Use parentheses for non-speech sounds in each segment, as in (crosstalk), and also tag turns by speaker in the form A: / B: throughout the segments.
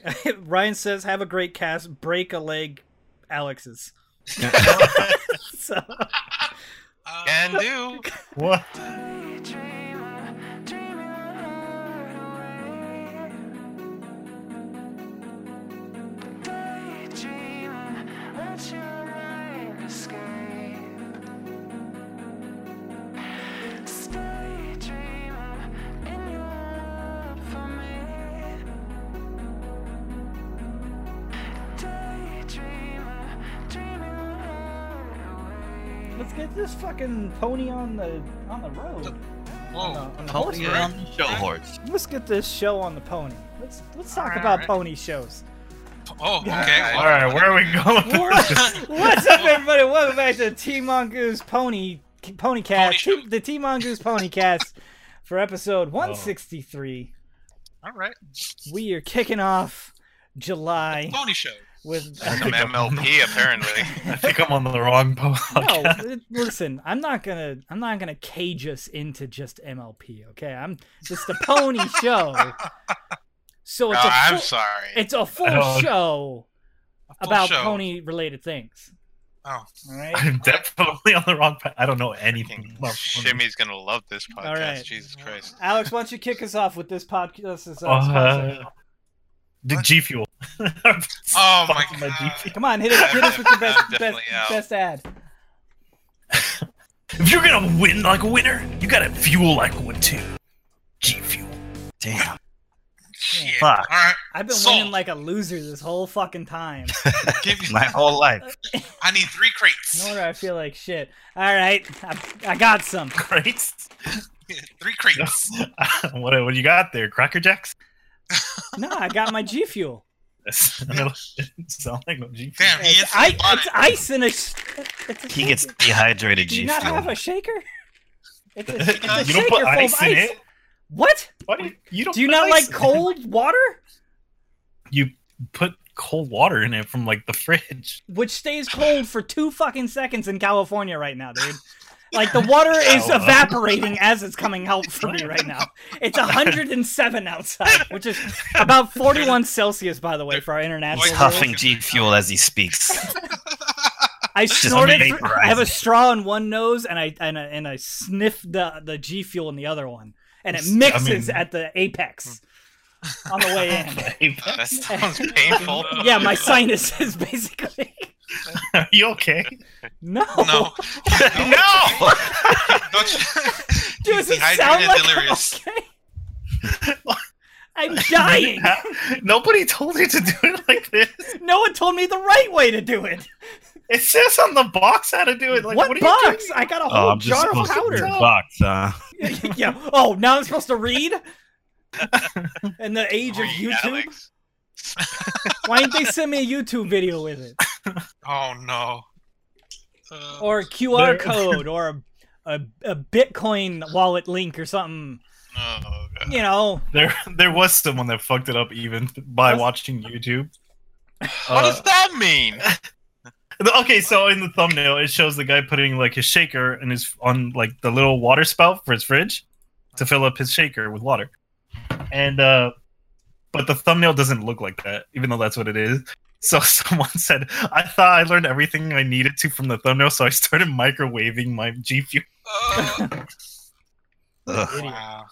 A: (laughs) Ryan says, "Have a great cast. Break a leg, Alex's." so
B: Can do.
C: What?
A: let's get this fucking pony on the on the road.
B: Whoa.
A: On the- on the
D: Pony
A: horse, right?
D: on the show horse.
A: Let's get this show on the pony. Let's let's talk
B: All
A: about
B: right.
A: pony shows.
B: Oh, okay.
C: All right, where are we going? with (laughs) this?
A: What's up, everybody? Welcome back to T Mongoose Pony Pony Cast,
B: Pony
A: T- the T Mongoose Pony Cast for episode 163.
B: All
A: (laughs)
B: right.
A: We are kicking off July
B: Pony show.
A: with.
C: I
E: Some
C: think I'm-
A: (laughs)
E: MLP apparently.
C: I think I'm on the wrong (laughs)
A: No,
C: podcast.
A: it- listen. I'm not gonna. I'm not gonna cage us into just MLP. Okay, I'm. It's the pony show, so
E: No,
A: it's a
E: Oh, I'm
A: full,
E: sorry.
A: it's a full
C: don't-
A: show
B: full
A: about
B: show.
A: pony-related things.
B: Oh.
A: All right.
C: I'm definitely on the wrong path. I don't know anything.
E: Fucking
C: about ponies.
E: Shimmy's gonna love this
A: All
E: podcast.
A: right.
E: Jesus Christ.
A: Alex, why don't you kick us off with this podcast? This, uh,
C: Uh,
A: sponsor.
C: the G Fuel. (laughs)
E: Oh my
C: Fucking
E: god.
C: G Fuel.
A: Come on, hit us, hit us with your best,
E: I'm
A: best,
E: definitely out.
A: best ad.
C: If you're gonna win like a winner, you gotta fuel like one too. G Fuel. Damn.
B: Shit.
C: Fuck.
B: All right.
A: I've been
B: Sold.
A: winning like a loser this whole fucking time. (laughs)
B: Give me.
D: My whole life.
B: I need three
A: No
B: crates.
E: (laughs)
A: wonder I feel like shit. All right, I, I got some.
C: (laughs) Great.
B: three crates.
C: (laughs) what, what you got there? Cracker Jacks?
A: No, I got my G Fuel.
C: (laughs) Yes. I don't- sound like no G Fuel.
B: Damn. He
A: It's,
B: instantly
A: I,
B: bought
A: it's
B: it.
A: ice in a. sh- It's a (laughs)
D: He gets
A: shaker.
D: dehydrated
A: Do you
D: G
A: not
D: Fuel.
A: have a shaker? It's a, it's a
C: (laughs) You
A: shaker
C: don't put
A: full
C: ice
A: of
C: in
A: ice.
C: it?
A: What?
C: Why do you, you don't
A: Do you
C: put
A: not
C: ice
A: like
C: in it?
A: cold water?
C: You put cold water in it from like the fridge. (laughs)
A: Which stays cold for two fucking seconds in California right now, dude.
C: (laughs)
A: Like the water is
C: California.
A: evaporating as it's coming out for me right now. It's 107 outside, which is about 41 Celsius, by the way, for our international.
D: He's
B: Like-
A: viewers.
D: huffing G Fuel as he speaks.
A: I snorted.
C: vaporizing.
A: thr- I have a straw in one nose, and I and I, and I sniff the the G fuel in the other one, and it
C: It's- I
A: mixes
C: mean-
A: at the apex on the way
C: (laughs)
A: in.
E: (laughs) That sounds painful.
A: (laughs) yeah, my sinuses (laughs) basically.
C: Are you okay?
A: No, (laughs)
D: (laughs)
B: No.
D: no!
B: Don't you-
A: does it
B: Dehydrated
A: sound like
B: delirious.
A: I'm
C: (laughs)
A: okay? I'm dying.
C: Nobody told you to do it like this.
A: No one told me the right way to do it.
C: It says on the box how to do it. Like,
A: what
C: what, are you doing? Oh,
A: box? I
D: Oh,
A: got a whole jar of powder.
D: box, uh, huh?
A: (laughs) yeah. Oh, now I'm supposed to
C: (laughs)
A: read. In the age
E: (laughs)
A: of
E: Read,
A: YouTube,
E: Alex.
A: why didn't they send me a YouTube video with it?
B: Oh no. Uh,
A: or a QR
C: (laughs) There-
A: code or a, a, a Bitcoin wallet link or something.
E: Oh, God.
A: You know,
C: There, there was someone that fucked it up even by
A: Was-
C: watching YouTube.
E: What
C: Uh,
E: does that
D: (laughs)
E: mean?
C: Okay, so in the thumbnail, it shows the guy putting like his shaker and his on like the little water spout for his fridge to fill up his shaker with water. And uh but the thumbnail doesn't look like that, even though that's what it is. So (laughs) someone said, "I thought I learned everything I needed to from the thumbnail, so I started microwaving my G Fuel."
B: Oh,
D: Ugh.
B: wow.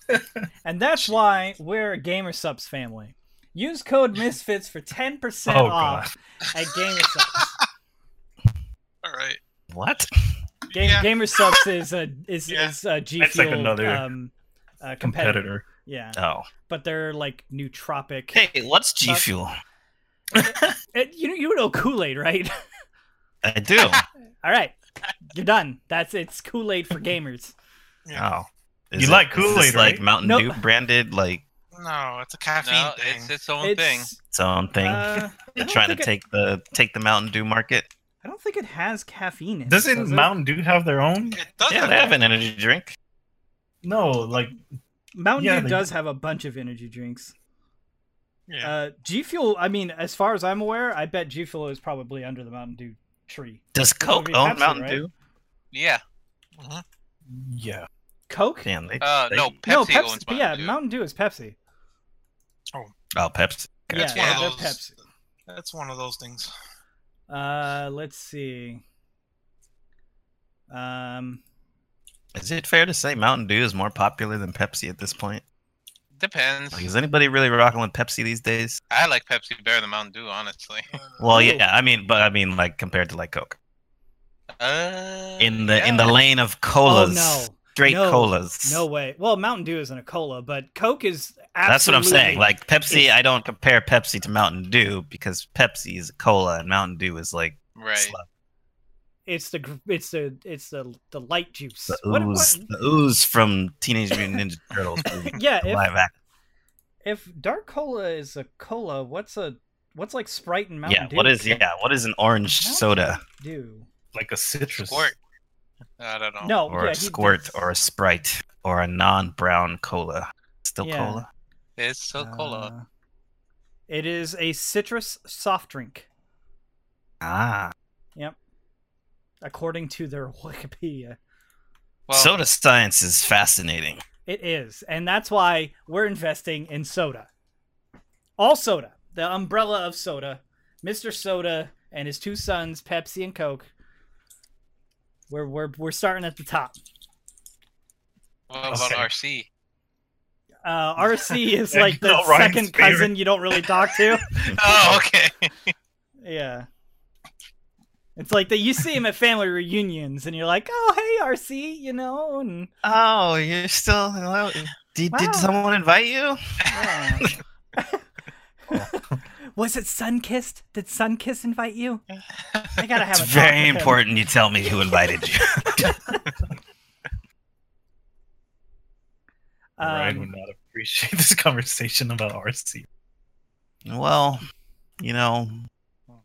A: and that's why we're a GamerSubs family. Use code Misfits for 10%
C: Oh,
A: off at GamerSubs.
B: All right.
D: What?
A: Game,
B: Yeah.
A: GamerSubs is a is,
B: Yeah.
A: is a G
C: That's like
A: Fuel,
C: another
A: um, uh, competitor.
C: Competitor.
A: Yeah,
D: Oh.
A: but they're like nootropic.
D: Hey, what's G Fuel?
A: It- you you know Kool Aid, right? (laughs)
D: I do.
A: All right, you're done. That's it's Kool Aid for gamers.
D: Oh.
C: You like Kool-Aid,
D: this, like
C: right?
D: Mountain
A: No.
D: Dew branded, like
B: No, it's a caffeine
E: No,
B: thing.
E: it's its own
A: it's,
E: thing.
D: its own thing.
A: uh, I
D: They're
A: don't
D: trying to
A: think it-
D: take the take the Mountain Dew market.
A: I don't think it has caffeine in it.
C: Doesn't
A: does it?
C: Mountain Dew have their own?
B: It
E: Oh,
B: doesn't.
D: Yeah, they have an energy drink.
C: No, like
A: Mountain
C: Yeah,
A: Dew
C: they-
A: does have a bunch of energy drinks.
B: Yeah.
A: Uh, G Fuel, I mean, as far as I'm aware, I bet G Fuel is probably under the Mountain Dew tree.
D: Does
A: would
D: Coke
A: be
D: own
A: Pepsi,
D: Mountain
A: right?
D: Dew?
E: Yeah.
B: Mm-hmm.
C: yeah.
A: Coke?
D: Damn, they.
E: Uh,
D: they-
E: no, Pepsi
A: no, Pepsi.
E: owns
A: yeah,
E: Mountain Dew.
A: Mountain Dew is Pepsi.
D: Oh, Pepsi.
B: That's
A: yeah,
B: one of
A: they're
B: those. That's one of those things.
A: Pepsi. Uh, let's see. Um,
D: Is it fair to say Mountain Dew is more popular than Pepsi at this point?
E: Depends.
D: Like, is anybody really rocking with Pepsi these days?
E: I like Pepsi better than Mountain Dew,
B: (laughs)
E: honestly.
B: Uh,
D: Well,
A: Ooh.
D: yeah, I mean, but I mean, like compared to like Coke
E: Uh,
D: in the in the
E: yeah.
D: lane of
A: oh
D: colas,
A: no,
D: straight
A: No.
D: colas.
A: no way. Well, Mountain Dew isn't a cola, but Coke is. Absolutely,
D: That's what I'm saying. Like Pepsi,
A: It's-
D: I don't compare Pepsi to Mountain Dew because Pepsi is cola and Mountain Dew is like
E: right.
D: slug.
A: it's the gr- it's the it's the the light juice.
D: the
A: What- what-
D: ooze, the ooze from Teenage Mutant (laughs) Ninja Turtles movie.
A: Yeah,
D: the
A: if,
D: live action.
A: if dark cola is a cola, what's a what's like Sprite and Mountain
D: Yeah,
A: Dew?
D: what is yeah, what is an orange
A: Mountain
D: soda
A: Dew.
C: like a citrus.
E: Squirt. I don't know.
A: No,
D: or
A: yeah,
D: a
A: he-
D: squirt or a Sprite or a non-brown cola? Still
A: Yeah.
D: cola.
E: It's so cola.
A: Uh, it is a citrus soft drink,
D: Ah,
A: according to their (laughs) Wikipedia.
E: Well,
D: soda science is fascinating.
A: It is, and that's why we're investing in soda. All soda, the umbrella of soda, Mr. Soda and his two sons, Pepsi and Coke. We're we're we're starting at the top.
E: what about
C: Okay.
E: RC?
D: (laughs)
A: Uh, RC is
C: Yeah,
A: like
C: you
A: the
C: know Ryan's
A: second
C: favorite.
A: cousin you don't really talk to.
E: Oh, okay.
B: (laughs)
A: Yeah. It's like that you see him at family reunions and you're like, oh, hey, RC, you know? And
D: Oh, you're still. Well, did,
A: Wow.
D: did someone invite you?
A: yeah. (laughs) Was it Sunkissed? Did Sunkissed invite you? I gotta have
D: It's
A: a talk with
D: very
A: him.
D: important you tell me who invited you.
C: Ryan would
A: Um,
C: not appreciate (laughs) this conversation about RC.
D: (laughs) well, you know,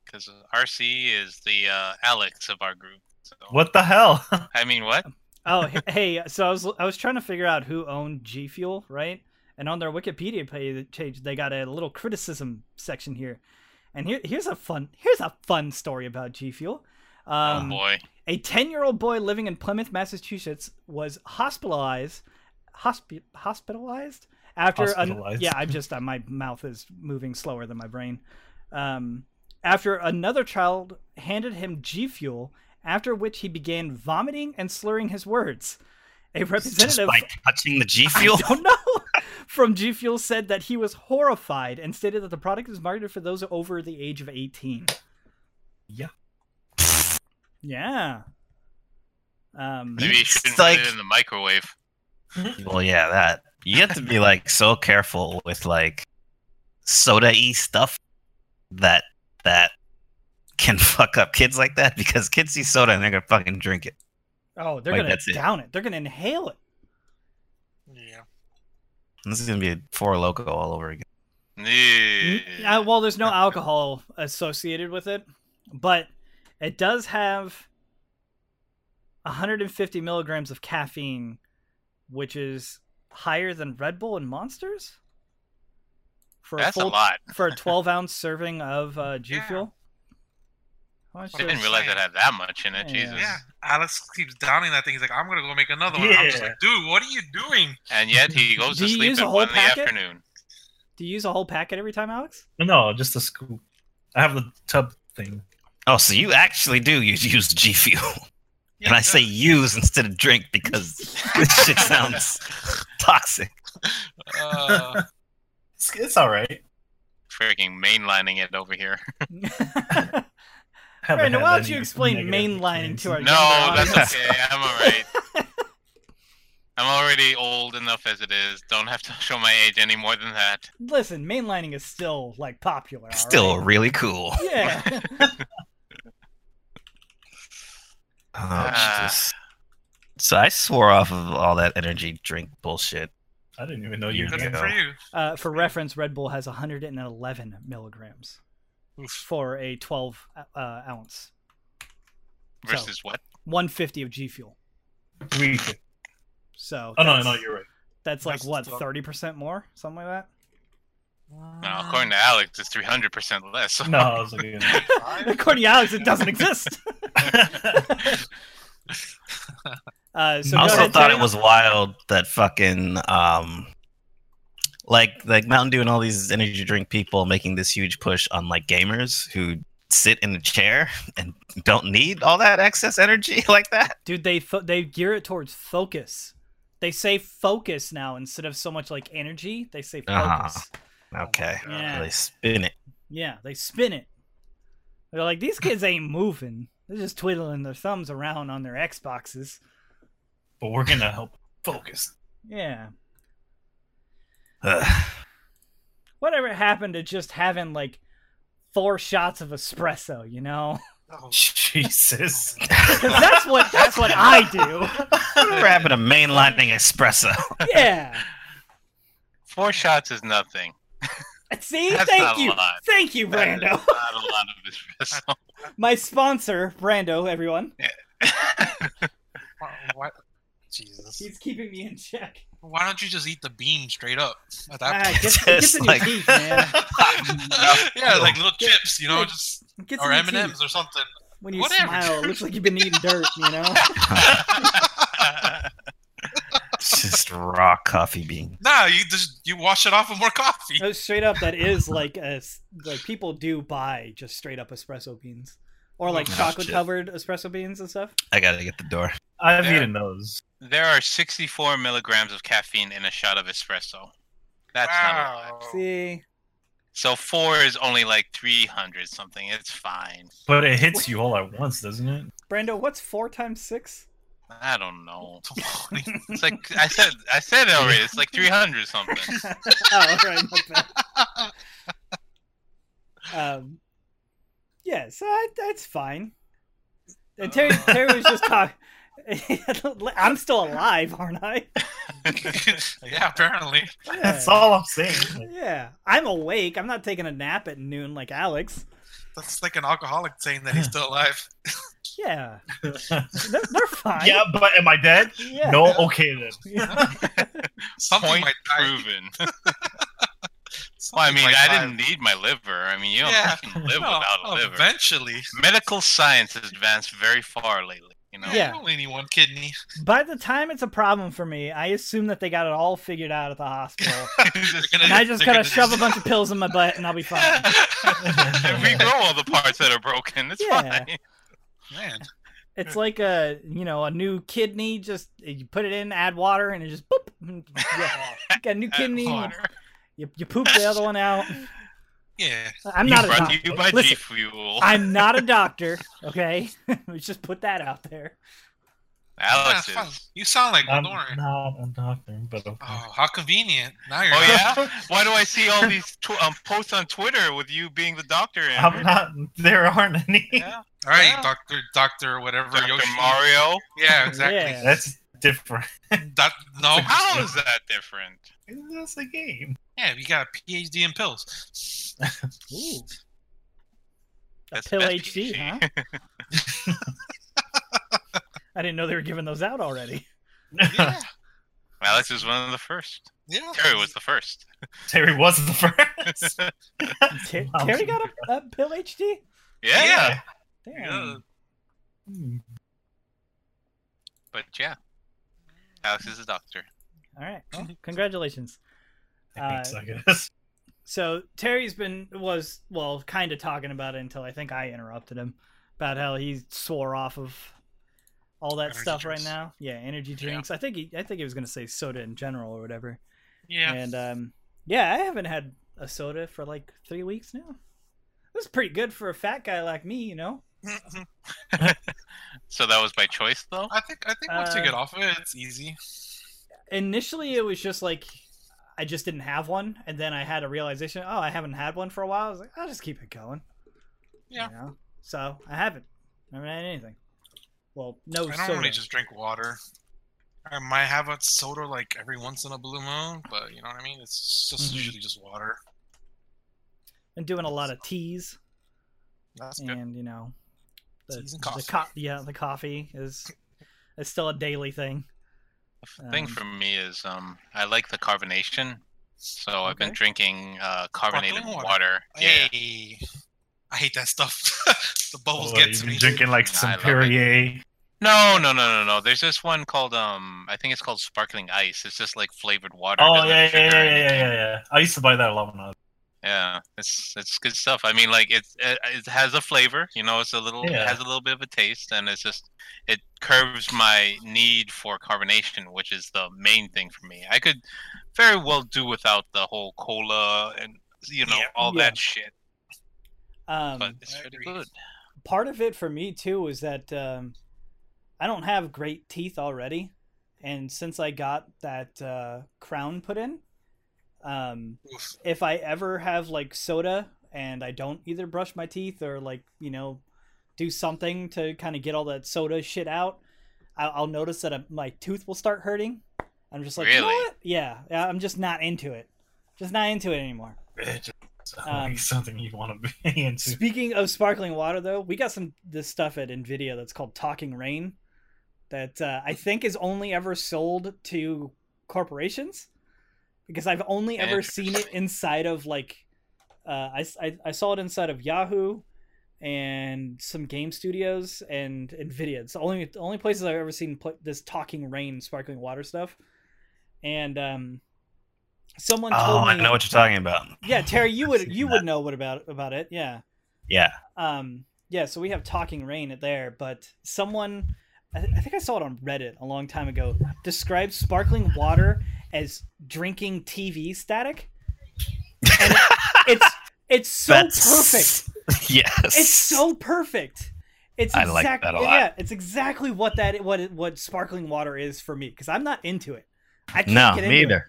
E: Because RC is the uh, Alex of our group. So.
C: What the hell? (laughs)
E: I mean,
D: Um,
E: what?
A: oh, he- hey, so I was I was trying to figure out who owned G Fuel, right? And on their Wikipedia pa- page, they got a little criticism section here. And here, here's a fun here's a fun story about G Fuel. Um,
E: oh boy.
A: A 10 year old boy living in Plymouth, Massachusetts was hospitalized. Hospi- hospitalized? After
C: Hospitalized.
A: yeah, I'm just, uh, my mouth is moving slower than my brain. Um, after another child handed him G Fuel, after which he began vomiting and slurring his words. A
D: just
A: representative
D: by touching the G
A: I
D: Fuel.
A: don't know. (laughs) From G Fuel said that he was horrified and stated that the product is marketed for those over the age of 18.
C: Yeah.
A: Yeah. Um,
E: Maybe you
D: It's
E: shouldn't
D: like-
E: put it in the microwave.
D: (laughs) Well, yeah, that you have to be like so careful with like soda y stuff that that can (laughs) fuck up kids like that because kids see soda and they're gonna fucking drink it.
A: oh, they're
D: like,
A: going
D: that's
A: to
D: it.
A: down it. They're going to inhale it.
B: Yeah.
D: And this is gonna be a four loco all over again.
A: Uh, well, there's no alcohol associated with it, but it does have 150 milligrams of caffeine, which is higher than Red Bull and Monsters. For
E: That's a
A: full-
E: lot.
A: for a 12 ounce serving of uh, G
B: Yeah.
A: Fuel. How much
E: I
A: does-
E: didn't realize it had that much in it.
A: Yeah.
E: Jesus.
B: Yeah. Alex keeps downing that thing. He's like, I'm gonna go make another one. I'm just
C: Yeah.
B: like, dude, what are you doing?
E: And yet he goes
A: Do
E: to
A: you
E: sleep
A: use
E: at
A: a whole
E: one in the
A: packet?
E: afternoon.
A: Do you use a whole packet every time, Alex? (laughs)
C: No, just a scoop. I have the tub thing.
D: Oh, so you actually do use, use G Fuel.
A: (laughs)
E: Yeah,
D: and I
E: he
D: say use instead of drink because
A: (laughs)
D: this shit sounds toxic.
E: does. uh,
C: It's, it's all right.
E: freaking mainlining it
A: (laughs)
E: over here.
C: I haven't
A: Brandon,
C: had
A: why don't
C: any
A: you explain
C: negative
A: mainlining to our-
C: experiences.
E: No,
A: younger
E: that's
A: audience.
E: okay. I'm
A: (laughs)
E: alright. I'm already old enough as it is. Don't have to show my age any more than that.
A: Listen, mainlining is still like popular. all
D: Still
A: right?
D: really cool.
A: (laughs) Yeah.
D: Oh,
E: Ah.
D: Jesus. So I swore off of all that energy drink bullshit.
C: I didn't even know you.
E: (laughs)
B: Good
D: Yeah.
B: for you.
A: Uh, for reference, Red Bull has 111 milligrams for a 12 uh, ounce. So,
E: Versus what?
A: 150 of G Fuel.
C: Three.
A: So
C: Oh no,
A: that's-
C: no, you're right.
A: that's like
B: That's
A: what
B: still-
A: 30 percent more, something like that.
E: No, according to Alex, it's 300% less. (laughs) so-
C: No, I was looking.
A: (laughs) According to Alex, it doesn't exist. (laughs) uh, so
D: I
A: go ahead,
D: also
A: Uh,
D: thought
A: Terry.
D: it was wild that fucking um like like Mountain Dew and all these energy drink people making this huge push on like gamers who sit in a chair and don't need all that excess energy (laughs) like that.
A: Dude, they fo- they gear it towards focus. They say focus now instead of so much like energy. They say
D: Uh-huh.
A: focus.
D: Okay,
A: Yeah.
D: really spin it.
A: Yeah, they spin it. They're like, these kids ain't moving. They're just twiddling their thumbs around on their Xboxes.
C: But we're gonna help focus.
A: Yeah.
D: Ugh.
A: Whatever happened to just having like four shots of espresso, you know? (laughs)
B: Oh,
C: Jesus.
A: Because that's what that's what I
E: (laughs)
A: do.
D: Whatever happened to mainlining espresso? (laughs)
A: Yeah.
E: Four shots is nothing.
A: See,
E: That's
A: thank
E: not a
A: you,
E: lot.
A: thank you,
E: That is
A: Brando.
E: Not a lot of espresso.
A: (laughs) My sponsor, Brando. Everyone,
B: wha- what? Jesus.
A: he's keeping me in check.
B: Why don't you just eat the bean straight up at
A: Ah, (laughs)
B: that
A: it gets, it
D: Just
A: gets in
D: like-
A: your teeth,
B: (laughs)
A: man.
B: point? (laughs) yeah, like little chips, you know, just
A: It gets
B: or
A: in
B: M
A: your
B: and
A: teeth.
B: M's or something.
A: When you
B: Whatever,
A: smile, it looks like you've been eating dirt. You
B: (laughs)
A: know?
D: It's just raw coffee bean.
B: Nah, you just you wash it off with more coffee.
A: (laughs) No, straight up, that is like a s- like people do buy just straight up espresso beans or like
D: Oh,
A: chocolate
D: shit.
A: covered espresso beans and stuff.
D: I gotta get the door.
C: I've
E: Yeah.
C: eaten those.
E: there are 64 milligrams of caffeine in a shot of espresso. That's not a lot.
B: wow.
A: See,
E: So four is only like 300 something. It's fine.
C: But it hits you all at once, doesn't it?
A: Brando, what's four times
B: (laughs)
A: six? (laughs)
E: I don't know. It's like I said. I said it already. It's like 300 something.
A: Oh, right, my bad.
B: (laughs)
A: Um, yeah, so I, that's fine.
B: Oh.
A: And Terry, Terry was
B: (laughs)
A: just talking. (laughs) I'm still alive, aren't I?
B: (laughs) yeah, apparently.
A: Yeah.
C: That's all I'm saying. Like,
A: yeah, I'm awake. I'm not taking a nap at noon like Alex.
B: That's like an alcoholic saying that he's still alive.
A: Yeah, they're, they're fine.
C: yeah, but am I dead?
A: Yeah.
C: No, okay then.
B: Something
E: Point
B: might die.
E: proven.
B: Something
E: Well, I mean,
B: might
E: I
B: die.
E: didn't need my liver. I mean, you don't
B: Yeah.
E: fucking live
B: No,
E: without a
B: no,
E: liver.
B: Eventually,
E: Medical science has advanced very far lately. You know. (laughs)
A: Yeah.
B: You only need one kidney.
A: By the time it's a problem for me, I assume that they got it all figured out at the hospital. And
B: and
A: I just gotta shove a bunch of pills in my butt and I'll be
E: (laughs)
A: fine.
E: and regrow all the parts that are broken. It's
A: Yeah.
E: fine.
B: Man,
A: It's like a you know a new kidney. Just eh, you put it in, add water, and it just boop. and- Yeah. You got a new kidney.
E: Water.
A: You, you poop the other one out.
B: yeah.
A: I'm not a
E: brought to
A: doctor.
E: you by G
A: Listen,
E: Fuel.
A: I'm not a doctor. Okay, (laughs) let's just put that out there.
E: Alex
B: Yeah,
E: is.
B: fine. You sound like
C: I'm
B: Lauren.
C: not a doctor, but okay.
B: Oh, how convenient. Now you're
E: Oh
A: (laughs)
E: yeah? Why do I see all these tw- um, posts on Twitter with you being the doctor?
C: I'm
E: Andrew?
C: not. There aren't any.
E: Yeah.
B: All right,
E: Yeah.
B: Doctor, Doctor, whatever.
E: Dr.
B: Yoshi.
E: Mario.
B: Yeah, exactly.
A: Yeah.
C: (laughs) That's different.
B: Doc- no,
E: Oh, How is that different?
C: That's a game.
B: Yeah, you got a PhD in pills.
A: Ooh. A
E: That's
A: pill
E: best
A: HD,
E: PhD.
A: huh? (laughs) I didn't know they were giving those out
C: (laughs)
A: already.
B: Yeah,
E: (laughs) Alex was one of the first.
B: yeah.
E: Terry was the first. (laughs)
C: Terry was the first.
A: Ter-
C: Wow.
A: Terry got a, a pill HD.
E: Yeah.
B: Yeah.
A: Damn.
B: Yeah.
C: Hmm.
E: But yeah. Alex is a doctor.
A: All
C: (laughs)
A: right. Well, congratulations.
C: I
A: Uh,
C: think so, I guess.
A: So Terry's been was well kind of talking about it until I think I interrupted him about how he swore off of all that
B: Energy
A: stuff
B: drinks.
A: right now. Yeah, energy drinks. I think he I think he was going to say soda in general or whatever.
B: Yeah.
A: And um yeah, I haven't had a soda for like 3 weeks now. That's pretty good for a fat guy like me, you know.
B: Mhm.
E: So that was by choice, though?
B: I think I think once you
A: Uh,
B: get off of it, it's easy.
A: initially it was just like I just didn't have one, and then I had a realization: oh, I haven't had one for a while. I was like, I'll just keep it going.
B: Yeah.
A: You know? So I haven't. I haven't had anything. Well, no
B: I
A: soda.
B: normally just drink water. I might have a soda like every once in a blue moon, but you know what I mean. It's just
A: Mhm.
B: usually just water.
A: Been doing a lot of teas,
B: That's good.
A: and you know, the,
B: Teas and
A: the
B: coffee.
A: co- yeah, the coffee is is still a daily thing.
E: The thing
A: Um,
E: for me is um, I like the carbonation. So I've been
A: Okay.
E: drinking uh, carbonated
B: Sparkling
E: water.
B: water.
E: Yeah.
B: Hey, I hate that stuff. (laughs) the bubbles
C: Oh,
B: get
C: you've
B: to
C: been
B: me.
C: drinking like
E: I
C: some
E: love it.
C: Perrier.
E: No, no, no, no, no. There's this one called um, I think it's called sparkling ice. It's just like flavored water.
C: Oh
E: doesn't
C: yeah,
E: have
C: yeah,
E: sugar
C: yeah,
E: in
C: yeah,
E: it.
C: yeah, yeah, yeah. I used to buy that a lot when I was.
E: Yeah, it's it's good stuff. I mean, like it's it, it has a flavor, you know. It's a little,
C: Yeah.
E: it has a little bit of a taste, and it's just it curves my need for carbonation, which is the main thing for me. I could very well do without the whole cola and you know
C: Yeah.
E: all
A: Yeah.
E: that shit,
A: Um,
E: but it's pretty good.
A: part of it for me too is that um, I don't have great teeth already, and since I got that uh, crown put in, um,
B: Oof.
A: if I ever have like soda and I don't either brush my teeth or like you know do something to kind of get all that soda shit out, I- I'll notice that uh my tooth will start hurting. I'm just like, you know
E: Really?
A: what? Yeah, yeah, I'm just not into it. Just not into it anymore.
C: It just sounds
A: Um,
C: like something you want to be (laughs) into.
A: Speaking of sparkling water, though, we got some this stuff at Nvidia that's called Talking Rain, that uh, I think is only ever sold to corporations, because I've only ever seen it
E: Interesting.
A: inside of like, uh, I, s- I- I saw it inside of Yahoo, and some game studios and Nvidia. It's the only the only places I've ever seen pl- this Talking Rain sparkling water stuff, and um, someone told
D: Oh,
A: me.
D: I know what you're talking about.
A: yeah, Terry, you
D: I've
A: would
D: seen
A: you
D: that.
A: would know what about about it, yeah
D: Yeah.
A: um yeah so we have talking rain at there but someone I, I think i saw it on reddit a long time ago described sparkling water as drinking tv static And it- it's it's so perfect
D: (laughs) Yes.
A: it's so perfect it's
D: I
A: exactly
D: like that a lot.
A: yeah it's exactly what that what it- what sparkling water is for me because i'm not into it i can't
D: No,
A: get
D: me
A: into it.
D: either.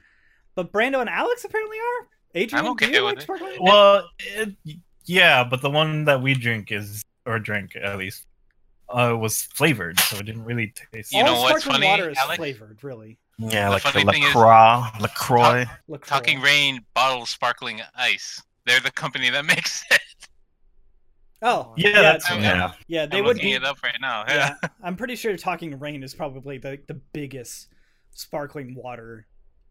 A: but brando and alex apparently are adrian do
E: I'm okay
A: you
E: with
A: like
E: it.
A: sparkling water?
C: Well, it, yeah, but the one that we drink is, or drink at least, uh, was flavored, so it didn't really taste.
E: You
A: all
E: know what's
A: sparkling
E: funny,
A: water is
E: Alex?
A: flavored really
D: Yeah,
E: The
D: like the
E: funny thing is-
D: LaCroix, LaCroix.
A: Look
E: Talking Rain bottle sparkling ice. They're the company that (laughs) makes it.
A: oh
C: Yeah, that's-
E: I'm-
D: yeah.
A: yeah they
E: I'm
A: would
E: looking
A: be
E: it up right now.
A: yeah,
E: (laughs)
A: I'm pretty sure Talking Rain is probably the the biggest sparkling water.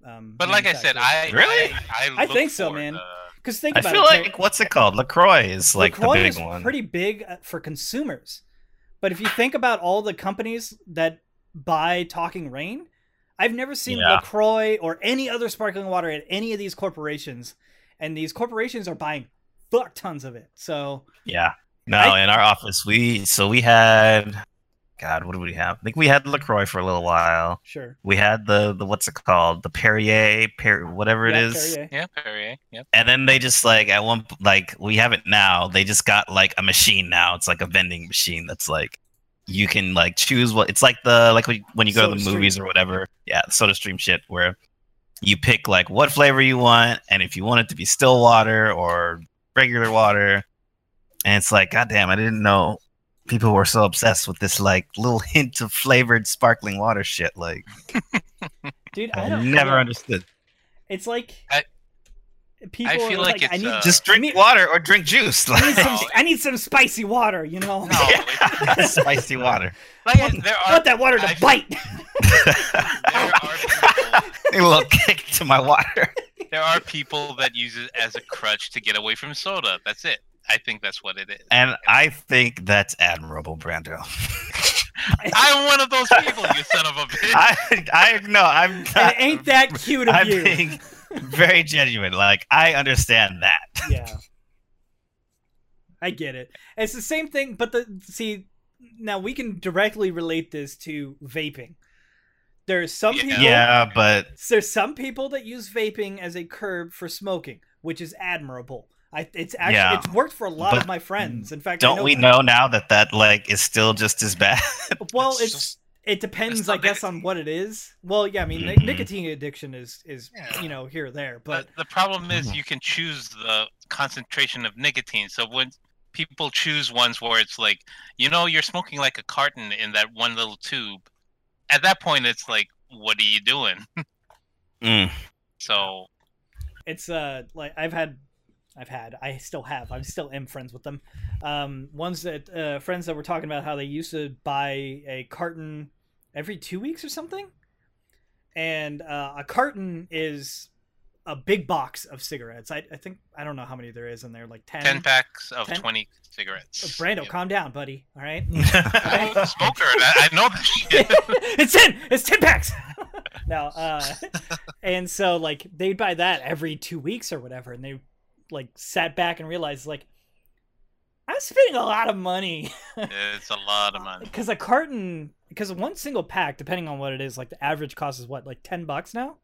A: Um,
E: But like I said, I
D: Really?
E: I, I,
A: I
E: look
A: think so,
E: for
A: man.
E: the-
A: because think
D: I
A: about
D: feel
A: it,
D: like what's it called? Lacroix is like
A: LaCroix
D: the big
A: is
D: one.
A: pretty big uh, for consumers. But if you think about all the companies that buy Talking Rain, I've never seen
D: Yeah.
A: Lacroix or any other sparkling water at any of these corporations, and these corporations are buying fuck tons of it. So
D: Yeah. No,
A: I-
D: in our office we so we had God, what did we have? I think we had Lacroix for a little while.
A: sure,
D: We had the the what's it called? The Perrier, per, whatever it
A: Yeah,
D: is.
A: Perrier.
E: Yeah, Perrier. Yep.
D: And then they just like at one p- like we have it now. They just got like a machine now. It's like a vending machine that's like you can like choose what it's like the like when you- when you go to the
A: SodaStream.
D: movies or whatever. Yeah, Soda Stream shit where you pick like what flavor you want and if you want it to be still water or regular water. And it's like god damn, I didn't know people were so obsessed with this like little (laughs) hint of flavored sparkling water shit like
A: dude, I
D: I
A: don't
D: never
A: yeah.
D: understood.
A: It's like
E: I-
A: people
E: I feel
A: are
E: like
A: like, I
E: it's,
A: need
E: uh,
D: Just drink
A: me-
D: water or drink juice. (laughs)
A: I need,
D: Like,
A: some, I need some spicy water, you know.
E: No, it's-
D: (laughs) spicy water.
E: like, there
A: (laughs) I (laughs)
E: are
A: want that water to
E: I-
A: bite.
E: there are people,
D: a little (laughs) kick to my water.
E: there are people that use it as a crutch to get away from soda. That's it. I think that's what
A: (laughs)
E: it is.
D: And I think that's admirable, Brando. (laughs)
E: I'm one of those people, you
A: (laughs)
E: son of a bitch.
D: I, I no,
A: (laughs)
D: I'm
A: And
D: not.
A: it ain't
E: (laughs)
A: that cute of
D: I'm
A: you.
D: being very genuine. Like I understand that.
A: (laughs) Yeah, I get it. It's the same thing, but the see now we can directly relate this to vaping. There are some
E: Yeah.
A: people.
D: Yeah, but
A: There's some people that use vaping as a curb for smoking, which is admirable. I, it's actually
D: Yeah.
A: it's worked for a lot of
D: But
A: my friends. In fact, I
D: don't we know now that that like is still just
E: (laughs)
D: as bad?
A: Well,
B: It's
A: it's
B: just-
A: it depends,
E: It's
A: I
E: not
A: guess, on what it is. Well, yeah, I mean, nic-
D: Mhm.
A: nicotine addiction is is
B: Yeah.
A: you know here or there, but
E: But the problem is you can choose the concentration of nicotine. So when people choose ones where it's like, you know, you're smoking like a carton in that one little tube, at that point it's like, what are you doing?
D: Mm.
E: So
A: it's uh like I've had, I've had, I still have, I still am friends with them. Um, ones that uh, friends that were talking about how they used to buy a carton every two weeks or something, and uh, a carton is a big box of cigarettes. I, I think I don't know how many there is in there, like ten.
E: Ten packs of
A: Ten-
E: twenty cigarettes.
A: Brando,
E: Yep.
A: calm down, buddy. All right,
E: I'm
C: (laughs)
E: a smoker. and I, I know that shit.
A: (laughs) it's ten. It's ten packs. no, uh, and so like they'd buy that every two weeks or whatever, and they like sat back and realized like I'm spending a lot of money (laughs)
E: It's a lot of money.
A: because a carton, because one single pack, depending on what it is, like the average cost is what, like ten bucks now.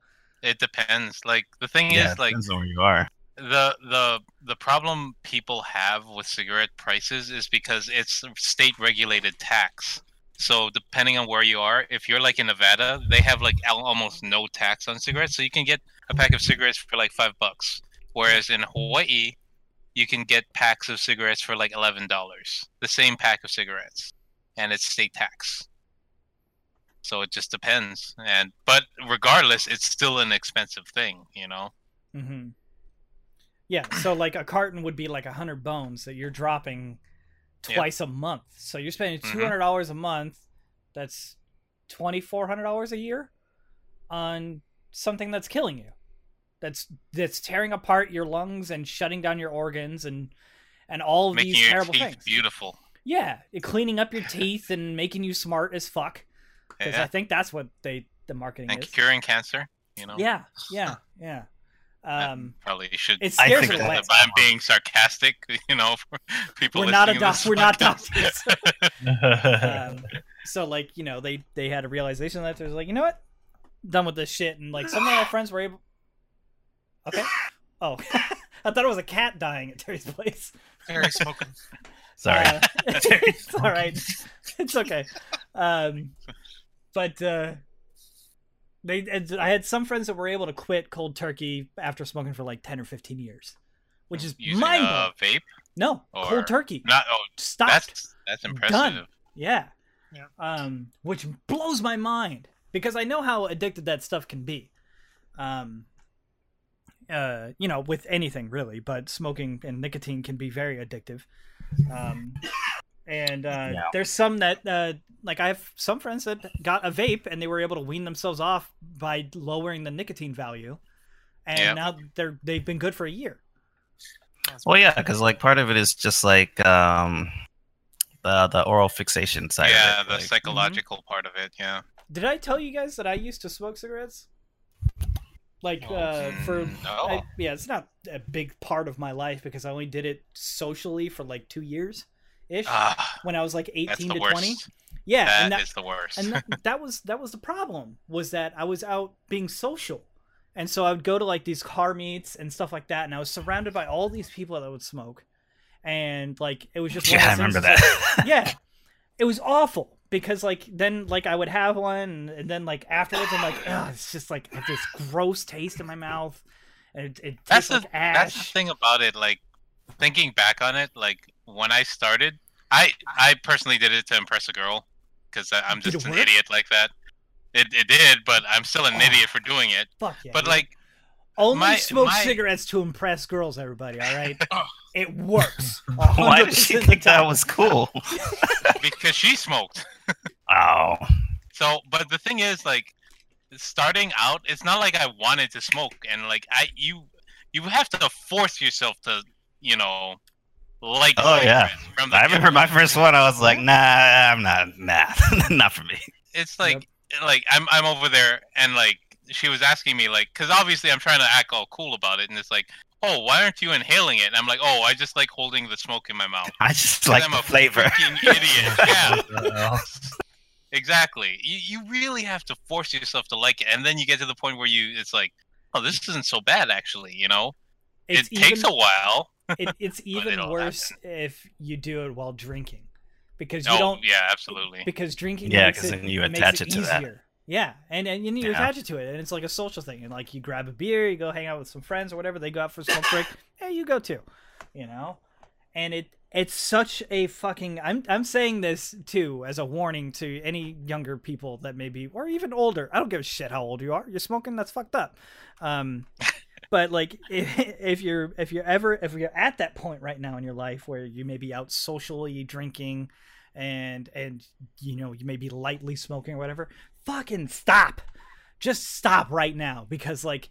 E: It depends. Like the thing
D: yeah,
E: is, like
D: depends on where you are.
E: the the the problem people have with cigarette prices is because it's state regulated tax. So depending on where you are, if you're like in Nevada, they have like al- almost no tax on cigarettes, so you can get a pack of cigarettes for like five bucks. Whereas in Hawaii, you can get packs of cigarettes for like eleven dollars, the same pack of cigarettes, and it's state tax. So it just depends, and but regardless, it's still an expensive thing, you know.
A: Mm-hmm. Yeah, so like a carton would be like a hundred bones that you're dropping
E: Yeah.
A: twice a month. So you're spending
E: Mhm.
A: two hundred dollars a month. That's twenty four hundred dollars a year on something that's killing you. That's that's tearing apart your lungs and shutting down your organs and and all of
E: making
A: these
E: your
A: terrible
E: teeth
A: things.
E: beautiful.
A: Yeah, it- cleaning up your teeth and making you smart as fuck. Because
E: Yeah.
A: I think that's what they the marketing
E: and
A: is.
E: curing cancer. You know,
A: Yeah,
E: (laughs)
A: yeah, yeah. Um,
E: probably should.
A: it
D: I
A: scares
D: think
A: me.
D: that-
A: less.
E: But I'm being sarcastic. (laughs) You know, for people.
A: we're not a
E: listening to
A: doc-
E: this
A: we're not
E: podcast.
A: doctors.
E: (laughs)
C: (laughs)
A: um, so like you know they they had a realization that there's like you know what, done with this shit and like some of our friends were able.
E: (sighs)
A: Okay. Oh, (laughs) I thought it was a cat dying at Terry's place.
B: Very smoking.
E: (laughs)
D: Sorry.
A: Uh, (laughs) it's all right. (laughs) It's okay. Um, but uh, they, and I had some friends that were able to quit cold turkey after smoking for like ten or fifteen years, which is
E: (laughs) Using
A: mind blowing.
E: uh, vape.
A: no,
E: or-
A: cold turkey.
E: Not. Oh,
A: Stop.
E: that's that's impressive.
A: Yeah.
B: Yeah.
A: Um, which blows my mind because I know how addicted that stuff can be. Um, uh, you know, with anything really, but smoking and nicotine can be very addictive. Um, and uh,
D: Yeah.
A: there's some that, uh, like, I have some friends that got a vape and they were able to wean themselves off by lowering the nicotine value, and
E: Yeah.
A: now they're they've been good for a year.
D: Well, yeah, because like part of it is just like um, the the oral fixation side. of
E: Yeah,
D: it,
E: the
D: like- mm-hmm.
E: psychological part of it. Yeah.
A: Did I tell you guys that I used to smoke cigarettes? Like
E: Oh,
B: No.
A: uh, for
E: Mm, No.
A: I, yeah, it's not a big part of my life because I only did it socially for like two years ish
E: Ah,
A: when I was like
E: that's
A: eighteen
E: the
A: to
E: worst.
A: twenty. Yeah, and
E: that
A: that
E: is (laughs) the worst.
A: and that, that was that was the problem was that I was out being social, and so I would go to like these car meets and stuff like that, and I was surrounded by all these people that would smoke, and like it was just one
D: Yeah, I
A: of those things
D: remember
A: that's like-
D: that. (laughs)
A: yeah it was awful because like then like i would have one and then like afterwards i'm
E: (sighs)
A: like Ugh, it's just like I have this gross taste in my mouth and it, it
E: That's
A: tastes like
E: the-
A: ash
E: That's the thing about it. Like thinking back on it, like when I started, I I personally did it to impress a girl because I'm
A: Did
E: just
A: it
E: an
A: work?
E: idiot like that. It, it did, but I'm still an
A: Oh.
E: idiot for doing it.
A: fuck yeah
E: But
A: dude.
E: like
A: only
E: my-
A: smoke
E: my-
A: cigarettes to impress girls everybody all
E: (laughs)
A: right
B: Oh.
A: it works
D: Why did she
A: 100% of the
D: think that
A: (laughs) time.
D: was cool?
E: because she smoked.
D: Oh,
E: So, but the thing is, like, starting out, it's not like I wanted to smoke, and like I, you, you have to force yourself to, you know, like.
D: Oh, yeah.
E: cigarettes From the
D: I
E: get-go.
D: remember my first one. I was like, nah, I'm not, nah, (laughs) not for me.
E: It's like, like I'm, I'm over there, and like she was asking me, like, because obviously I'm trying to act all cool about it, and it's like, oh, why aren't you inhaling it? And I'm like, oh, I just like holding the smoke in my mouth.
D: I just
E: 'Cause
D: like
E: I'm
D: the
E: a
D: flavor.
E: Fucking idiot. Yeah.
A: (laughs)
E: Exactly. You, you really have to force yourself to like it, and then you get to the point where you it's like, oh, this isn't so bad actually. You know,
A: it's
E: it takes a
A: even,
E: while.
A: it, it's even
E: it'll
A: worse if you do it while drinking because you
E: oh,
A: don't
E: yeah, absolutely.
A: because drinking
D: Yeah,
A: makes
D: 'cause
A: it-
D: then you
A: makes
D: attach it to that.
A: easier. yeah and and you, you
D: Yeah.
A: attach it to it and it's like a social thing and like you grab a beer you go hang out with some friends or whatever they go out for a smoke break hey you go too you know and it it's such a fucking i'm i'm saying this too as a warning to any younger people that may be or even older i don't give a shit how old you are you're smoking that's fucked up um but like (laughs) if, if you're if you're ever if you're at that point right now in your life where you may be out socially drinking and and you know you may be lightly smoking or whatever fucking stop just stop right now because like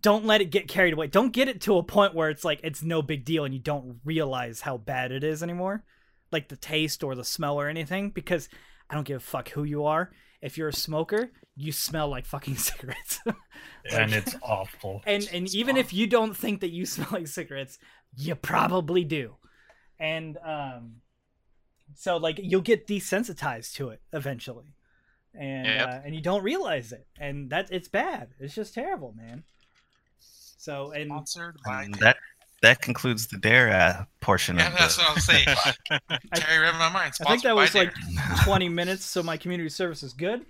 A: don't let it get carried away. Don't get it to a point where it's like it's no big deal and you don't realize how bad it is anymore, like the taste or the smell or anything. Because I don't give a fuck who you are. If you're a smoker, you smell like fucking (laughs) cigarettes.
C: and it's awful.
A: and and even if you don't think that you (laughs) smell like cigarettes, you probably do. And um, so like you'll get desensitized to it eventually, and
E: Yep.
A: uh, and you don't realize it, and that it's bad. It's just terrible, man. So and
B: Sponsored by.
D: (laughs) And that that concludes the dare uh, portion
B: Yeah,
D: of
B: that's
D: the.
B: what
D: (laughs)
B: I'm saying.
A: I-
B: Terry read my mind.
A: I think
B: Sponsored
A: that was
B: by
A: like
B: Dare.
A: 20 minutes, so my community service is good.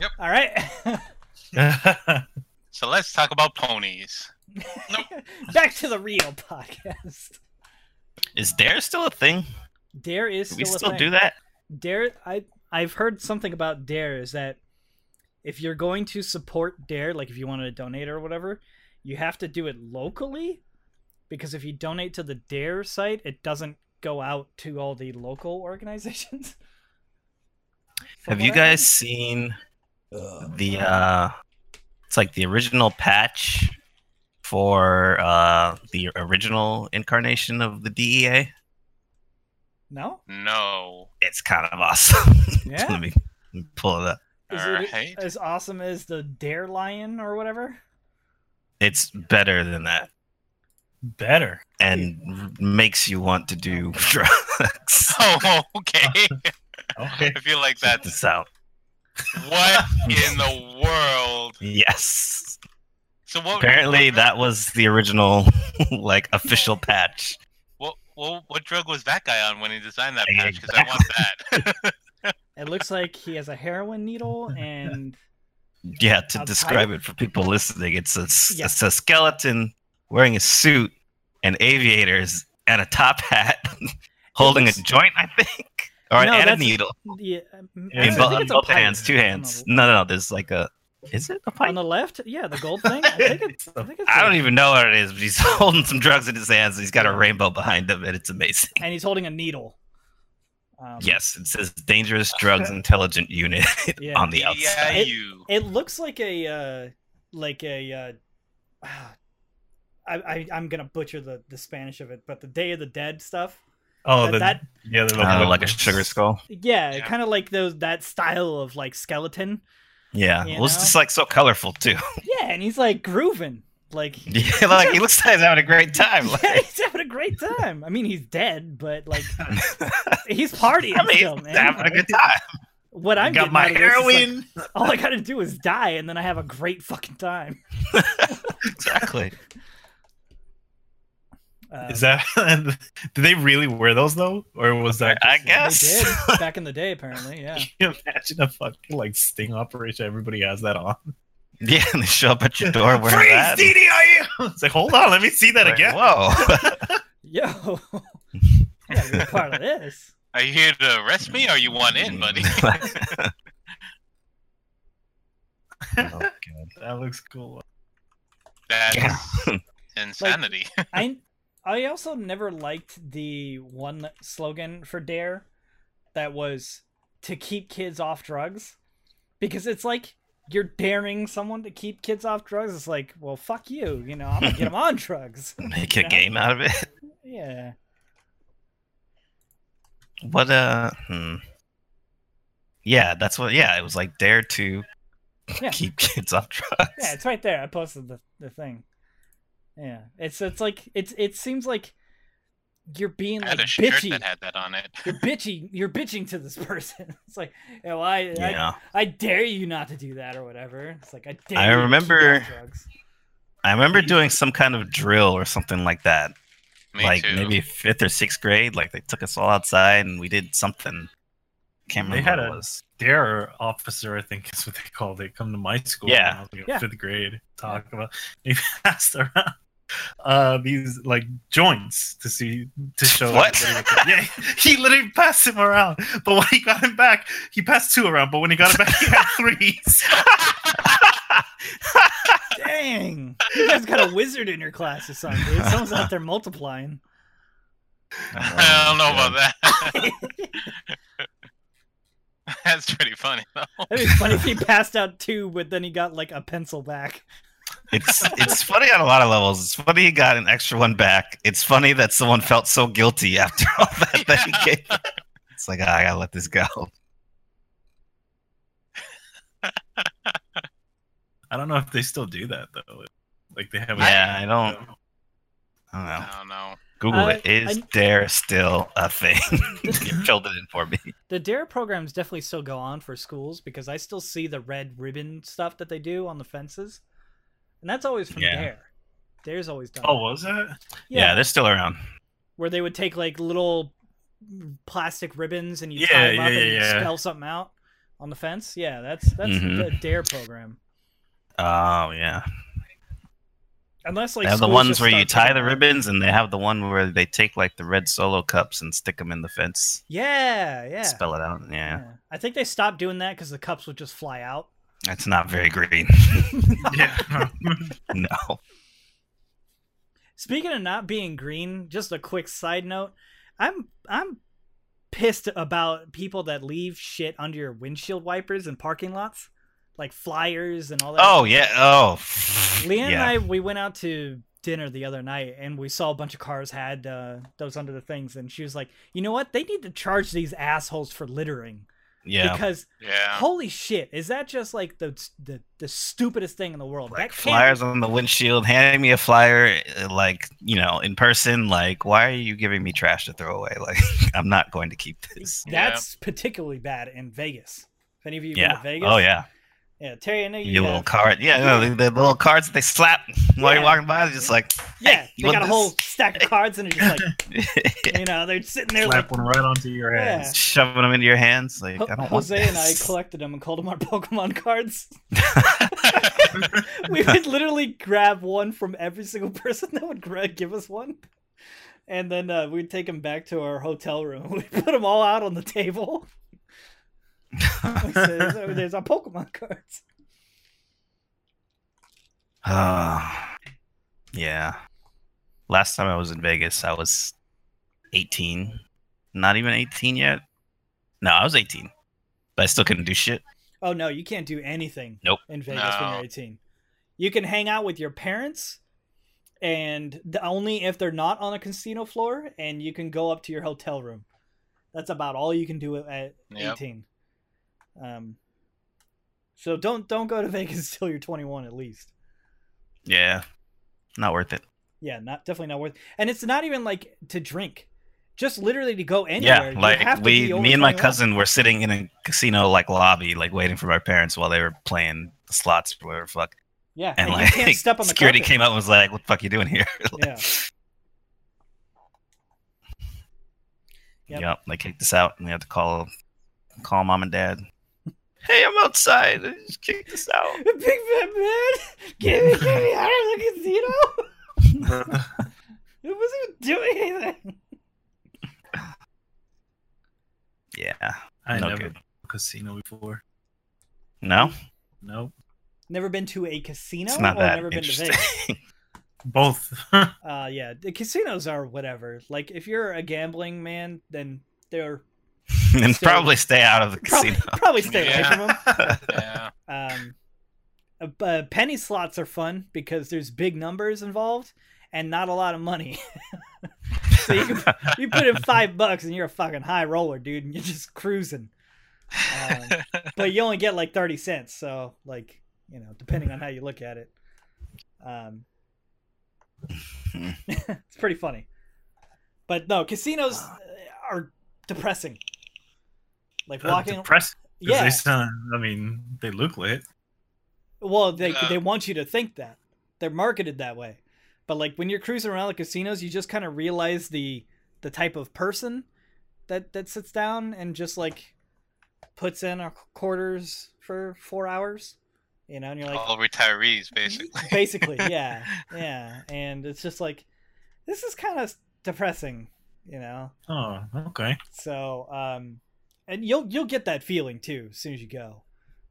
B: Yep.
A: All right. (laughs)
E: So let's talk about ponies.
A: Back to the real (laughs) podcast.
D: Is dare still a thing?
A: Dare is
D: Do
A: still
D: we
A: a
D: still
A: thing.
D: do that?
A: Dare I I've heard something about Dare is that if you're going to support Dare, like if you wanted to donate or whatever, you have to do it locally because if you donate to the Dare site, it doesn't go out to all the local (laughs) organizations. From
D: Have you
A: what I-
D: guys seen the? uh It's like the original patch for uh the original incarnation of the E DEA.
A: No?
E: No. (laughs)
D: It's kind of awesome. (laughs)
A: Yeah.
D: let, me, let me pull it up.
A: Is
E: All
A: it
E: right.
A: as awesome as the Dare Lion or whatever?
D: It's better than that,
C: (laughs) Better.
D: and r- makes you want to do
A: (laughs)
D: drugs.
E: Oh, okay.
C: Okay.
E: I feel like
D: Check (laughs)
E: that's
D: this out. (laughs)
E: what in the world.
D: Yes.
E: So
A: Oh,
E: what?
D: Apparently,
E: what,
D: that was the original, (laughs) like official patch.
E: What, what what drug was that guy on when he designed that patch? Because I want that.
A: It looks like he has a heroin needle and
D: Yeah, to
A: Outside?
D: describe it for people listening, it's a, s-
A: Yeah.
D: it's a skeleton wearing a suit and aviators and a top hat, (laughs) holding
A: looks-
D: a joint, I think, or
A: No,
D: an, and a
A: that's-
D: needle
A: yeah, um,
C: Yeah.
A: I
D: in
A: think
D: bo-
A: it's a
D: both
A: pipe
D: hands, two
A: on the-
D: hands. No, no, no. There's like a. Is it a
A: on
D: pipe?
A: the left. Yeah, the gold thing. I think it's. I, think it's
D: I don't
A: a-
D: even know what it is, but he's (laughs) holding some drugs in his hands. And he's got a rainbow behind him, and it's amazing.
A: And he's holding a needle. Um,
D: Yes, it says Dangerous
A: (laughs)
D: Drugs Intelligent Unit
A: Yeah.
D: (laughs) on the outside.
E: DEIU.
A: It looks like a uh, like a. Uh, ah, I, I I'm gonna butcher the the Spanish of it, but the Day of the Dead stuff.
C: Oh,
A: that,
C: the,
A: that
C: yeah, the
D: Uh, like a sugar skull.
A: yeah,
E: Yeah.
A: kind of like those that style of like skeleton.
D: Yeah.
A: You
D: well, it's
A: know?
D: just like so colorful too. (laughs)
A: Yeah, and he's like grooving, like
D: yeah, like he looks like he's having a great
A: (laughs)
D: time.
A: yeah,
D: Like,
A: he's having a great time. I mean, he's dead, but
D: (laughs)
A: like he's partying
D: I mean,
A: still,
D: he's
A: man.
D: having a good time.
A: What I'm getting
C: got my
A: out of this is, like,
C: heroin.
A: (laughs) all I gotta do is die, and then I have a great fucking time.
D: exactly.
A: Uh,
C: Is that? (laughs) do they really wear those though, or was that?
D: I
C: just-
A: they
D: guess.
A: did
E: (laughs)
A: back in the day? Apparently, yeah.
C: Can you (laughs) imagine a fucking like sting operation? Everybody has that on.
D: Yeah, and they show up at your door wearing
C: Freeze,
D: that. and-
C: DDIU! E! It's like, hold on, let me see that
D: like,
A: (laughs)
C: again.
D: Whoa. (laughs)
E: (laughs)
A: Yo, (laughs) I gotta be a part of this.
E: Are you here to arrest me, or you want
D: Mm,
E: in,
D: (laughs)
E: buddy?
D: Oh, God.
C: That looks cool.
D: Yeah.
E: (laughs) That's (laughs) insanity.
A: I I also never liked the one slogan for Dare that was to keep kids off drugs because it's like you're daring someone to keep kids off drugs. It's like, well, fuck you, you know, I'm gonna get them
E: (laughs)
A: on drugs.
D: Make a game out of it.
A: Yeah,
D: What uh hmm. Yeah, that's what yeah, it was like dare to
A: Yeah.
D: keep kids off drugs.
A: yeah, it's right there. I posted the the thing. Yeah, it's it's like it's it seems like you're being
E: (laughs) I
A: like
E: had a shirt
A: bitchy.
E: that had that on it.
A: You're bitchy. You're bitching to this (laughs) person. It's like, you know, I, I-
D: Yeah.
A: I dare you not to do that or whatever. It's like I dare.
D: I
A: you to keep
D: remember-
A: off drugs.
D: I remember doing some kind of drill or something like that.
E: Me
D: like
E: too. (laughs)
D: maybe fifth or sixth grade. Like they took us all outside and we did something. Can't
C: They
D: remember
C: had
D: what it
E: (laughs)
C: a-
D: was.
C: Dare officer, I think is what they called it. Come to my school.
D: Yeah.
C: when I was, like, in
A: Yeah.
C: Fifth grade. Talk about. They (laughs) passed around uh, these like joints to see to show.
D: What?
C: everybody what they- yeah, (laughs) he literally passed him around. But when he got him back, he passed two around. But when he got him back, he had three. (laughs)
A: Dang, you guys got a wizard in your class or something, dude. Someone's out there multiplying.
D: uh,
E: I don't know about that. (laughs) That's pretty funny though.
D: (laughs)
A: That'd be funny if he passed out two, but then he got like a pencil back.
D: It's it's funny on a lot of levels. It's funny he got an extra one back. It's funny that someone felt so guilty after (laughs) all that that he gave. It's like ah, I gotta let this go.
C: I don't know if they still do that though. Like they have.
D: Yeah, I don't. I don't know.
E: I don't know.
D: Google
A: I-
D: it. Is
A: I-
D: there still a thing? (laughs) you filled it in for me.
A: The DARE programs definitely still go on for schools because I still see the red ribbon stuff that they do on the fences, and that's always from
D: Yeah.
A: DARE. DARE's always done.
C: Oh,
A: that.
C: was it?
D: Yeah, they're still around.
A: where they would take like little plastic ribbons and you
C: Yeah,
A: tie them up
C: yeah,
A: and
C: yeah. Mm-hmm.
A: spell something out on the fence. Yeah, that's that's
D: Mhm.
A: the Dare program.
D: Oh yeah.
A: Unless like
D: they have the
A: schools
D: ones
A: just
D: where you
A: start
D: tie the
A: doing that.
D: ribbons, and they have the one where they take like the red solo cups and stick them in the fence.
A: Yeah, yeah.
D: Spell it out. Yeah,
A: yeah. I think they stopped doing that because the cups would just fly out.
D: that's not
A: (laughs)
D: very green.
C: Yeah.
D: (laughs) no.
A: Speaking of not being green, just a quick side note. I'm I'm pissed about people that leave shit under your windshield wipers in parking lots, like flyers and all that.
D: Oh yeah. Oh.
A: Leanne and
D: yeah.
A: I we went out to dinner the other night and we saw a bunch of cars had uh, those under the things and she was like, "You know what? They need to charge these assholes for littering
D: yeah.
A: because
E: Yeah.
A: holy shit, is that just like the the, the stupidest thing in the world? that
D: Like
A: can't-
D: flyers on the windshield, handing me a flyer, uh, like you know, in person. Like, why are you giving me trash to throw away? (laughs) Like, I'm not going to keep this.
E: Yeah.
A: That's particularly bad in Vegas. If any of you
D: yeah.
A: been to Vegas?
D: Oh yeah.
A: Yeah, Terry, I know you uh,
D: Your little
A: have.
D: card. Yeah. No, the, the little cards that they slap (laughs) while
A: Yeah.
D: you're walking by. They're just like.
A: yeah,
D: (laughs) you
A: they
D: want
A: got a
D: this?
A: whole stack of cards and it's just like,
D: (laughs)
A: you know, they're sitting there like
C: Slap one right onto your
A: Yeah. (laughs)
C: ass.
D: shoving them into your hands. Like
A: Ho-
D: I don't
A: Jose
D: want
A: and I (laughs)
D: this.
A: collected them and called them our Pokemon cards. we would literally grab one from every single (laughs) person that would gra- give us one, and then uh, we'd take them back to our hotel room. (laughs) We put them all out on the table. (laughs) We said, "There's- There's our Pokemon cards.
D: (laughs) Ah, yeah. Last time I was in Vegas, I was 18. Not even 18 yet. No, I was 18, but I still couldn't do shit.
A: Oh no, you can't do anything.
D: Nope.
A: In Vegas when
E: No.
A: you're 18, you can hang out with your parents, and the, only if they're not on a casino floor, and you can go up to your hotel room. That's about all you can do at (laughs)
E: Yep.
A: 18. Um, so don't don't go to (laughs) Vegas till you're 21 at least.
D: Yeah, not worth it.
A: Yeah, not definitely not worth. And it's not even like to drink, just literally to go anywhere. you
D: yeah, like
A: have to
D: we,
A: be over
D: me and my
A: 21.
D: cousin were sitting in a casino like lobby, like waiting for our parents while they were playing the slots or whatever the fuck.
A: Yeah,
D: And,
A: and,
D: like
A: you can't step on the
D: security
A: carpet.
D: came out and was like, "What the fuck you doing here?" (laughs) Like,
A: Yeah. Yep.
D: Yep. they kicked us out, and we had to call call mom and dad. (laughs) Hey, I'm outside. They Just kicked us out.
A: (laughs) Big fat man, get me, get me out of the casino.
D: (laughs)
A: (laughs) It wasn't even doing anything.
D: Yeah.
C: I
D: No
C: never
D: good.
C: been to a casino before.
D: No, (laughs)
C: Nope.
A: Never been to a casino
D: it's not
A: or
D: that
A: never been to
D: interesting.
A: Vegas.
C: Both. (laughs)
A: Uh, yeah, the casinos are whatever. Like if you're a gambling man, then they're
D: and
A: So-
D: probably stay out of the
A: probably,
D: casino. (laughs)
A: probably stay away
E: Yeah.
A: from them.
E: yeah.
A: Um, uh, b- uh, penny slots are fun because there's big numbers involved and not a lot of money. (laughs) so you, can, you put in five bucks and you're a fucking high roller, dude, and you're just cruising.
C: (laughs)
A: Um, but you only get like 30 cents, so like, you know, depending on how you look at it. Um, (laughs) it's pretty funny. But no, casinos uh, are depressing. Like walking,
C: Depressed. 'cause
A: yeah.
C: They sound, I mean, they look lit.
A: Well, they
E: Yeah.
A: they want you to think that. They're marketed that way. But like when you're cruising around the casinos, you just kind of realize the the type of person that that sits down and just like puts in our quarters for 4 hours, you know, and you're like
E: All retirees, Oh, basically.
A: (laughs)
E: (laughs)
A: basically, yeah. Yeah, and it's just like this is kind of depressing, you know.
C: Oh, okay.
A: So, um and you'll you'll get that feeling too as soon as you go.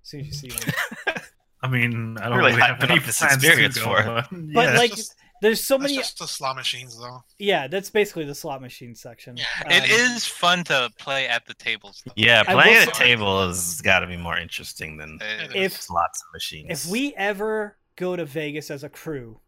A: As soon as you see one.
C: I mean, I don't
D: Really
C: really, have
D: hyping
C: any
D: up this
C: plans to
D: experience
C: go,
D: for it.
C: but,
A: But
C: yeah.
B: That's
A: like
B: just-
A: there's so
B: That's
A: many
B: just the slot machines, though.
A: Yeah, that's basically the slot machine section.
B: Yeah.
E: It
A: Um,
E: is fun to play at the tables. Though.
D: yeah,
A: I will
D: playing at a
A: say-
D: table has got to be more interesting than
E: It
A: If-
E: is-
D: slots and machines.
A: If we ever go to Vegas as a crew.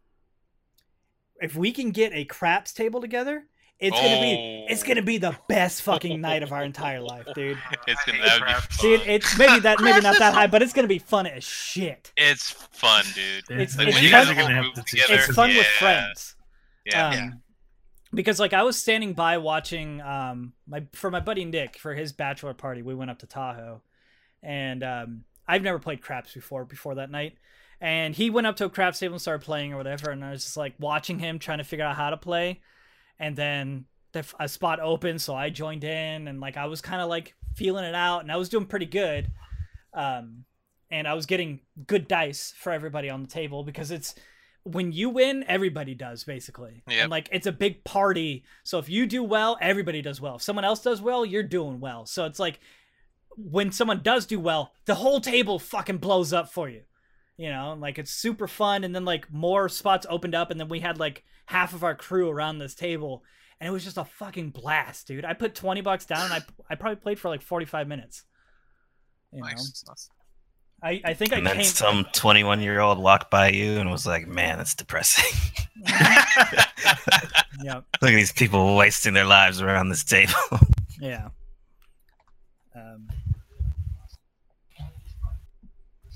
A: If we can get a craps table together, it's gonna be it's gonna be the best fucking night of our entire life, dude.
E: (laughs) It's
B: I
E: gonna
B: hate
E: that'd be
B: crap.
E: fun.
A: Dude, it's maybe that maybe not
E: Craps
A: that
E: is
A: high, but it's gonna be fun as
E: (laughs)
A: shit.
E: It's fun, dude.
A: It's-
E: Like
A: it's
E: when
A: you
E: you
A: guys
E: guys
A: are
E: are gonna
C: gonna have
E: have
C: to do
E: together.
A: It's fun with
E: yeah,
A: friends.
E: Yeah.
A: Um, Because like I was standing by watching um my for my buddy Nick for his bachelor party, we went up to Tahoe, and um I've never played craps before before that night, and he went up to a craps table and started playing or whatever, and I was just like watching him trying to figure out how to play, and then the, f- a spot opened, so I joined in, and like I was kind of like feeling it out, and I was doing pretty good, um, and I was getting good dice for everybody on the table because it's when you win, everybody does basically.
E: Yep.
A: And like it's a big party. So if you do well, everybody does well. If someone else does well, you're doing well. So it's like when someone does do well, the whole table fucking blows up for you. You know, and, like it's super fun and then like more spots opened up and then we had like half of our crew around this table and it was just a fucking blast, dude. I put 20 bucks down and I I probably played for like 45 minutes. You know?
E: (laughs)
B: Nice.
A: I, I think
D: And
A: I
D: then
A: came
D: some 21 year old walked by you and was like, man, that's
A: (laughs)
D: depressing. (laughs)
A: Yeah.
D: Look at these people wasting their lives around this table.
A: Yeah. Um,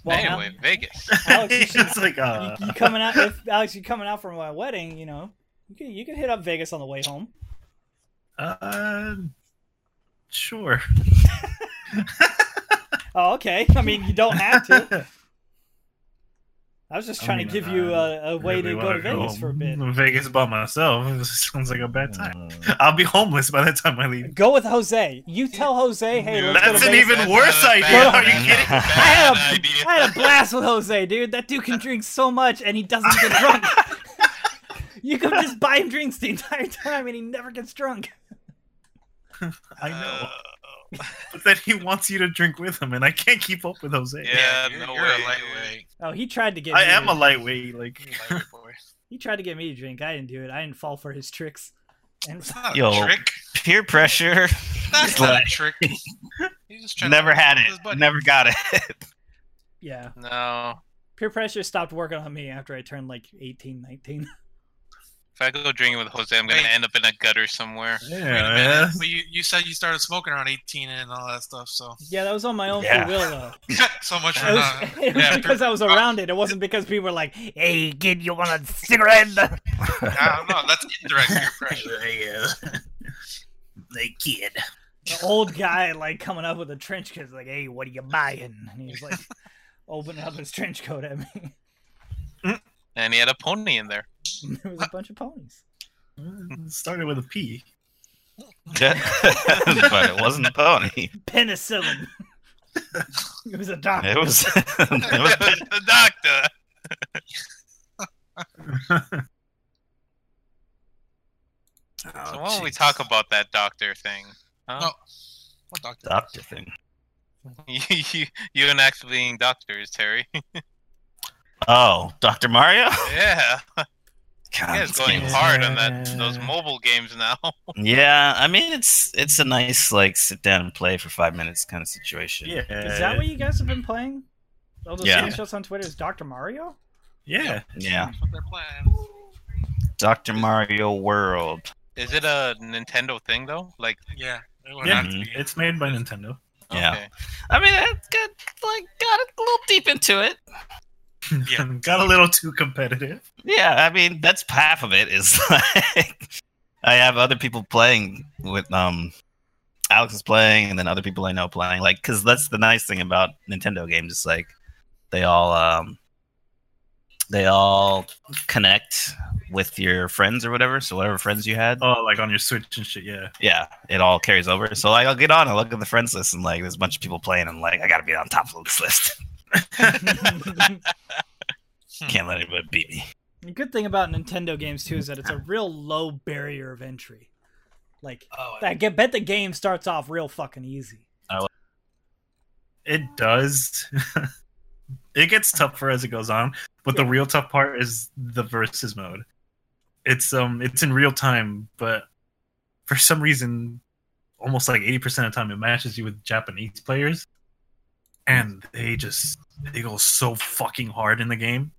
A: well, Al-
E: Anyway, Vegas.
A: Alex, you should-
C: (laughs) it's like uh,
A: you, you coming out? If Alex, you coming out from my wedding? You know, you can you can hit up Vegas on the way home.
C: uh,
A: (laughs)
C: sure.
A: Oh, okay. I mean, you don't have to.
C: (laughs)
A: I was just
C: I
A: trying
C: mean,
A: to give you a, a way
C: Really
A: to go to
C: wanna
A: Vegas for a bit.
C: (laughs) Vegas by myself (laughs) It sounds like a bad time.
D: Mm.
C: I'll be homeless by the time I leave.
A: Go with Jose. You tell Jose, hey,
E: No,
A: let's go to
C: That's an
A: Vegas.
C: even
E: That's
C: worse
E: not a
C: idea.
E: bad
C: Are you
E: idea.
C: kidding?
A: I had,
E: Bad idea.
A: a, I had a blast with Jose, dude. That dude can drink so much and he doesn't get
C: (laughs)
A: drunk. you could just buy him drinks the entire time and he never gets drunk.
C: I know, (laughs) but then he wants you to drink with him, and I can't keep up with Jose.
E: Yeah,
B: you're,
E: no
B: you're
E: way,
B: a
E: dude.
B: lightweight.
A: Oh, he tried to get
C: I
A: me
C: am
A: to,
C: a lightweight. Like,
B: You're a lightweight boy.
A: he tried to get me to drink. I didn't do it. I didn't fall for his tricks. And (laughs)
B: It's not
D: Yo.
B: a trick.
D: (laughs) Peer pressure.
B: That's not a
D: like- (laughs)
B: trick. He's just trying to
D: Never
B: hook
D: had
B: up with his
D: it.
B: buddy.
D: Never got it.
A: yeah,
E: No.
A: peer pressure stopped working on me after I turned like 18, 19.
E: If I go drinking with Jose, I'm gonna
B: Wait.
E: end up in a gutter somewhere.
B: Wait a minute.
C: (laughs) yeah,
B: But you, you said you started smoking around 18 and all that
D: (laughs)
B: stuff, so
A: (laughs)
B: (laughs)
A: yeah, that was on my own
D: Yeah.
A: free will
D: (laughs)
A: though.
B: so much for
A: It was,
B: not.
C: Uh-huh.
A: (laughs) it was
E: Yeah,
A: because I was around it. It wasn't because people were like, "Hey, kid, you want a
D: (laughs)
A: cigarette?"
B: I don't know. That's indirect peer pressure.
D: They kid.
A: the old guy like coming up with a trench coat, like, "Hey, what are you buying?" And he's
D: (laughs)
A: like, opening up his trench coat at me. (laughs)
E: And he had a pony in there.
A: And there was a bunch of ponies.
C: It started with a P.
D: (laughs) but it wasn't a pony.
A: Penicillin. (laughs) it was a doctor.
D: It was. (laughs) it
E: (laughs)
D: was
E: the doctor.
D: Oh,
E: so why don't we
D: jeez.
E: talk about that doctor thing? (laughs)
B: No.
E: Huh?
B: What doctor?
D: doctor thing?
E: You you, you and actually being doctors, Terry. (laughs)
D: Oh, Doctor Mario.
E: yeah.
D: God,
E: Yeah,
D: this
E: it's going
D: game is-
E: hard on that those mobile games now. (laughs)
D: Yeah, I mean it's it's a nice like sit down and play for five minutes kind of situation.
C: Yeah.
A: Is that what you guys have been playing? All those
D: Yeah.
A: screenshots on Twitter is Doctor Mario.
C: Yeah.
D: yeah.
B: That's what they're playing.
D: Doctor Mario World.
E: Is it a Nintendo thing though? Like
B: Yeah. It would
C: Yeah.
B: have
D: Mm-hmm.
B: to be.
C: It's made by Nintendo.
D: Yeah.
E: okay.
D: I mean, it got like got a little deep into it.
B: Yeah.
C: (laughs) Got a little too competitive.
D: Yeah, I mean that's half of it. Is (laughs) like I have other people playing with um, Alex is playing, and then other people I know playing. Like, cause that's the nice thing about Nintendo games. It's like they all um, they all connect with your friends or whatever. So whatever friends you had,
C: Oh, like on your Switch and shit. Yeah.
D: yeah, it all carries over. So like, I'll get on, I look at the friends list, and like there's a bunch of people playing. I'm like, I gotta be on top of this list. (laughs)
A: (laughs)
D: Can't let anybody beat me.
A: the good thing about Nintendo games too is that it's a real low barrier of entry. Like,
B: Oh,
A: I get, bet the game starts off real fucking easy.
C: It does. (laughs) it gets tougher as it goes on, but the real tough part is the versus mode. It's um it's in real time, but for some reason almost like 80% of the time it matches you with Japanese players and they just they go so fucking hard in the game.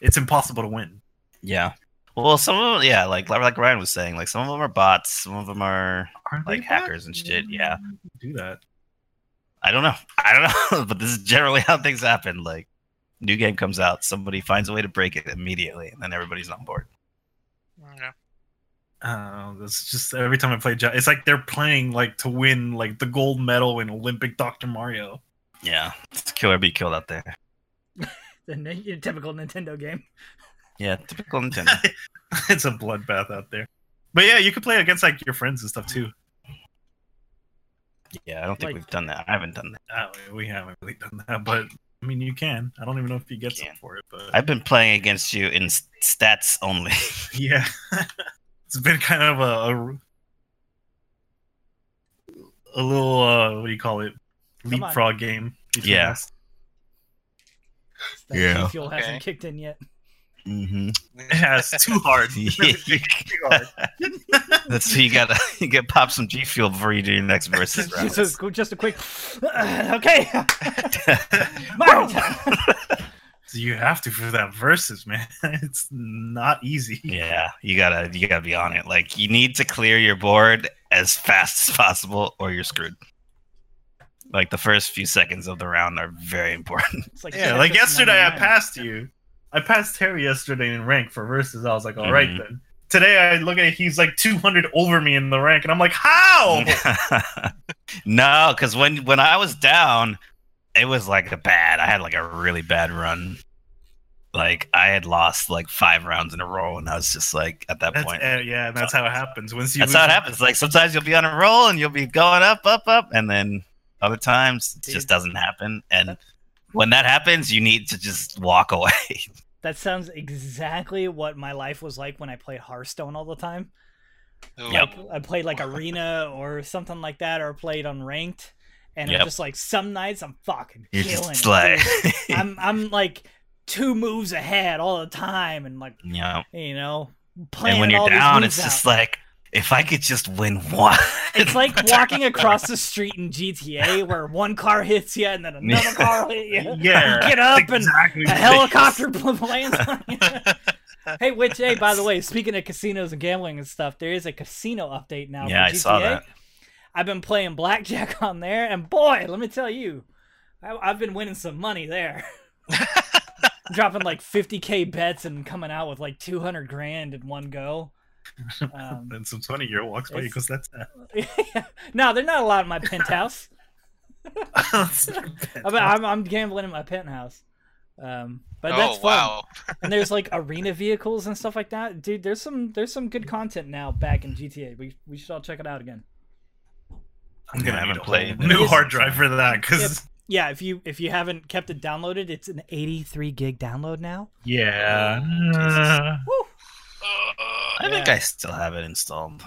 C: it's impossible to win.
D: Yeah. Well, some of them, yeah, like like Ryan was saying, like some of them are bots, some of them are.
C: Are
D: Like hackers and shit, yeah.
C: Do that.
D: I don't know. (laughs) I don't know, but this is generally how things happen. Like, new game comes out, somebody finds a way to break it immediately, and then everybody's on board.
B: Yeah.
C: Uh, it's just every time I play, Jo- it's like they're playing like to win like the gold medal in Olympic Dr. Mario.
D: Yeah, it's kill or be killed out there.
A: The nin- your typical Nintendo game.
D: Yeah, typical Nintendo.
C: (laughs) it's a bloodbath out there. But yeah, you could play against like your friends and stuff too.
D: yeah, I don't think
A: Like-
D: we've done that. I haven't done that.
C: Uh, we haven't really done that, but I mean, you can. I don't even know if you get
D: Can.
C: some for it, but
D: I've been playing against you in s- stats only.
C: (laughs)
D: (laughs)
C: yeah, (laughs) it's been kind of a a, a little uh, what do you call it?
A: on.
C: Leapfrog game. between
D: Yeah.
C: us.
A: That
D: Yeah.
A: G fuel hasn't
E: Okay.
A: kicked in yet.
D: mm-hmm.
C: (laughs) yeah, it's too hard. (laughs)
D: (laughs) That's so you gotta (laughs) you gotta pop some G fuel before you do your next versus
A: (laughs)
D: round.
A: Just a, just a quick. (sighs) okay. (laughs)
D: (laughs)
A: Mario time.
C: you have to for that versus, man. (laughs) It's not easy.
D: Yeah, you gotta you gotta be on it. Like you need to clear your board as (laughs) fast as possible, or you're screwed. Like the first few seconds of the round are very important.
A: It's like (laughs)
C: Yeah, like
A: Tetris
C: yesterday I
A: 99.
C: passed you. I passed Terry yesterday in rank for versus. I was like, all right
D: Mhm.
C: then. Today I look at it, he's like 200 over me in the rank, and I'm like,
D: Mm-hmm.
C: how?
D: (laughs) no, because when when I was down, it was like a bad. I had like a really bad run. Like I had lost like five rounds in a row, and I was just like at that
C: That's,
D: point.
C: uh, yeah, that's how it happens. Once you
D: That's
C: lose-
D: how it happens. Like sometimes you'll be on a roll and you'll be going up, up, up, and then other times it
A: Dude.
D: just doesn't happen. And when that happens, you need to just walk away. (laughs)
A: That sounds exactly what my life was like when I played Hearthstone all the time.
E: Ooh.
D: Yep.
A: Like, I played like Arena or something like that, or played unranked. And I'm
D: Yep.
A: just like, some nights I'm fucking
D: You're
A: killing.
D: just
A: it,
D: like,
A: dude.
D: (laughs)
A: I'm I'm like two moves ahead all the time, and like
D: you know.
A: you know, playing
D: And when you're
A: all these
D: down,
A: moves
D: it's just
A: out.
D: like if I could just win one.
A: It's
D: (laughs)
A: like walking across the street in GTA where one car hits you and then
D: (laughs)
A: another car will hit you.
C: Yeah,
A: (laughs) Get up and
C: exactly.
A: a (laughs) helicopter lands on you.
D: (laughs)
A: hey, which hey, by the way, speaking of casinos and gambling and stuff, there is a casino update now.
D: Yeah,
A: for GTA.
D: I saw that.
A: I've been playing blackjack (laughs) on there, and boy, let me tell you, I, I've been winning some money
D: (laughs)
A: there. Dropping like 50k bets and coming out with like 200 grand in one
D: (laughs)
A: go. Um, (laughs)
C: And some 20 year walks by you
A: It's-
C: because that's
A: no, they're not allowed in my penthouse.
D: (laughs)
A: I'm, I'm, I'm gambling in my penthouse. Um, but that's
E: oh
A: fun.
E: wow!
A: and there's like arena vehicles and stuff like that. Dude, there's some there's some good content now back in GTA. We we should all check it out again.
C: I'm
D: I
C: gonna
D: haven't
C: have play
D: played
C: new
A: this.
C: hard drive for that because
A: Yeah, if you if you haven't kept it downloaded, it's an 83 gig download now.
C: yeah,
A: Woo!
D: I think I still have it installed,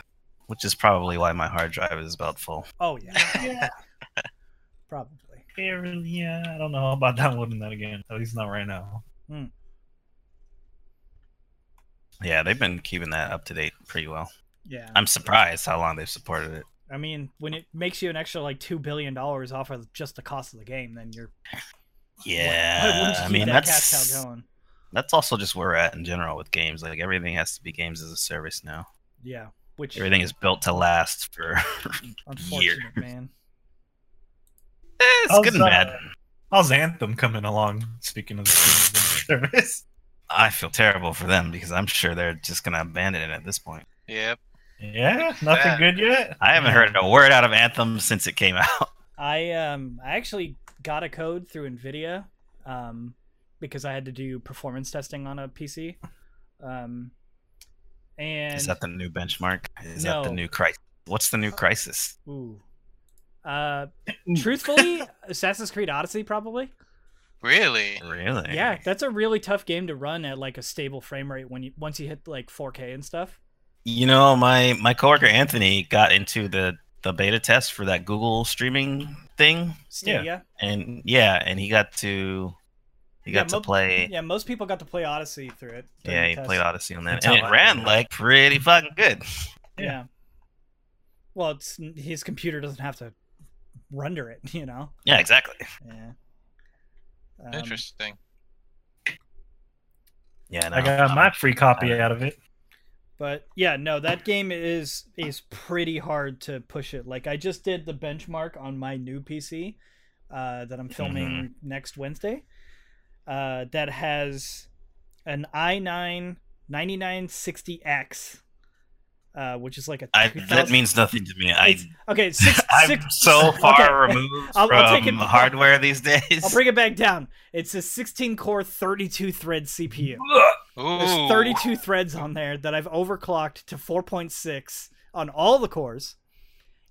D: which is probably why my hard drive is about full.
A: Oh yeah,
C: yeah,
A: probably.
C: yeah. I don't know about downloading that again. At least not right now.
D: Yeah, they've been keeping that up to date pretty well.
A: Yeah.
D: I'm surprised how long they've supported it.
A: I mean, when it makes you an extra like two billion dollars off of just the cost of the game, then you're (laughs) why
D: Yeah,
A: wouldn't you
D: I
A: keep
D: mean
A: that
D: that's
A: cash cow going.
D: that's also just where we're at in general with games. Like everything has to be games as a service now.
A: Yeah, which
D: Everything is built to last for. (laughs) Eh,
A: unfortunate, man.
D: it's
C: How's,
D: good and
C: uh,
D: bad.
C: How's Anthem coming along? Speaking of the (laughs) service,
D: I feel terrible for them because I'm sure they're just gonna abandon it at this point.
E: Yep.
C: yeah, nothing
E: Yeah.
C: good yet.
D: I haven't heard a word out of Anthem since it came (laughs) out.
A: I um I actually got a code through Nvidia, um, because I had to do performance testing on a PC, um, and
D: Is that the new benchmark? Is that
A: No. Uh,
D: the new crisis? What's the new crisis?
A: ooh,
D: (laughs)
A: uh, truthfully, Assassin's Creed Odyssey probably.
E: Really?
D: Really?
A: Yeah, that's a really tough game to run at like a stable frame rate when you once you hit like 4K and stuff.
D: You know, my my coworker Anthony got into the the beta test for that Google streaming thing,
A: Stadia. Yeah,
D: and yeah, and he got to he
A: Yeah,
D: got to
A: mo-
D: play. Yeah.
A: most people got to play Odyssey through it. during the
D: he
A: test.
D: Eh. played Odyssey on that,
C: That's
D: and it
C: how I-
D: ran like pretty fucking good.
A: Yeah.
C: Yeah.
A: Well, it's his computer doesn't have to render it, (laughs) you know.
D: Yeah, exactly.
A: Yeah. Um,
E: Interesting.
D: Yeah, no.
C: I got my free copy out of it.
A: But yeah, no, that game is is pretty hard to push it. Like I just did the benchmark on my new PC uh, that I'm filming
D: Mm-hmm.
A: next Wednesday. Uh, that has an i9 9960X, uh, which is like a
D: I,
A: 2000
D: that means nothing to me. I,
A: It's- (laughs) okay six,
D: (laughs) I'm
A: six
D: so
A: (laughs) okay.
D: far removed
A: I'll-
D: from
A: I'll take it-
D: hardware these days.
A: I'll bring it back down. It's a 16 core, 32 thread CPU. There's
E: Ooh,
A: 32 threads on there that I've overclocked to 4.6 on all the cores,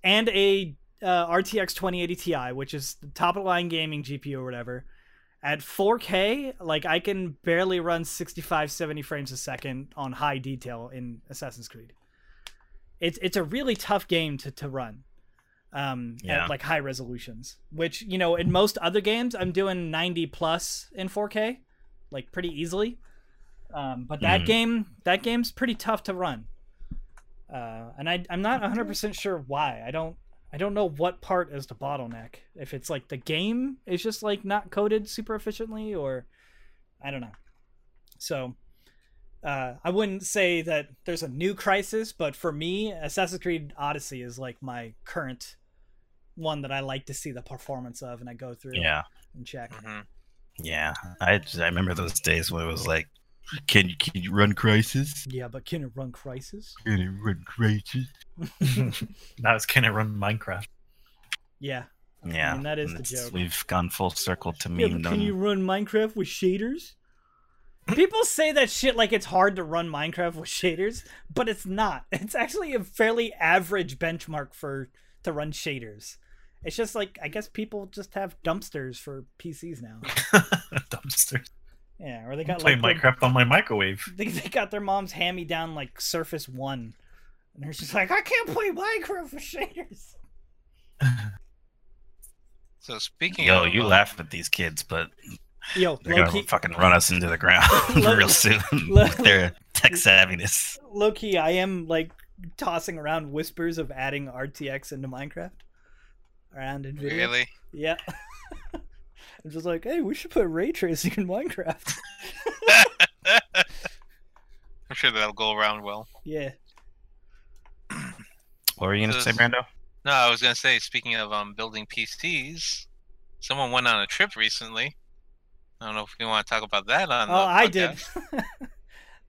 A: and a uh, RTX 2080 Ti, which is the top of the line gaming GPU or whatever. At 4K, like I can barely run 65, 70 frames a second on high detail in Assassin's Creed. It's it's a really tough game to to run, um,
D: Yeah.
A: at like high resolutions. Which you know, in most other games, I'm doing 90 plus in 4K, like pretty easily. Um, but that
D: Mhm.
A: game, that game's pretty tough to run. Uh, and I, I'm not 100% sure why. I don't, I don't know what part is the bottleneck. If it's like the game is just like not coded super efficiently, or I don't know. So, uh, I wouldn't say that there's a new crisis, but for me, Assassin's Creed Odyssey is like my current one that I like to see the performance of, and I go through
D: yeah,
A: and check.
E: Mhm.
D: yeah. I just- I remember those days when it was like, can you can you run Crisis?
A: Yeah, but can it run
D: (laughs)
A: Crisis? (laughs)
D: Can you run Crisis?
C: Now it's can it run Minecraft? (laughs)
A: Yeah.
D: Yeah,
A: mean, that is the
D: it's-
A: joke.
D: We've gone full circle to
A: Yeah, but
D: meme. no-
A: can you run Minecraft with shaders? People say that shit like it's hard to run Minecraft with shaders, but it's not. (laughs) It's actually a fairly average benchmark for to run shaders. It's just like I guess people just have dumpsters for PCs now.
C: Dumpster.
A: Yeah, or they
C: I'm
A: got
C: playing
A: like their-
C: Minecraft on my microwave.
A: (laughs) they, they got their mom's hand me down like Surface One, and they're just like I can't play Minecraft with shaders.
E: So speaking
D: Yo,
E: of,
D: you
E: uh,
D: laugh at these kids, but
A: Yo,
D: they're
A: low
D: gonna
A: key,
D: fucking run us into the (laughs) ground
A: Low-
D: real soon
A: low-
D: with their tech savviness.
A: low key, I am like tossing around whispers of adding RTX into Minecraft. Around in video.
E: Really?
A: Yeah. (laughs) I'm just like, hey, we should put ray tracing in Minecraft. (laughs)
E: I'm sure that'll go around well.
A: yeah.
D: What were you gonna say,
E: Does-
D: Brando?
E: No, I was gonna say, speaking of um building PCs, someone went on a trip recently. I don't know if we want to talk about that on.
A: Oh,
E: the
A: I
E: podcast.
A: (laughs) did.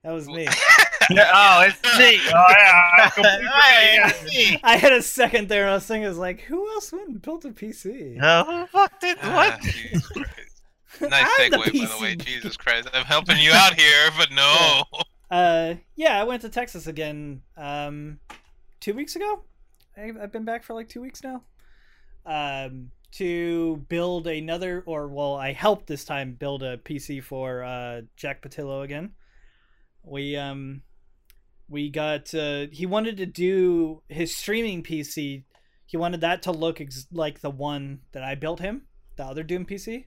A: that was
E: (laughs)
A: me.
D: oh, it's
C: (laughs) Oh, yeah, I
A: (laughs)
C: completely forgot.
D: me.
A: I had a second there. And I was thinking, I was like, who else went and built a PC? (laughs)
D: No, who fuck did
C: Uh,
E: Ah,
D: what?
E: Jesus Christ. nice
A: I'm
E: segue, by the
A: PC.
E: way. Jesus Christ, I'm helping you out here, but no.
A: Uh, yeah, I went to Texas again. Um, two weeks ago. I've, I've been back for like two weeks now. Um, to build another, or well, I helped this time build a PC for uh, Jack Patillo again. We um, we got uh, he wanted to do his streaming PC. He wanted that to look ex- like the one that I built him, the other Doom PC.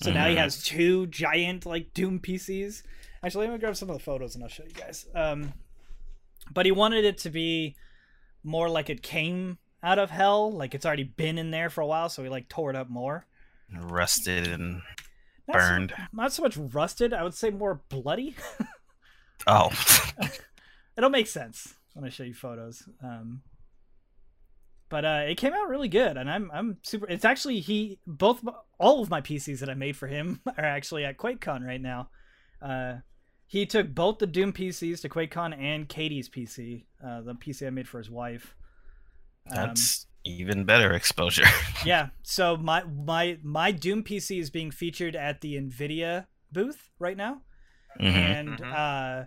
A: So now he
D: Mhm.
A: has two giant like Doom PCs. Actually, let me grab some of the photos and I'll show you guys. Um, but he wanted it to be more like it came out of hell, like it's already been in there for a while, so he like tore it up more.
D: Rusted and
A: Not so-
D: burned.
A: not so much rusted. I would say more bloody. (laughs)
D: Oh, (laughs)
A: It'll make sense when I show you photos. Um, but uh, it came out really good, and I'm I'm super. It's actually he both m- all of my PCs that I made for him (laughs) are actually at QuakeCon right now. Uh, he took both the Doom PCs to QuakeCon and Katie's PC, uh, the PC I made for his wife. Um,
D: that's even better
A: (laughs)
D: exposure.
A: yeah so my my my doom pc is being featured at the nvidia booth right now
D: Mhm.
A: and uh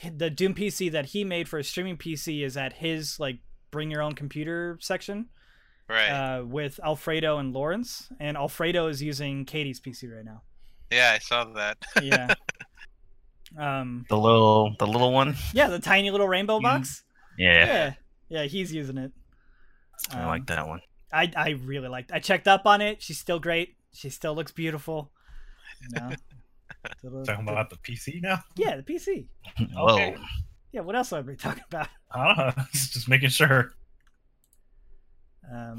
A: hi- the doom pc that he made for a streaming pc is at his like bring your own computer section
E: (laughs) Right.
A: uh with alfredo and lawrence and alfredo is using katie's pc right now
E: yeah, I saw that.
D: (laughs)
E: (laughs)
A: yeah um
D: The little, the little one.
A: yeah the tiny little rainbow
D: Mm.
A: box
D: Yeah,
A: yeah yeah he's using it
D: I
A: Um,
D: like that one.
A: I I really liked. I checked up on it. She's still great. She still looks beautiful. You know? The little-
C: Talking about the PC now.
A: yeah, the PC.
D: Whoa.
C: okay.
A: Yeah, what else are we talking about?
C: I don't know. (laughs) Just making sure.
A: Um,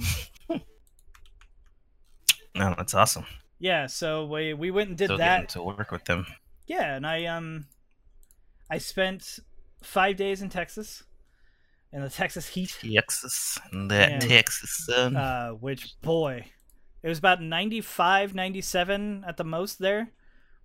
D: No, that's awesome.
A: yeah, so we we went and did
D: Still
A: that.
D: getting to work with them.
A: Yeah, and I um I spent five days in Texas, in the Texas heat,
D: Texas and that
A: Yeah.
D: Texas sun.
A: uh, which boy, it was about 95, 97 at the most there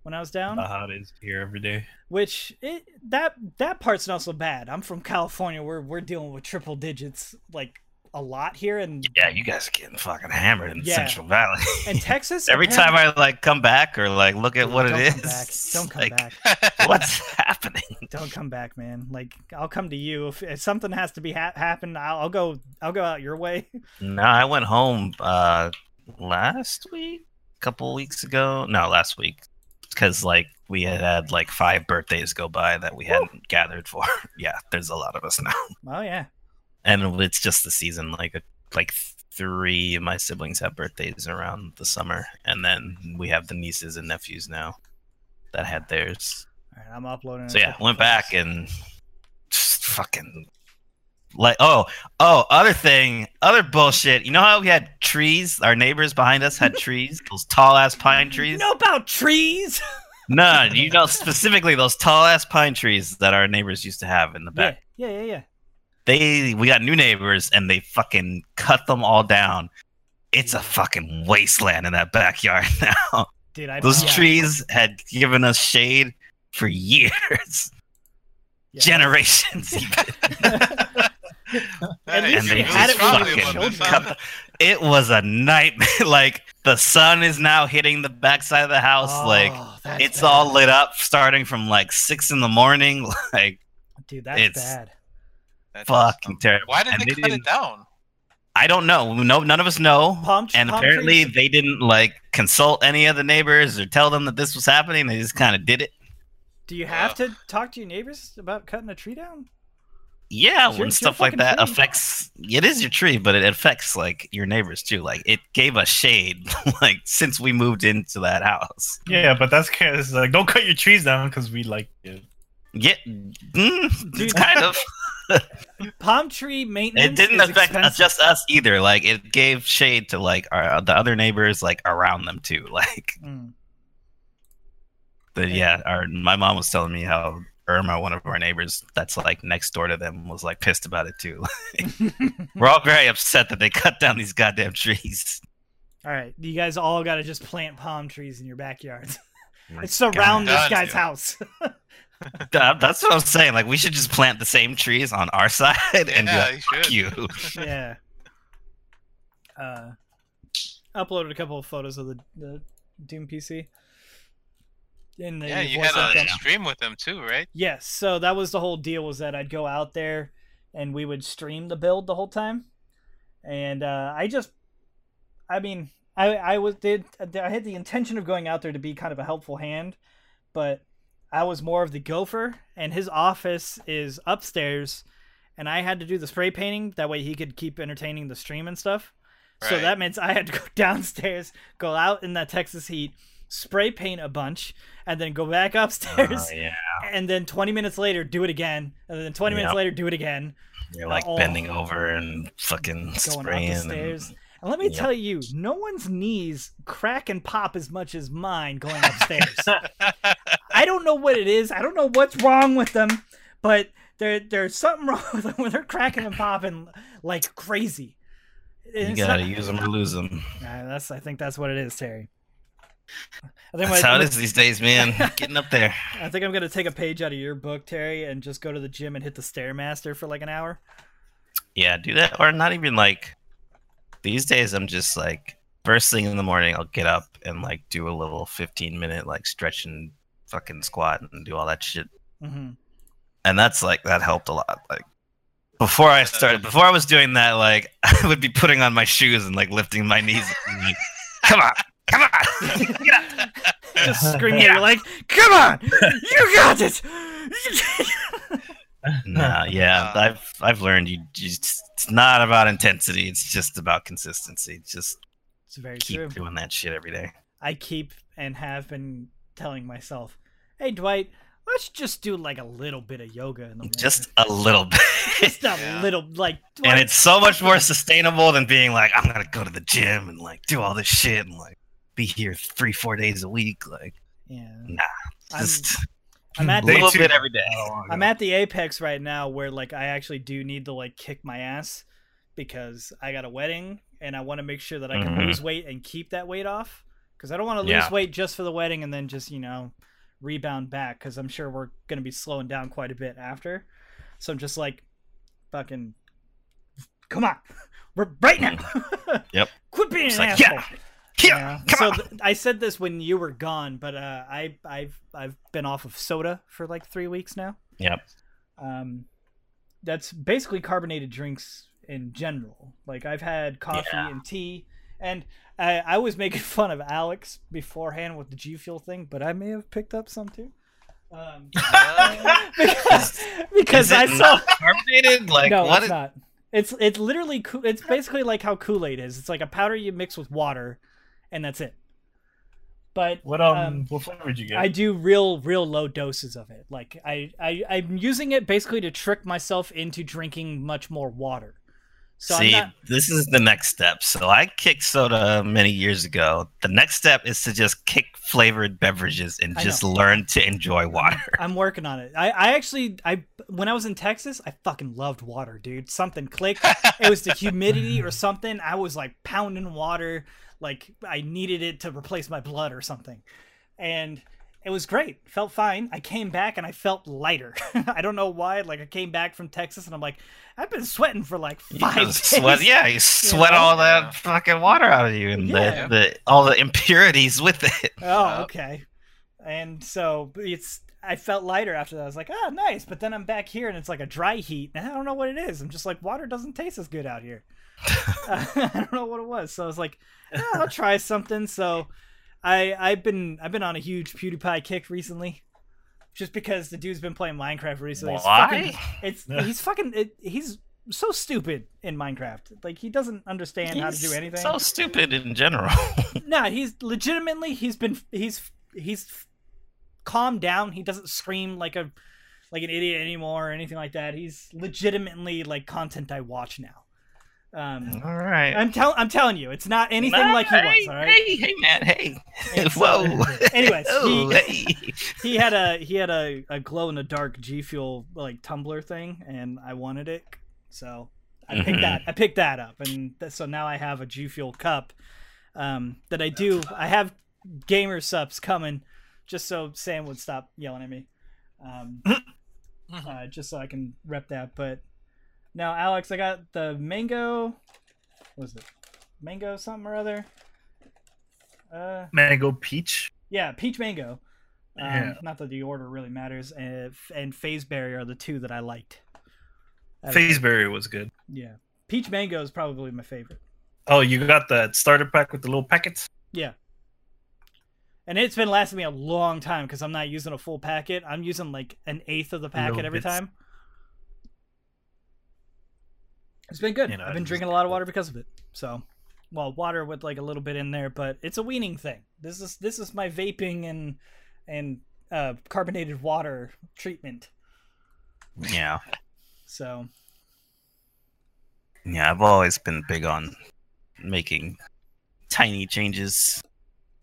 A: when I was down.
C: How hot it is here every day.
A: Which it, that that part's not so bad. I'm from California, where we're dealing with triple digits like a lot here, and
D: yeah, you guys are getting fucking hammered in
A: Yeah.
D: Central Valley. (laughs)
A: and Texas.
D: Every
A: apparently-
D: time I like come back or like look at what
A: don't
D: it
A: come
D: is,
A: Back.
D: it's
A: Don't come
D: like, (laughs)
A: back.
D: What's (laughs) happening?
A: Don't come back, man. Like I'll come to you if, if something has to be ha- happen. I'll, I'll go. I'll go out your way. (laughs)
D: No, I went home uh last week, couple weeks ago. No, last week, because like we had had like five birthdays go by that we hadn't gathered for. (laughs) yeah, there's a lot of us now, (laughs)
A: Oh yeah.
D: and it's just the season. Like like three of my siblings have birthdays around the summer, and then we have the nieces and nephews now that had theirs.
A: All right, I'm uploading.
D: So
A: a
D: yeah,
A: couple
D: went
A: photos.
D: back and just fucking like oh oh other thing other bullshit. You know how we had trees? Our neighbors behind us
A: (laughs)
D: had trees, those tall ass pine
A: You
D: trees.
A: know about trees? (laughs)
D: No, you know specifically those tall ass pine trees that our neighbors used to have in the back.
A: Yeah, yeah, yeah, yeah.
D: They we got new neighbors and they fucking cut them all down. It's a fucking wasteland in that backyard (laughs) now.
A: Dude, I
D: Those
A: yeah,
D: trees had given us shade for years,
A: yeah.
D: (laughs) generations.
A: (laughs) At
E: Hey,
A: least you
D: and they
A: had
D: just
A: it when
E: strongly
A: you were
E: about
D: fucking
E: this,
A: children.
D: cut the- it was a nightmare (laughs) like the sun is now hitting the backside of the house like
A: Oh, that's
D: it's
A: bad.
D: all lit up starting from like six in the morning (laughs) like
A: Dude, that's
D: it's-
A: bad.
E: That's
D: fucking
E: awesome.
D: terrible
E: Why did
D: And
E: they,
D: they
E: cut
D: didn't-
E: it down?
D: i don't know no none of us know
A: Palm,
D: and
A: palm
D: apparently
A: trees.
D: they didn't like consult any of the neighbors or tell them that this was happening they just kind of did it
A: do you
D: uh,
A: have to talk to your neighbors about cutting a tree down?
D: yeah
A: It's your-
D: when
A: it's your
D: stuff like
A: fucking
D: that
A: tree.
D: affects it is your tree but it affects like your neighbors too like it gave us shade (laughs) like since we moved into that house
C: Yeah, but that's kind of like don't cut your trees down because we like it.
D: Yeah, mm,
A: Dude.
D: it's
A: (laughs)
D: kind of.
A: Palm tree maintenance.
D: It didn't
A: is
D: affect uh,
A: expensive.
D: just us either. Like it gave shade to like our, the other neighbors like around them too. (laughs) Like
A: Mm. (laughs)
D: the, yeah, our my mom was telling me how Irma, one of our neighbors that's like next door to them, was like pissed about it too. We're all very upset that they (laughs) cut down these goddamn trees.
A: All right, you guys all got to just plant palm trees in your (laughs) backyards.
D: My
A: It's surround this
E: God,
A: guy's
E: dude.
D: (laughs)
A: house. (laughs)
D: That- That's what I'm saying. Like we should just plant the same trees on our (laughs) side and be
E: yeah,
D: like,
E: you
D: "Fuck
E: should.
A: (laughs)
D: you.
A: yeah. Uh, uploaded a couple of photos of the, the Doom PC. In the
E: Yeah, you
A: voice
E: had a
A: acting.
E: stream with them too, right?
A: Yes, so that was the whole deal was that I'd go out there and we would stream the build the whole time. And uh, I just I mean, I I was did I had the intention of going out there to be kind of a helpful hand, but I was more of the gopher and his office is upstairs and I had to do the spray painting that way he could keep entertaining the stream and stuff. So
E: Right.
A: that means I had to go (laughs) downstairs, go out in that Texas heat, spray paint a bunch, and then go back (laughs) upstairs
D: Oh, yeah,
A: and then 20 minutes later do it again and then 20 minutes
D: Yeah.
A: later do it again
D: you're like
A: Oh.
D: bending over and fucking
A: going up
D: spraying.
A: the
D: and-
A: stairs and let me
D: Yeah.
A: tell you no one's knees crack and pop as much as mine going
D: (laughs)
A: upstairs i don't know what it is i don't know what's wrong with them but there, there's something wrong with them when they're cracking and popping like crazy And
D: You
A: it's
D: gotta
A: not-
D: use them or
A: (laughs)
D: lose them.
A: Nah, that's i think that's what it is terry I think
D: That's
A: my-
D: how it is these
A: (laughs)
D: days, man. Getting up there.
A: I think I'm gonna take a page out of your book, Terry, and just go to the gym and hit the stairmaster for like an hour.
D: Yeah, do that. Or not even like these days, I'm just like, first thing in the morning, I'll get up and like do a little 15 minute like stretch and fucking squat and do all that shit.
A: hmm
D: And that's like, that helped a lot. Like, before I started, before I was doing that, like, (laughs) I would be putting on my shoes and like lifting
A: (laughs)
D: my knees. and being like, come on, come on. (laughs) Get up.
A: (laughs)
D: (laughs)
A: just screaming
C: (laughs)
A: at you like, "Come on, you got it!" (laughs)
D: Nah, yeah,
E: Uh,
D: I've I've learned you just it's not about intensity, it's just about consistency. Just
A: it's very
D: keep
A: true.
D: doing that shit every day.
A: I keep and have been telling myself, "Hey, Dwight, let's just do like a little bit of yoga in the morning,
D: Just a little bit.
A: just a
E: Yeah.
A: little, like." Dwight,
D: (laughs) and it's so much more sustainable than being like, I'm gonna go to the gym and like do all this shit and like be here three, four days a week. Like
A: yeah.
D: just
A: I'm at
D: a
A: the,
C: They
D: little
C: too-
D: bit
A: (laughs)
D: every day.
A: I'm at the apex right now where like I actually do need to like kick my ass because I got a wedding and I want to make sure that I can
D: Mhm.
A: lose weight and keep that weight off because I don't want to lose
D: Yeah.
A: weight just for the wedding and then just you know rebound back because I'm sure we're gonna be slowing down quite a bit after. So I'm just like, fucking, come on, we're right now.
D: Mm.
A: (laughs)
D: Yep.
A: Quit being
D: It's
A: an
D: like,
A: asshole.
D: yeah, Yeah, come
A: So
D: on.
A: th- I said this when you were gone, but uh, I I've I've been off of soda for like three weeks now.
D: Yep.
A: Um, that's basically carbonated drinks in general. Like I've had coffee and tea, and I, I was making (laughs) fun of Alex beforehand with the G Fuel thing, but I may have picked up some too.
D: (laughs)
A: Um, (laughs) because because
D: Is it
A: I saw
D: not carbonated? Like
A: no,
D: what?
A: it's
D: is-
A: not. It's it's literally Kool- it's basically like how Kool Aid is. It's like a powder you mix with water, and that's it. But
C: What um,
A: Um,
C: what flavor did you get?
A: I do real real low doses of it. Like I, I I'm using it basically to trick myself into drinking much more water. So
D: See,
A: I'm not,
D: this is the next step. So I kicked soda many years ago. The next step is to just kick flavored beverages and
A: I
D: just learn to enjoy water.
A: I'm working on it. I I actually I when I was in Texas, I fucking loved water, dude. Something clicked. it was the humidity or something. I was like pounding water, like I needed it to replace my blood or something. And it was great. Felt fine. I came back and I felt lighter. (laughs) I don't know why. Like I came back from Texas and I'm like, I've been sweating for like (laughs) five
D: (laughs) You
A: days.
D: sweat, yeah, you sweat
A: know?
D: all that fucking water out of you and
A: Yeah.
D: the, the all the impurities with it.
A: Oh,
E: Uh,
A: okay. And so it's I felt lighter after that. I was like, ah, nice. But then I'm back here and it's like a dry heat, and I don't know what it is. I'm just like, water doesn't taste as good out
D: (laughs)
A: here. (laughs) Uh, I don't know what it was. So I was like, "Ah, I'll try something. So I I've been I've been on a huge PewDiePie kick recently, just because the dude's been playing Minecraft recently. It's fucking-
D: Why? (laughs)
A: It's
C: Yeah.
A: he's fucking it, he's so stupid in Minecraft. Like he doesn't understand how to do
D: He's
A: anything
D: So stupid in general. (laughs)
A: no, he's legitimately he's been he's he's calmed down. He doesn't scream like a like an idiot anymore or anything like that. He's legitimately like content I watch now. Um,
D: all right.
A: I'm tell I'm telling you, it's not anything like he
D: Nah,
A: was.
D: hey,
A: All right.
D: Hey, hey, man, hey.
A: It's,
D: (laughs) Whoa.
A: uh, (laughs) anyways, (laughs)
D: Oh,
A: he-
D: (laughs) hey.
A: He had a he had a, a glow in the dark G Fuel like tumbler thing, and I wanted it, so I picked
D: Mhm.
A: that. I picked that up, and th- so now I have a G Fuel cup. Um, that I do. I have gamer subs coming, just so Sam would stop yelling at me. Um, uh, just so I can rep that. But now, Alex, I got the mango. What is it? Mango something or other. Uh,
C: Mango peach.
A: yeah, peach mango. Um,
C: Yeah.
A: Not that the order really matters. And, and phase berry are the two that I liked. Out of-
C: Phaseberry was good.
A: Yeah. Peach mango is probably my favorite.
C: Oh, you got that starter pack with the little packets?
A: And it's been lasting me a long time because I'm not using a full packet. I'm using like an eighth of the packet
C: Little
A: every
C: bits.
A: time. It's been good.
C: You know,
A: I've been
C: it's-
A: drinking a lot of water because of it. So, well, water with like a little bit in there, but it's a weaning thing. This is this is my vaping and and uh, carbonated water treatment.
D: yeah.
A: So
D: Yeah, I've always been big on making tiny changes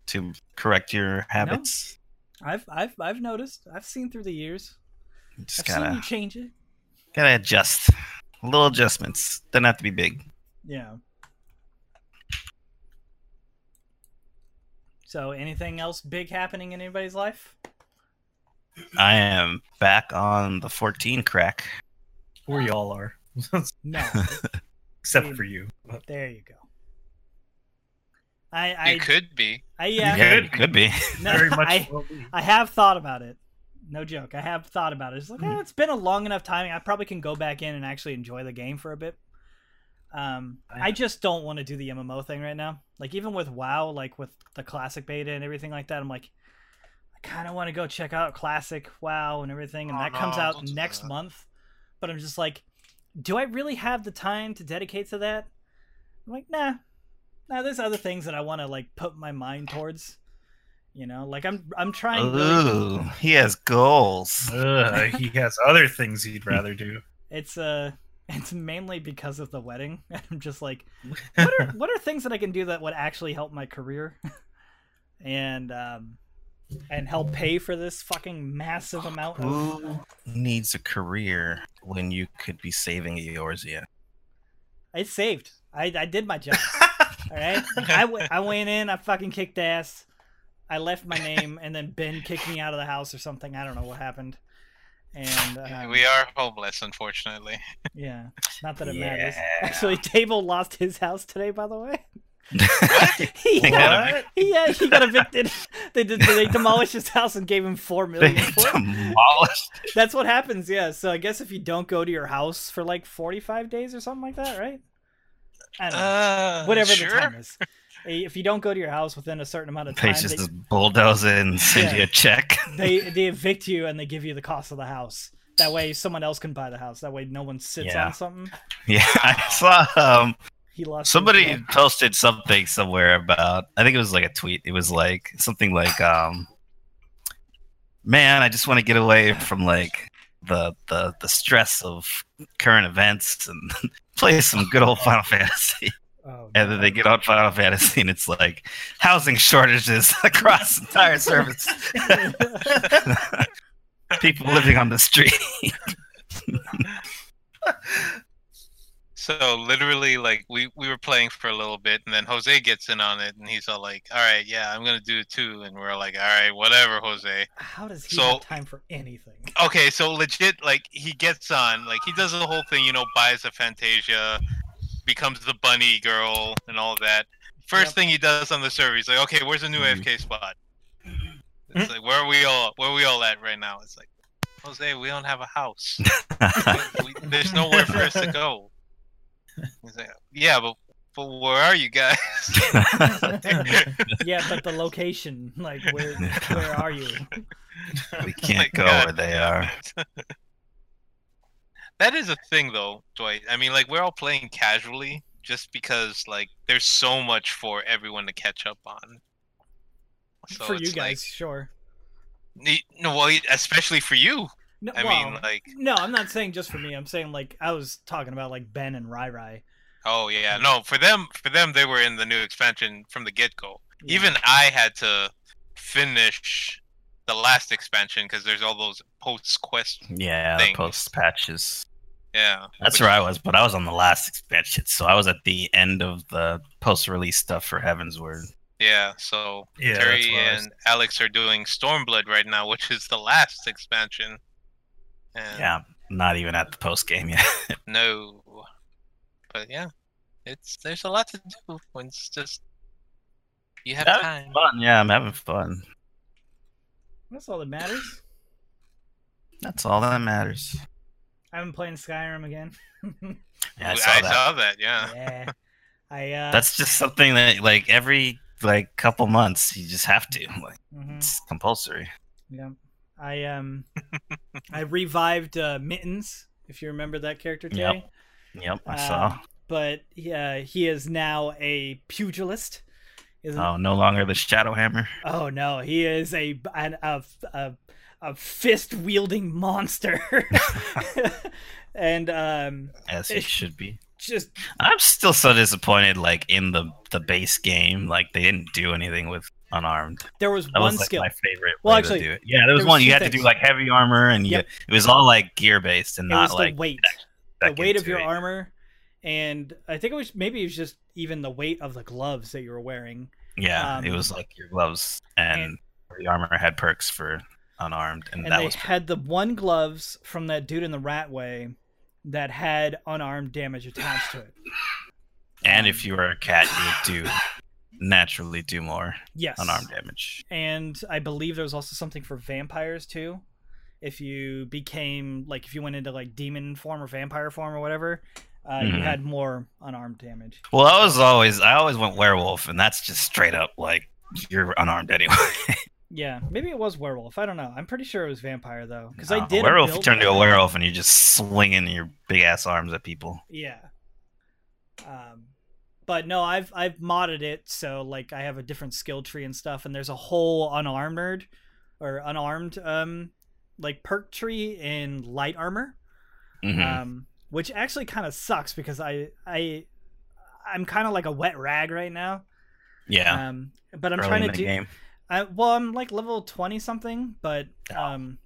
D: to correct your habits.
A: I've I've I've noticed. I've seen through the years.
D: You Just
A: I've seen
D: gotta
A: you change it.
D: gotta adjust. Little adjustments. Doesn't have to be big.
A: Yeah. So anything else big happening in anybody's life?
D: I am back on the 14 crack.
C: Where y'all are. (laughs)
A: No.
C: Except for you.
A: there you go. I I,
E: you could be.
A: I yeah.
C: could.
D: it could be.
A: No,
C: Very
A: (laughs)
C: much.
A: I,
C: will be.
A: I have thought about it. No joke. I have thought about it. It's like eh, it's been a long enough time. I probably can go back in and actually enjoy the game for a bit. Um, I just don't want to do the MMO thing right now. Like even with WoW, like with the classic beta and everything like that, I'm like, I kind of want to go check out classic WoW and everything, and
B: Oh,
A: that comes
B: no,
A: out
B: don't do
A: next
B: that.
A: month. But I'm just like, do I really have the time to dedicate to that? I'm like, nah. Now there's other things that I want to like put my mind towards. You know, like I'm I'm trying. really-
D: Ooh, he has goals.
C: Ugh, he has other things he'd rather do.
A: It's uh (laughs) it's mainly because of the wedding. (laughs) I'm just like what (laughs) are what are things that I can do that would actually help my career? and um and help pay for this fucking massive amount of
D: Who needs a career when you could be saving Eorzea?
A: I saved. I, I did my
D: (laughs)
A: job. All right. I, w- I went in. I fucking kicked ass. I left my name, and then Ben kicked me out of the house or something. I don't know what happened. And um,
E: we are homeless, unfortunately.
A: yeah, not that it matters.
D: Yeah.
A: Actually, Table lost his house today. By the way, (laughs) he,
D: They got
C: What?
A: yeah, he got evicted. (laughs) they did. They demolished his house and gave him four
D: They
A: million.
D: (laughs)
A: for it.
D: demolished.
A: That's what happens. Yeah. So I guess if you don't go to your house for like forty-five days or something like that, right? I don't know.
E: Uh,
A: whatever
E: sure?
A: the time is. If you don't go to your house within a certain amount of (laughs)
D: They
A: time,
D: just
A: they,
D: bulldoze it and send
A: Yeah.
D: you a check. (laughs)
A: they they evict you and they give you the cost of the house. That way, someone else can buy the house. That way, no one sits
D: Yeah.
A: on something.
D: Yeah, I saw um,
A: He lost his
D: somebody
A: job.
D: posted something somewhere about. I think it was like a tweet. It was like something like, um, "Man, I just want to get away from like the the the stress of current events and (laughs) play some good old Final Fantasy." (laughs)
A: Oh,
D: And then they get on Final Fantasy, and it's like housing shortages (laughs) across entire service. (laughs) People living on the street. (laughs)
E: So literally, like we we were playing for a little bit, and then Jose gets in on it, and he's all like, "All right, yeah, I'm gonna do it too." And we're like, "All right, whatever, Jose."
A: How does he
E: So-
A: have time for anything? (laughs)
E: Okay, so legit, like he gets on, like he does the whole thing, you know, buys a Fantasia, becomes the bunny girl, and all that. First
A: Yep.
E: thing he does on the server, he's like, "Okay, where's the new
D: Mhm.
E: AFK spot?" It's like, "Where are we all? Where are we all at right now?" It's like, "Jose, we don't have a house." we, there's nowhere for us to go. He's like, yeah, but but where are you guys?
A: Yeah, but the location, like
D: (laughs)
A: where where are you?
D: we can't
E: my
D: go
E: God.
D: where they are.
E: that is a thing, though, Dwight. I mean, like we're all playing casually just because like there's so much for everyone to catch up on. So
A: for you
E: it's
A: guys, sure.
E: like, ne- no, well, especially for you.
A: No,
E: I
A: well,
E: mean, like,
A: no, I'm not saying just for me. I'm saying like I was talking about like Ben and Rai Rai.
E: oh yeah, no, for them, for them, they were in the new expansion from the get go.
A: Yeah.
E: even I had to finish the last expansion because there's all those post quest.
D: Yeah, the
E: Things.
D: post patches.
E: Yeah,
D: That's where I was, but I was on the last expansion, so I was at the end of the post-release stuff for Heaven's Word.
E: yeah. So
C: Yeah, that's
E: Terry
C: where I was-
E: and Alex are doing Stormblood right now, which is the last expansion. And
D: Yeah, not even at the post game yet. (laughs)
E: No, but yeah, it's there's a lot to do when it's just you have
D: That-
E: time.
D: fun, yeah, I'm having fun.
A: that's all that matters.
D: That's all that matters.
A: I haven't played Skyrim again. (laughs)
D: Yeah, I
E: Ooh,
D: saw that.
E: yeah.
A: yeah, I uh,
D: That's just something that, like, every like couple months, you just have to. Like,
A: mhm.
D: it's compulsory.
A: Yeah. I um I revived uh, Mittens, if you remember that character, Jay.
D: Yep, Yep, I
A: Uh,
D: saw.
A: But uh, he is now a pugilist. Is
D: Oh, no longer the Shadow Hammer.
A: oh no, he is a an, a a, a fist wielding
D: (laughs)
A: monster, (laughs) and um
D: as it should be.
A: just
D: I'm still so disappointed. Like in the the base game, like they didn't do anything with unarmed.
A: there was
D: That
A: one
D: was like
A: skill.
D: my favorite.
A: Well,
D: way
A: actually,
D: to do it. yeah, there was,
A: there was
D: one you
A: two
D: had to
A: things.
D: do like heavy armor, and
A: Yep.
D: you, it was all like gear based and
A: It
D: not
A: was
D: like
A: the weight, the
D: back
A: weight of
D: into
A: your
D: it.
A: armor, and I think it was maybe it was just even the weight of the gloves that you were wearing.
D: Yeah, it
A: um,
D: was like your gloves and, the armor had perks for unarmed, and,
A: and
D: that
A: they
D: was
A: had the one gloves from that dude in the rat way that had unarmed damage attached to
D: (laughs)
A: it.
D: and if you were a cat, you would do naturally do more
A: Yes.
D: unarmed damage.
A: And I believe there was also something for vampires too. If you became like if you went into like demon form or vampire form or whatever, uh, you
D: Mhm.
A: had more unarmed damage.
D: Well, I was always I always went werewolf, and that's just straight up like you're unarmed anyway.
A: Yeah, maybe it was werewolf. I don't know. I'm pretty sure it was vampire though, because I
D: (laughs) Uh,
A: did a
D: werewolf. You
A: build-
D: turn to a werewolf, and you're just swinging your big ass arms at people.
A: Yeah. Um, but no, I've I've modded it so like I have a different skill tree and stuff, and there's a whole unarmored or unarmed um like perk tree in light armor,
D: Mhm.
A: um, which actually kind of sucks because I I I'm kind of like a wet rag right now.
D: yeah,
A: Um, but I'm
D: early
A: trying
D: in
A: to
D: the
A: do
D: game.
A: I, well, I'm like level twenty something, but um,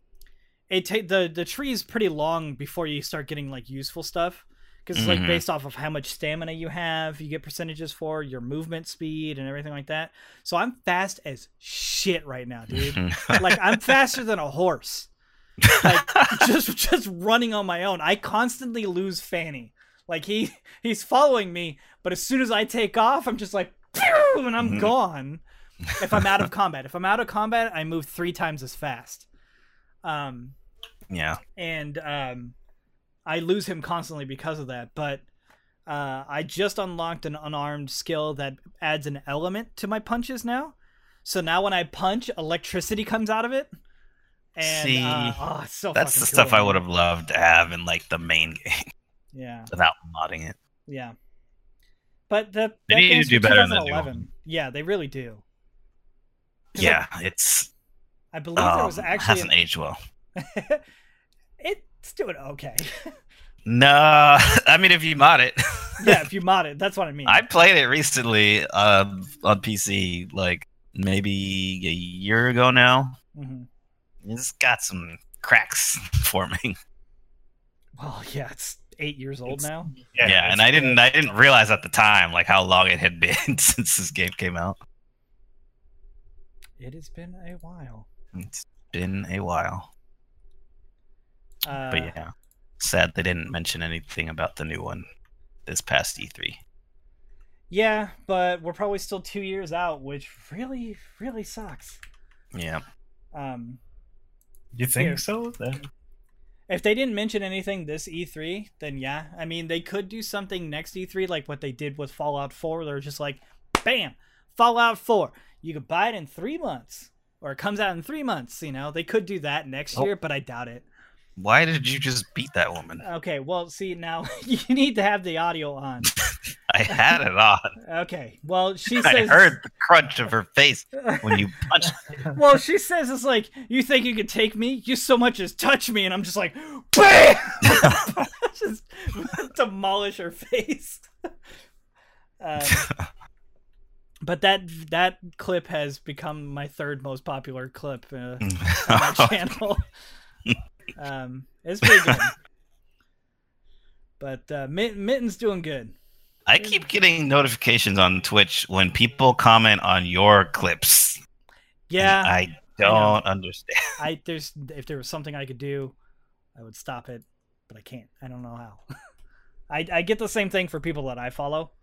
A: it ta- the the tree is pretty long before you start getting like useful stuff because it's like
D: Mhm.
A: based off of how much stamina you have, you get percentages for your movement speed and everything like that. So I'm fast as shit right now, dude.
D: Mm-hmm.
A: like I'm faster than a horse. Like (laughs) just just running on my own. I constantly lose Fanny. Like he he's following me, but as soon as I take off, I'm just like "Pew!" and I'm
D: Mhm.
A: gone. If I'm out of combat, if I'm out of combat, I move three times as fast. Um,
D: yeah.
A: and um, I lose him constantly because of that. But uh, I just unlocked an unarmed skill that adds an element to my punches now. So now when I punch, electricity comes out of it. And
D: See,
A: uh, oh, it's so
D: That's the
A: fucking
D: stuff
A: cool.
D: I would have loved to have in like the main game
A: Yeah,
D: without modding it.
A: yeah. But the that
D: They need to
A: game's
D: do
A: from
D: better than that new
A: 2011. Yeah, they really do. 'Cause, like,
D: Yeah, it's
A: I believe there
D: um,
A: was actually
D: hasn't aged well.
A: an- (laughs) it's doing okay. (laughs)
D: No, (laughs) I mean if you mod it. (laughs)
A: yeah, if you mod it, that's what I mean.
D: I played it recently um, on PC, like maybe a year ago now.
A: hmm
D: It's got some cracks (laughs) forming.
A: Well, yeah, it's eight years old
C: It's-
A: now.
D: Yeah, and I didn't, I didn't realize at the time like how long it had (laughs) been since this game came out.
A: It has been a while.
D: It's been a while,
A: Uh,
D: but yeah, sad they didn't mention anything about the new one this past E E3.
A: yeah, but we're probably still two years out, which really, really sucks.
D: Yeah,
A: Um,
C: You
A: Yeah.
C: think so? That-
A: if they didn't mention anything this E3, then yeah. I mean, they could do something next E3, like what they did with Fallout 4. They're just like, bam, Fallout 4. You could buy it in three months, or it comes out in three months. You know, they could do that next
D: Oh.
A: year, but I doubt it.
D: why did you just beat that woman?
A: Okay, well, see, now (laughs) you need to have the audio on.
D: I had it on.
A: Okay, well, she
D: (laughs) I
A: says.
D: heard the crunch of her
A: (laughs)
D: face when you (laughs) punched.
A: Well, she says it's like, you think you could take me? You so much as touch me, and I'm just like, BAM! (laughs) just demolish her face. (laughs) Um, but that that clip has become my third most popular clip uh, on
D: (laughs)
A: my channel. Um, it's pretty good. But uh, Mit- Mitten's doing good.
D: I keep getting notifications on Twitch when people comment on your clips.
A: Yeah,
D: And I don't understand.
A: I there's if there was something I could do, I would stop it, but I can't. I don't know how. (laughs) I I get the same thing for people that I follow.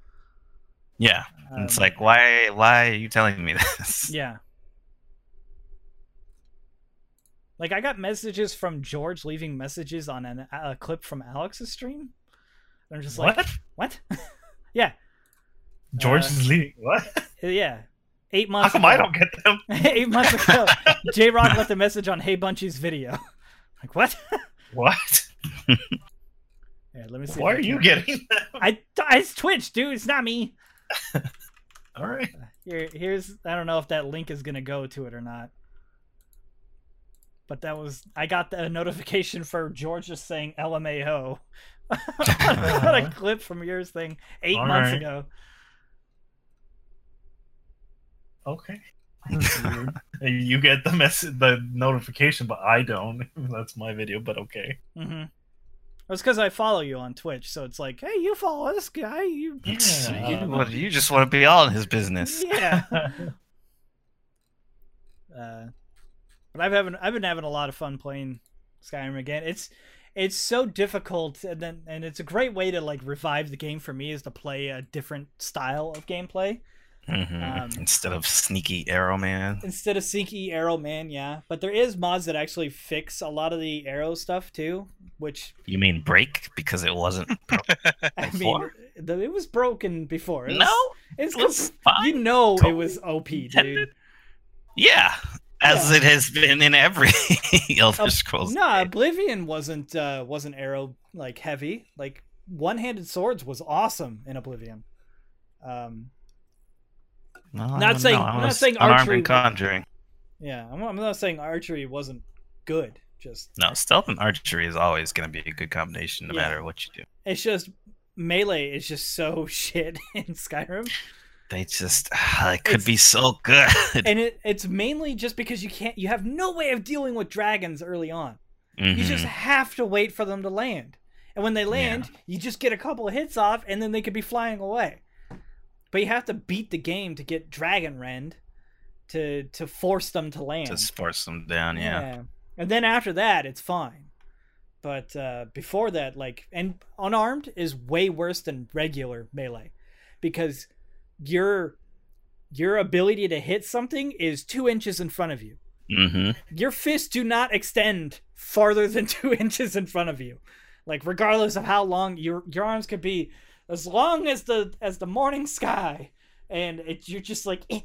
D: Yeah. And it's
A: Um,
D: like why why are you telling me (laughs) this?
A: yeah. Like I got messages from George leaving messages on an, a clip from Alex's stream. I'm just
C: what?
A: like, what? (laughs) yeah,
C: George
A: Uh,
C: is leading.
A: (laughs)
C: What?
A: yeah. Eight
C: How
A: months.
C: come I
A: ago-
C: don't get them?
A: (laughs) Eight months
C: (laughs)
A: ago, J Rock left a message on Hey Bunchy's video. (laughs) like what?
C: What?
A: Yeah, let me see. if
C: Why
A: I
C: are
A: can-
C: you getting them?
A: I, I it's Twitch, dude. It's not me.
C: All right.
A: Here, here's I don't know if that link is gonna go to it or not. But that was I got a (laughs) notification for George just saying (laughs) LMAO on a clip from yours thing eight
C: Uh-huh. All
A: months
C: right.
A: ago.
C: Okay. That's weird. (laughs) And you get the message, the notification, but I don't. (laughs) That's my video, but okay.
A: Mm-hmm. It's because I follow you on Twitch, so it's like, hey, you follow this guy, you
D: It's-
C: (laughs) Yeah,
D: you,
C: um,
D: what, you just want to be all in his business.
A: (laughs) yeah. Uh, but I've having I've been having a lot of fun playing Skyrim again. It's it's so difficult, and then and it's a great way to like revive the game for me is to play a different style of gameplay
D: Mhm.
A: Um,
D: Instead of sneaky arrow man.
A: instead of sinky arrow man. Yeah, but there is mods that actually fix a lot of the arrow stuff too,
D: (laughs)
A: which
D: You mean break because it wasn't
A: I mean,
D: Before?
A: the, it was broken before. It was-
D: No,
A: it's
D: it was
A: com-
D: fine.
A: (laughs) you know it
D: Totally
A: was OP, dude.
D: intended. Yeah. As
A: Yeah.
D: it has been in every (laughs) Elder
A: Ob-
D: Scrolls.
A: No, Oblivion wasn't uh wasn't arrow like heavy. Like one-handed swords was awesome in Oblivion. Um
D: Well, I
A: not
D: don't
A: saying-
D: know. I
A: I'm not
D: was
A: saying
D: unarmed
A: archery-
D: and conjuring.
A: yeah, I'm, I'm not saying archery wasn't good. Just
D: No, stealth and archery is always going to be a good combination, no
A: Yeah.
D: matter what you do.
A: (laughs) it's just melee is just so shit in Skyrim.
D: They just (sighs) ah, it could
A: It's-
D: be so good. (laughs)
A: and it, it's mainly just because you can't you have no way of dealing with dragons early on you just
D: Mhm.
A: have to wait for them to land and when they land you just get a couple of hits off and then they could be flying away but you have to beat the game to get dragon rend to to force them to land
D: to sparse them down. Yeah.
A: and then after that it's fine but uh before that like and unarmed is way worse than regular melee because your your ability to hit something is two inches in front of you
D: hmm
A: your fists do not extend farther than (laughs) two inches in front of you. Like regardless of how long your your arms could be, as long as the as the morning sky, and it, you're just like, eh,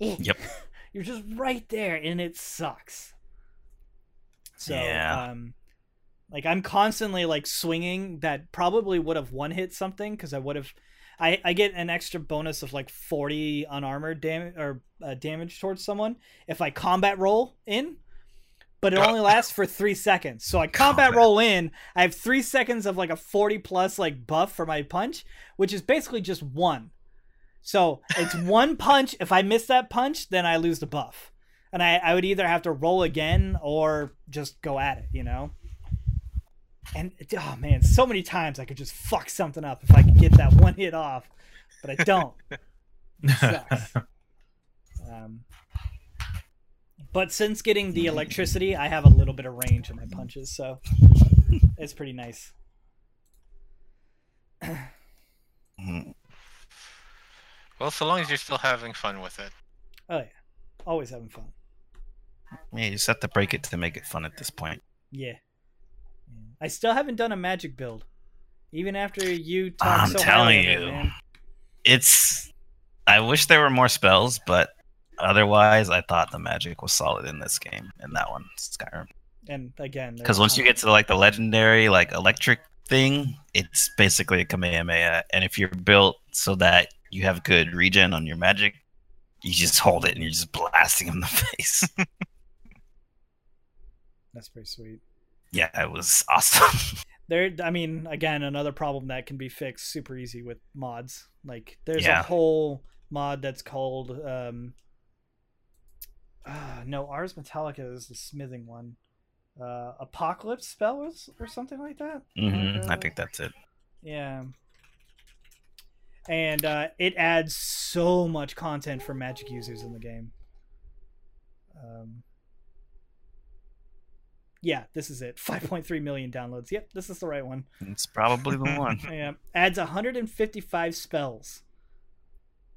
A: eh.
D: Yep.
A: (laughs) you're just right there, and it sucks. So,
D: Yeah.
A: um, like I'm constantly like swinging that probably would have one hit something because I would have, I I get an extra bonus of like 40 unarmored damage or uh, damage towards someone if I combat roll in, but it
B: Uh.
A: only lasts for three seconds. (laughs) So I combat,
D: Combat.
A: roll in, I have three seconds of like a 40 plus like buff for my punch, which is basically just one. So (laughs) it's one punch. If I miss that punch, then I lose the buff. And I, I would either have to roll again or just go at it, you know? And it- oh man, so many times I could just fuck something up if I could get that (laughs) one hit off, but I don't. Sucks. Um, but since getting the electricity, I have a little bit of range in my punches, so it's pretty nice.
D: Mhm.
E: Well, so long as you're still having fun with it.
A: Oh yeah, always having fun.
D: Yeah, you just have to break it to make it fun at this point.
A: Yeah. Yeah. I still haven't done a magic build, even after you talked
D: I'm
A: so
D: telling
A: highly of it,
D: you.
A: man.
D: It's. I wish there were more spells, but otherwise, I thought the magic was solid in this game and that one, Skyrim.
A: And again, there's
D: Because once you
A: tons.
D: get to like the legendary, like electric thing, it's basically a Kamehameha. And if you're built so that you have good regen on your magic, you just hold it and you're just blasting him in the (laughs) face.
A: that's pretty sweet.
D: yeah, it was awesome. (laughs)
A: There, I mean, again, another problem that can be fixed super easy with mods. Like, there's a
D: Yeah.
A: whole mod that's called um, ah, no, Ars Metallica is the smithing one. Uh, Apocalypse spells or something like that.
D: hmm I
A: Okay.
D: think that's it.
A: Yeah. And uh, it adds so much content for magic users in the game. Um, yeah, this is it. (laughs) 5.3 million downloads. Yep, this is the right one.
D: It's probably
A: (laughs)
D: the one. (laughs)
A: Yeah. Adds 155 spells.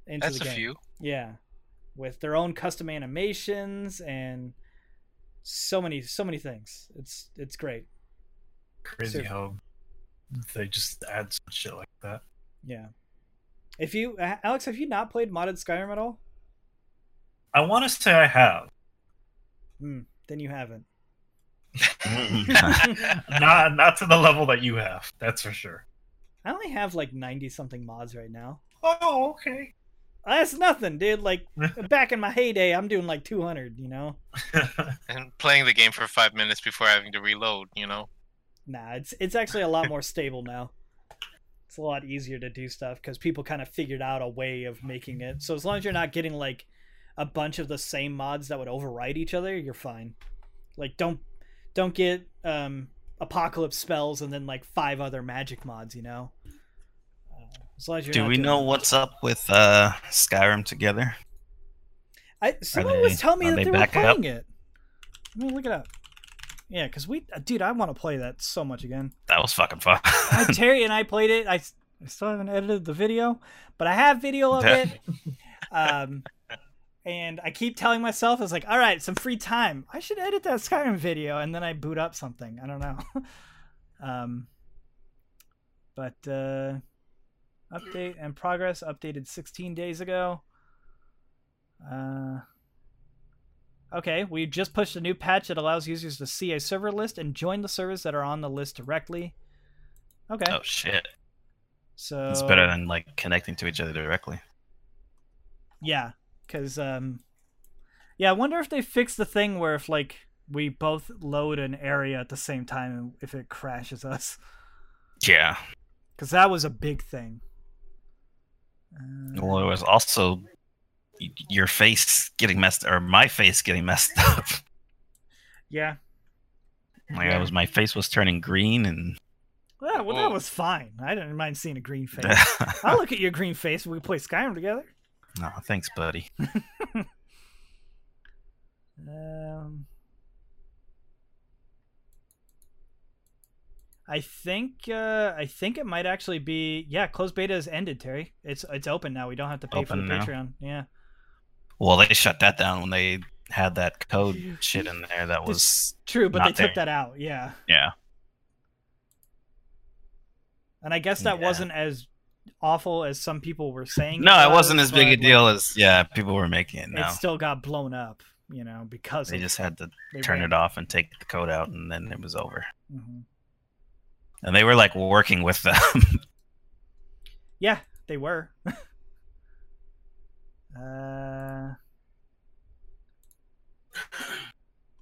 A: Into
B: That's
A: the
B: a
A: game.
B: few.
A: Yeah. With their own custom animations and so many so many things. It's it's great.
C: Crazy
A: Sure.
C: how they just add some shit like that.
A: Yeah. If you A- Alex, have you not played modded Skyrim at all?
C: I want to say I have.
A: Then you haven't.
C: (laughs)
A: (laughs)
D: Mm.
C: Not not to the level that you have. That's for sure.
A: I only have like 90 something mods right now.
C: Oh, okay.
A: That's nothing, dude.
C: (laughs)
A: Like back in my heyday, I'm doing like 200, you know?
E: And playing the game for five minutes before having to reload, you know?
A: Nah, it's it's actually a lot more stable now. It's a lot easier to do stuff cuz people kind of figured out a way of making it. So as long as you're not getting like a bunch of the same mods that would override each other, you're fine. Like don't don't get um apocalypse spells and then like five other magic mods, you know? Uh, as long as you're
D: Do
A: not
D: we
A: doing
D: know
A: that.
D: what's up with uh, Skyrim together?
A: I someone was
D: they-
A: telling me
D: are
A: that they,
D: they
A: were
D: back it up?
A: playing it. Let me look it up. Yeah, because we, dude, I want to play that so much again.
D: That was fucking fun. (laughs)
A: I, (laughs) Terry and I played it. I, s- I still haven't edited the video, but I have video of it. Um, and I keep telling myself, I was like, all right, some free time. I should edit that Skyrim video, and then I boot up something. I don't know. (laughs) um, but uh, update and progress updated 16 days ago. Uh, okay, we just pushed a new patch that allows users to see a server list and join the servers that are on the list directly. Okay,
D: oh shit!
A: so
D: It's better than like connecting to each other directly.
A: Yeah, because um, yeah, I wonder if they fixed the thing where if like we both load an area at the same time and if it crashes us,
D: Yeah.
A: because that was a big thing. Uh,
D: Well, it was also y- your face getting messed or my face getting messed (laughs) up.
A: yeah.
D: Like
A: Yeah.
D: I was, my face was turning green, and
A: Well, well, that
E: Whoa.
A: was fine. I didn't mind seeing a green face.
D: (laughs)
A: Oh. I'll look at your green face. We can play Skyrim together.
D: no, thanks, buddy.
A: Um, I think uh, I think it might actually be yeah. Closed beta is ended, Terry. It's it's open now. We don't have to pay for the
D: Open now.
A: Patreon. Yeah.
D: Well, they shut that down when they had that code shit in there. That was
A: True, but
D: Not
A: they took
D: there.
A: that out. Yeah.
D: yeah.
A: And I guess that
D: Yeah.
A: wasn't as awful as some people were saying.
D: No, it wasn't
A: was,
D: as big a
A: but,
D: deal as yeah people were making it.
A: like, It
D: No,
A: still got blown up, you know, because
D: they
A: of-
D: just had to
A: they
D: turn
A: ran-
D: it off and take the code out, and then it was over.
A: Mhm.
D: And they were like working with them. (laughs)
A: Yeah, they were. (laughs) uh,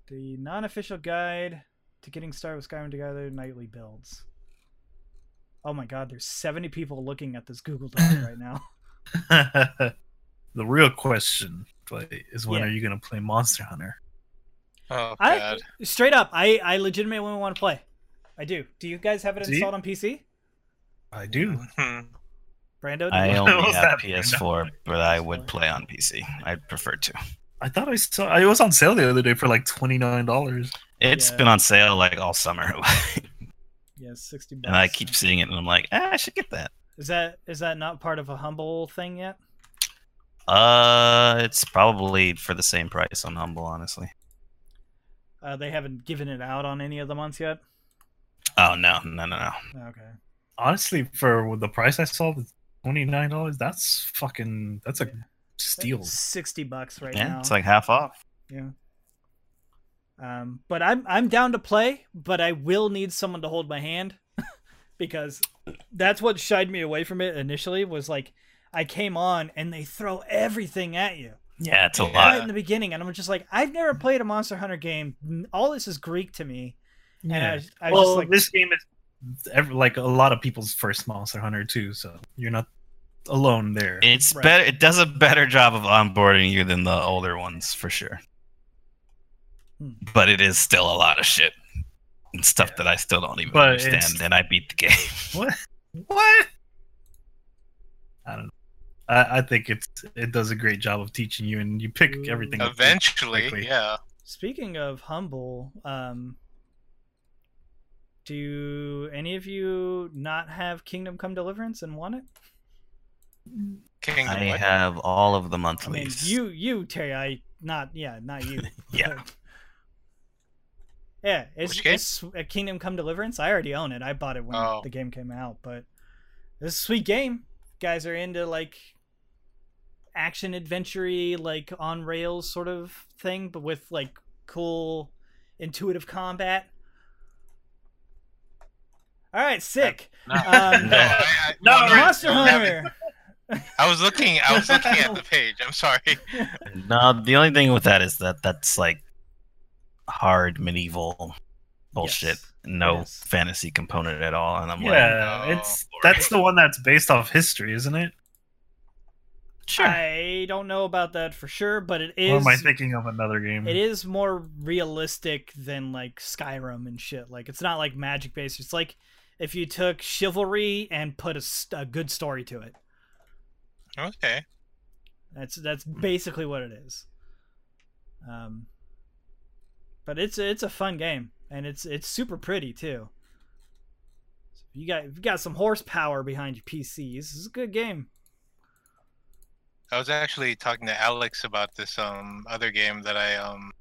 A: the non-official guide to getting started with Skyrim together nightly builds. Oh my God! There's 70 people looking at this Google
D: (laughs)
A: Doc right now.
C: (laughs) the real question play is when
A: Yeah.
C: are you gonna play Monster Hunter?
E: Oh
A: I- Straight up, I I legitimately want to play. I do. Do you guys have it
C: Do you?
A: installed on PC?
C: I do.
E: (laughs) Hmm.
A: Brando, do
D: I
A: you-
D: only
C: was that?
D: have PS4, but I would play on PC. I'd prefer to.
C: I thought I saw. It was on sale the other day for like twenty nine dollars.
D: It's
A: Yeah.
D: been on sale like all summer, (laughs)
A: yeah, sixty bucks.
D: and I keep seeing it, and I'm like, ah, I should get that.
A: Is that is that not part of a humble thing yet?
D: Uh, it's probably for the same price on Humble, honestly.
A: Uh, they haven't given it out on any of the months yet.
D: Oh no, no, no, no.
A: Okay.
C: Honestly, for the price I saw, twenty nine dollars. That's fucking. That's a steal.
A: Sixty bucks right
D: yeah,
A: now.
D: it's like half off.
A: um, but I'm I'm down to play, but I will need someone to hold my hand (laughs) because that's what shied me away from it initially. Was like I came on and they throw everything at you.
D: Yeah, it's a
A: right in
D: lot.
A: the beginning, and I'm just like, I've never played a Monster Hunter game. All this is Greek to me. And I, was- I was
C: well,
A: just like,
C: this game is ev- like a lot of people's first Monster Hunter too, so you're not alone there.
D: It's
A: Right.
D: better. It does a better job of onboarding you than the older ones for sure.
A: Hmm.
D: But it is still a lot of shit and stuff that I still don't even
C: But
D: understand.
C: it's-
D: And I beat the game.
A: (laughs)
C: What? What? I don't know. I, I think it's it does a great job of teaching you, and you pick
A: Ooh.
C: everything. up pretty
E: Eventually,
C: quickly.
E: yeah.
A: Speaking of humble, um, do any of you not have Kingdom Come Deliverance and want it?
E: Kingdom
D: I
E: Hearts.
D: have all of the
A: I mean,
D: monthlies.
A: you, you, Terry, I not, yeah, not you.
D: Yeah.
A: but- yeah, it's,
E: Which game?
A: it's a Kingdom Come Deliverance. I already own it. I bought it when
E: Oh.
A: the game came out, but it's a sweet game. Guys are into like action adventure like on rails sort of thing, but with like cool intuitive combat. All right, sick.
E: No.
A: Um,
E: No, I, I, (laughs)
C: No,
E: no,
A: Monster
E: no,
A: Hunter.
E: I was looking. I was looking at
A: (laughs)
E: the page. I'm sorry. (laughs)
D: No, uh, the only thing with that is that that's like hard medieval bullshit.
A: Yes,
D: No
A: is.
D: fantasy component at all. And I'm like,
C: Yeah,
E: Oh,
D: (laughs)
C: it's that's the one that's based off history, isn't it?
D: sure.
A: I don't know about that for sure, but it
C: or
A: is
C: am I thinking of another game?
A: it is more realistic than like Skyrim and shit. Like it's not like magic based. It's like if you took chivalry and put a, s- a good story to it.
E: Okay.
A: That's that's
C: Hmm.
A: basically what it is. Um, but it's it's a fun game and it's it's super pretty too. So if you got if you got some horsepower behind your PCs. This is a good game.
E: I was actually talking to Alex about this um other game that I um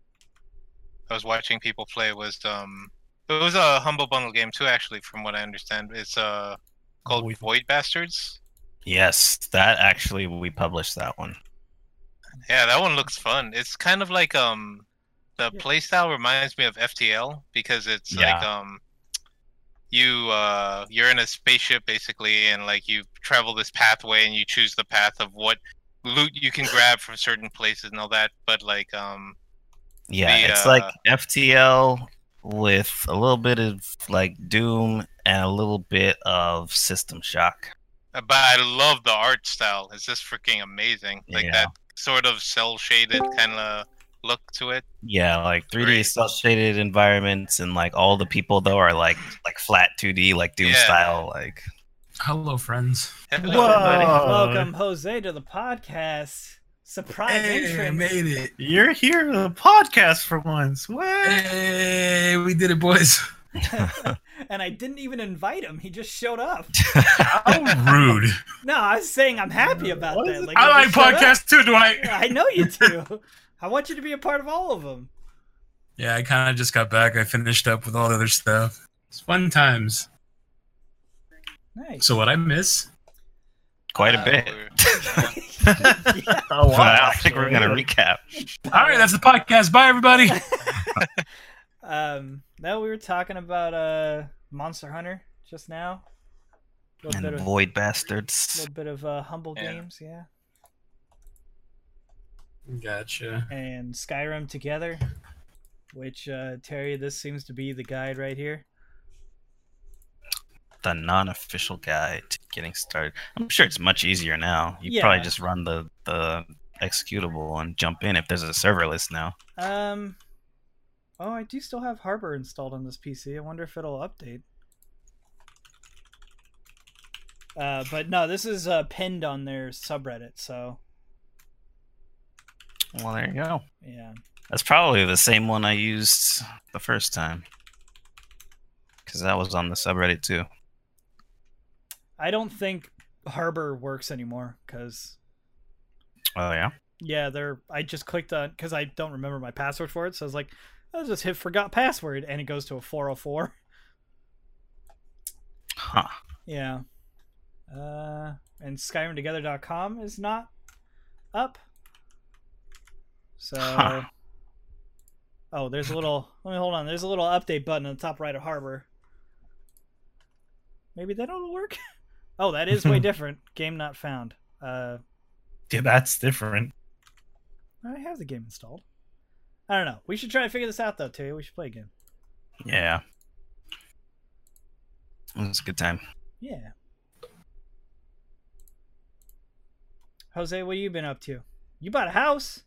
E: I was watching people play was um it was a humble bundle game too actually from what I understand it's uh called
C: Void-
E: Void Bastards
D: Yes, that actually we published that one.
E: yeah that one looks fun it's kind of like um the
A: Yeah.
E: playstyle reminds me of FTL because it's like um you uh you're in a spaceship basically and like you travel this pathway and you choose the path of what loot you can grab from certain places and all that but like um
D: Yeah,
E: The,
D: it's
E: uh,
D: like FTL with a little bit of like Doom and a little bit of System Shock.
E: Uh, But I love the art style. It's just freaking amazing. Like
D: Yeah.
E: that sort of cell shaded kind of look to it.
D: Yeah, like 3D
E: Great.
D: cell shaded environments and like all the people though are like like flat 2D like Doom
E: Yeah.
D: style like
F: Hello, friends.
E: Hello,
C: Whoa.
E: everybody.
A: Welcome Jose to the podcast. Surprise
F: Hey,
A: entrance.
F: made it.
C: You're here to the podcast for once. What?
F: Hey, we did it, (laughs) boys.
A: (laughs) and I didn't even invite him. He just showed up.
F: How Oh, rude.
A: No, I was saying I'm happy about
C: What is
A: that.
C: it?
A: (laughs) Like,
F: I
A: you
F: like
A: just showed up.
F: podcasts too, Dwight.
A: I know
F: (laughs)
A: you do. I want you to be a part of all of them.
F: Yeah, I kind of just got back. I finished up with all the other stuff. It's fun times.
A: Nice.
F: So what I miss?
D: quite a
E: Uh,
D: bit.
E: we're-
C: Oh,
D: But (laughs) I don't think we're gonna recap.
F: All right, that's the podcast. Bye, everybody.
A: (laughs) Um, no, we were talking about uh Monster Hunter just now. A little
D: And
A: bit of,
D: void bastards.
A: little bit of uh, Humble
E: Yeah.
A: Games, yeah,
F: Gotcha.
A: and Skyrim together. Which uh, Terry, this seems to be the guide right here.
D: The non-official guide to getting started. I'm sure it's much easier now. You
A: Yeah.
D: probably just run the the executable and jump in if there's a server list now.
A: Um, oh, I do still have Harbor installed on this PC. I wonder if it'll update. Uh, but no, this is uh, pinned on their subreddit, so
D: Well, there you go.
A: yeah.
D: That's probably the same one I used the first time. Cuz that was on the subreddit too.
A: I don't think Harbor works anymore because
D: Oh yeah.
A: yeah, they're. I just clicked on because I don't remember my password for it, so I was like, I'll just hit forgot password, and it goes to a four hundred four. (laughs)
D: Huh.
A: Yeah. Uh, and SkyrimTogether.com is not up. So.
D: Huh.
A: Oh, there's a little. Let me hold on. There's a little update button on the top right of Harbor. Maybe that'll work. (laughs) Oh, that is way different. Game not found. Uh,
C: Yeah, that's different.
A: I have the game installed. I don't know. We should try to figure this out though, Terry. We should play a game.
D: Yeah. It was a good time.
A: Yeah. Jose, what have you been up to? You bought a house.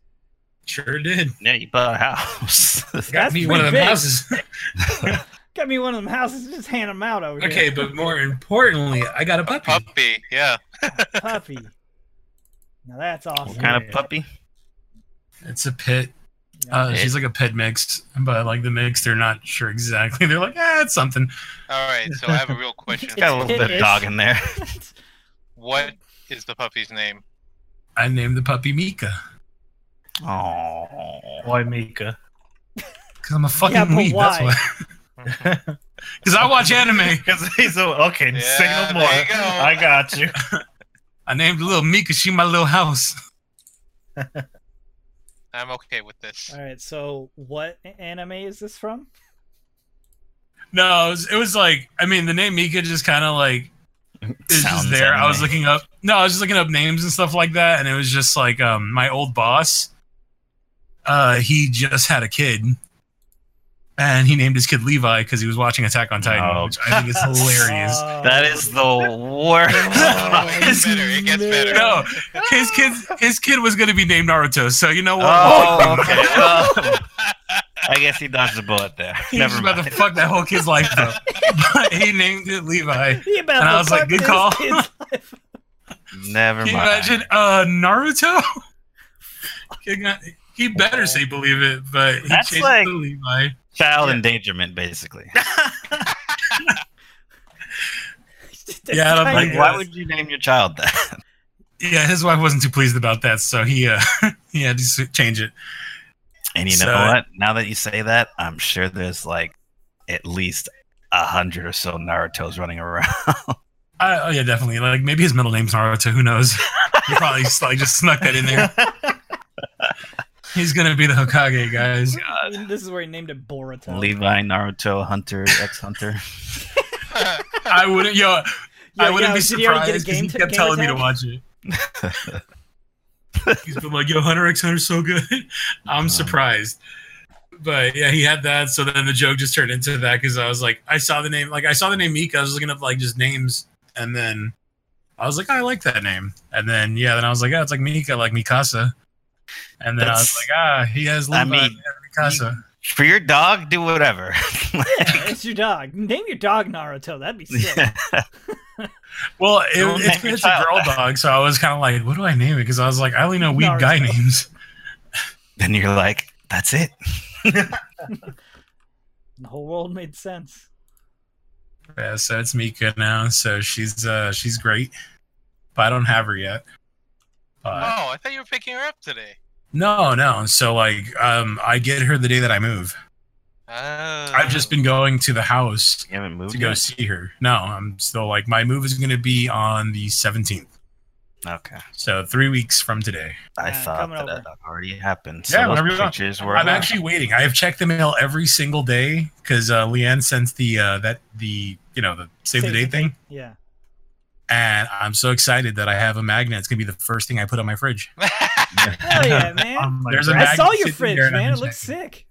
F: Sure did.
D: Yeah, you bought a house. (laughs)
F: Got
A: That's
F: me one of
A: pretty
F: them
A: big.
F: houses.
A: Got me one of them houses. Just hand them out over
F: (laughs) okay,
A: here.
F: but more importantly, I got a puppy.
E: Puppy, yeah.
A: Puppy. Now that's awesome.
D: what kind of puppy?
F: It's a pit.
A: Yeah.
F: Uh, she's like a pit mix, but like the mix, they're not sure exactly. (laughs) They're like, ah, it's something.
E: All right, so I have
D: (laughs)
E: a real question.
D: Got a little bit of
A: It
D: dog
A: is.
D: in there. (laughs)
E: What is the puppy's name?
F: I named the puppy Mika
D: Oh.
C: Why Mika? (laughs)
F: because I'm a fucking
A: but
F: weeb. That's
A: why?
F: why. (laughs) Because I watch anime.
C: Because he's a, okay.
E: Yeah,
C: say no
E: there
C: more.
E: you go.
C: I got
D: (laughs)
C: you.
F: I named little Mika. She my little house. (laughs)
E: I'm okay with
A: (laughs)
E: this.
A: All right. So, what anime is this from?
F: No, it was, it was like I mean the name Mika just kind of like it's just
D: Sounds
F: there. I was
D: anime.
F: looking up. No, I was just looking up names and stuff like that, and it was just like um my old boss. Uh, he just had a kid, and he named his kid Levi because he was watching Attack on Titan,
D: Oh.
F: which I think is
D: (laughs)
F: hilarious.
A: Oh,
D: That is the
F: (laughs)
D: (laughs) worst.
E: Oh, it gets better. It gets better.
F: No, his kid, his kid was going to be named Naruto. So you know what?
D: oh, okay. Well, I guess he dodged a bullet there.
F: He was
D: Never
F: about
D: mind.
F: to fuck that whole kid's life up. but (laughs) he named it Levi.
A: He about
F: And I
A: to
F: was like,
A: fuck
F: good
A: this
F: call. (laughs)
A: kid's life.
D: Never
F: Can
D: mind.
F: you imagine uh, Naruto? He got- he better say believe it, but he
D: That's
F: changed
D: like-
F: it to Levi.
D: Child endangerment, basically.
F: Yeah, I
A: Kind
F: don't think-
D: Like,
A: of.
D: why would you name your child that? (laughs)
F: Yeah, his wife wasn't too pleased about that, so he uh, (laughs) he had to s- change it.
D: And you know
F: So-
D: what? Now that you say that, I'm sure there's like at least a hundred or so Naruto's running around.
F: I, oh yeah, definitely. Like maybe his middle name's Naruto. Who knows? he probably just, like just snuck that in there. He's gonna be the Hokage, guys.
A: This is where he named it Boruto.
D: (laughs) Levi, Naruto, Hunter, X Hunter. (laughs)
F: I wouldn't. Yo,
A: Yeah,
F: I wouldn't
A: yeah,
F: be
A: did he already
F: surprised
A: get a
F: because
A: game
F: he
A: t-
F: kept
A: game
F: telling me to
A: attack?
F: watch it. He's been like, "Yo, Hunter X Hunter's so good." (laughs) I'm
D: Um,
F: surprised, but yeah, he had that. So then the joke just turned into that because I was like, I saw the name, like I saw the name Mika. I was looking up like just names, and then I was like, "Oh, I like that name. And then yeah, then I was like, oh, it's like Mika, like Mikasa. And then I was
D: That's-
F: like, ah, he has Levi
D: I
F: I
D: mean,
F: Mikasa.
D: For your dog, do whatever.
A: (laughs) it's your dog. Name your dog Naruto. That'd be sick.
F: Well, it,
D: Don't
F: it's,
D: name your
F: it's a
D: child
F: girl dog, so I was kind of like, what do I name it? Because I was like, I only know weeb
A: Naruto.
F: guy names.
D: (laughs) then you're like, that's
F: (laughs)
D: it.
A: The whole world made sense.
F: Yeah, so it's Mika now. So she's uh she's great, but I don't have her yet. But
E: (laughs) Oh, I thought you were picking her up today.
F: no, no. So like, um, I get her the day that I move.
E: Oh.
F: I've
E: (laughs)
F: just been going to the house
D: You haven't moved.
F: to go
D: yet?
F: see her. No, I'm still like my move is going to be on the 17th.
D: Okay.
F: So three weeks from today.
D: I
A: Uh,
D: thought
A: coming
D: that,
A: over.
D: that already happened.
F: Yeah,
D: So
F: whenever
D: those
F: you want.
D: pictures were.
F: I'm
D: out.
F: actually waiting. I have checked the mail every single day because uh, Leanne sends the uh, that the you know the save, the date thing,
A: Yeah.
F: and I'm so excited that I have a magnet. It's gonna be the first thing I put on my fridge.
A: Hell
F: (laughs)
A: yeah, man.
C: I'm like,
F: There's a
C: "Right."
F: mag-
A: I saw your
F: sitting
A: fridge,
F: there and
A: man.
F: I'm
A: It
F: just
A: looks
F: like-
A: sick.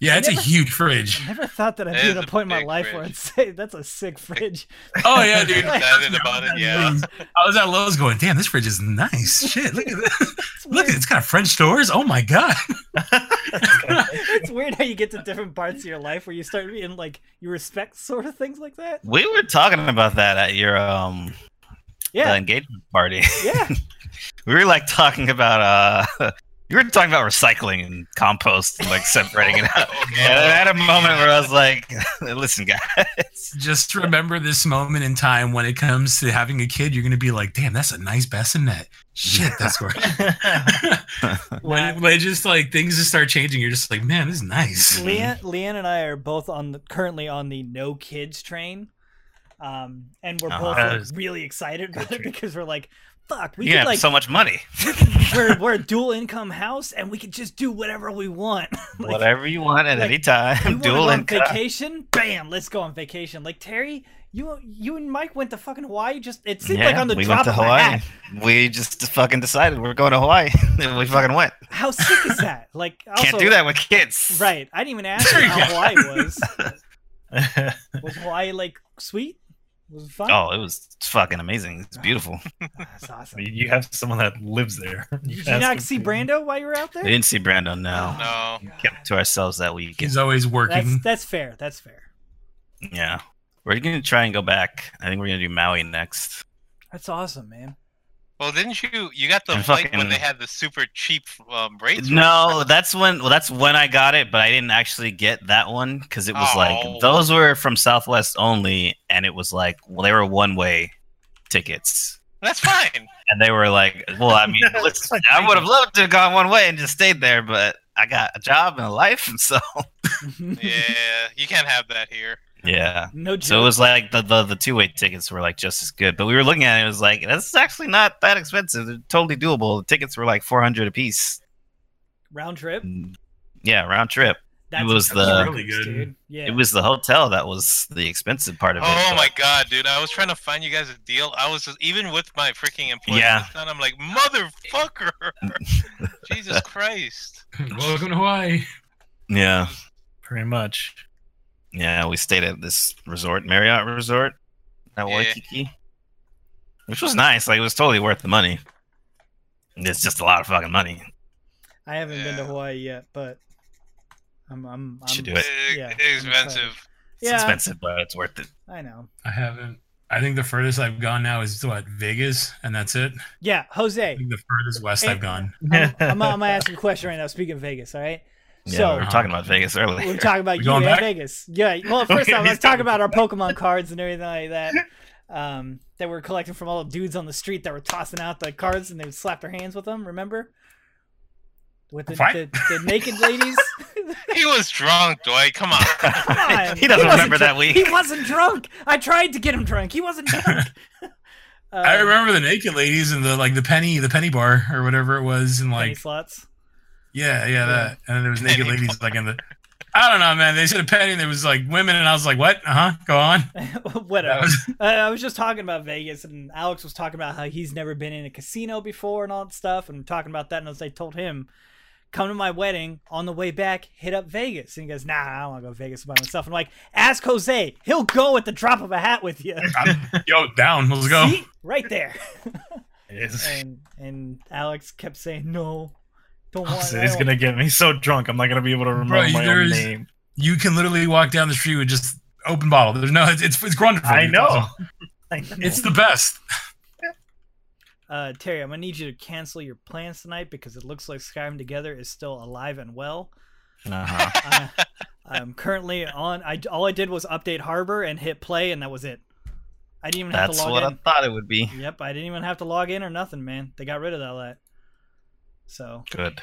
F: Yeah, it's a
A: never-
F: huge fridge.
A: (laughs) I never thought that I'd
E: That
A: be
E: is
A: at a
E: a
A: point in my
E: big
A: life where I'd
E: fridge.
A: say that's a sick fridge.
F: Oh
A: (laughs)
F: yeah, dude.
E: excited about it. Yeah.
F: I was at Lowe's going, damn, this fridge is nice. Shit, look at this. (laughs)
A: It's
F: look
A: weird.
F: at it's got French doors. Oh my god. (laughs)
A: (laughs) it's weird how you get to different parts of your life where you start being like you respect sort of things like that.
D: We were talking about that at your um the
A: Yeah,
D: engagement party. (laughs)
A: yeah.
D: we were like talking about uh. (laughs) You were talking about recycling and compost and like separating it
F: (laughs)
D: out. And I had a moment where I was like, (laughs) listen,
F: (laughs)
D: guys. (laughs)
F: Just remember this moment in time when it comes to having a kid, you're gonna be like, damn, that's a nice bassinet. Shit,
A: (laughs)
F: that's great. (laughs) when, when it just like things just start changing, you're just like, man, this
A: (laughs)
F: is nice.
A: Leanne, Leanne and I are both on the, currently on the no kids train, um, and we're both
D: Uh-huh.
A: like, really excited about it because we're like, "Fuck, we
D: you have
A: could like
D: so much money.
A: we're we're a dual income house and we could just do whatever we want. (laughs) Like,
D: Whatever you want at
A: like,
D: any
A: We
D: (laughs) time.
A: want to go
D: Dual
A: on
D: income.
A: vacation, bam, let's go on vacation. Like Terry, you you and Mike went to fucking Hawaii. Just it seemed like on the
D: we
A: drop
D: went to
A: of a
D: Hawaii.
A: hat.
D: We just fucking decided we're going to Hawaii. (laughs) and we fucking went.
A: How sick is
D: (laughs)
A: that? Like also,
D: Can't do that with kids.
A: Right. I didn't even ask her how Hawaii
D: (laughs)
A: was. Was Hawaii like sweet? Was it fun?
D: Oh, it was fucking amazing. It's beautiful.
A: that's awesome. Did
C: You have someone that lives there.
A: (laughs) you
C: ask
A: not
C: him
A: see
C: to-
A: Brando while you were out
D: We
A: there?
D: didn't see Brando now.
E: no.
A: God.
D: Kept to ourselves that weekend.
F: He's always
A: That's
F: working.
A: that's fair. That's fair.
D: Yeah. We're gonna try and go back. I think we're gonna do Maui next.
A: That's awesome, man. (laughs)
E: Well, didn't you? You got the
D: And
E: flight
D: fucking-
E: when they had the super cheap um, rates.
D: No, that's when. Well, that's when I got it, but I didn't actually get that one because it was
E: Oh.
D: like those were from Southwest only, and it was like well, they were one way tickets,
E: (laughs) That's fine.
D: and they were like, well, I mean, listen, I would have loved to have gone one way and just stayed there, but I got a job and a life, (laughs) and so
E: yeah, you can't have that here.
D: yeah.
A: no joke.
D: So it was like the the, the two way tickets were like just as good, but we were looking at it, it was like that's actually not that expensive. They're totally doable. The tickets were like four hundred a piece.
A: Round trip.
D: Yeah, round trip.
A: That's
D: was
A: a
D: the-
A: killer
F: Really
A: cruise,
F: good.
A: Dude. Yeah.
D: It was the hotel that was the expensive part of it.
E: Oh
D: but-
E: my god, dude! I was trying to find you guys a deal. I was just, even with my freaking employer.
D: Yeah.
E: And I'm like, motherfucker! Jesus Christ!
F: Welcome to Hawaii.
D: Yeah,
C: Pretty much.
D: yeah. We stayed at this resort, Marriott Resort, at
E: Yeah.
D: Waikiki, which was nice. Like it was totally worth the money. It's just a lot of fucking money.
A: I haven't been to
E: Yeah.
A: Hawaii yet, but I'm I'm, I'm
D: Should do
E: Big,
D: it.
A: Yeah, I'm
E: expensive.
D: It's
A: Yeah,
D: expensive, but it's worth it.
A: I know.
F: I haven't. I think the furthest I've gone now is what Vegas, and that's it.
A: Yeah,
F: I (laughs)
A: Jose.
F: think the furthest west
A: Hey.
F: I've gone.
A: I'm, I'm, I'm
C: (laughs)
A: gonna ask you a question right now. Speaking of Vegas, all right?
D: Yeah,
A: So-
D: we were talking
E: Uh-huh.
D: about Vegas earlier.
A: We were talking about
F: We
A: you
F: (laughs) going
A: and
F: back?
A: Vegas. Yeah. Well, first
C: Okay,
A: off, let's
C: he's
A: talk
C: going
A: about our
F: (laughs)
A: Pokemon cards and everything like that. Um, that we're collecting from all the dudes on the street that were tossing out the cards and they would slap their hands with them. Remember? With the,
F: What?
A: the, the naked
F: (laughs)
A: ladies.
E: He was drunk, Dwight. Come on.
D: (laughs)
A: Come on.
D: he doesn't
A: wasn't
D: remember
A: dr-
D: that
A: (laughs)
D: week.
A: He wasn't drunk. I tried to get him drunk. He wasn't drunk.
F: (laughs) I
A: Um,
F: remember the naked ladies and the like the penny, the penny bar or whatever it was, and
A: penny
F: like
A: Uh, slots.
F: yeah, yeah, that. And then there was naked
E: Penny
F: ladies like in the. I don't know, man. They said a penny, and there was like women, and I was like, what? Uh huh. Go on.
A: (laughs) Whatever.
F: That was-
A: I I was just talking about Vegas, and Alex was talking about how he's never been in a casino before and all that stuff, and talking about that, and as I told him, come to my wedding. On the way back, hit up Vegas." And he goes, "Nah, I don't want to go to Vegas by myself." I'm like, "Ask Jose. He'll go at the drop of a hat with you."
F: Yo, down. Let's go.
A: See? Right there.
C: It's- (laughs)
A: And and Alex kept saying, "No, don't want."
C: it's
A: I
C: it's
A: don't
C: gonna get me so drunk. I'm not gonna be able to remember
F: Bro,
C: my
F: there
C: own
F: is-
C: name.
F: You can literally walk down the street with just open bottle. There's no. It's it's, it's wonderful.
C: I
F: It's
C: know.
F: awesome.
C: I know.
F: (laughs) It's the best.
A: (laughs) Uh, Terry, I'm gonna need you to cancel your plans tonight because it looks like Skyrim Together is still alive and well.
D: Uh-huh.
A: I, I'm Uh, um, currently on. I all I did was update Harbor and hit play, and that was it. I didn't even have
D: That's
A: to log
D: what I
A: in.
D: thought it would be.
A: Yep, I didn't even have to log in or nothing, man. They got rid of all that. So
D: Good.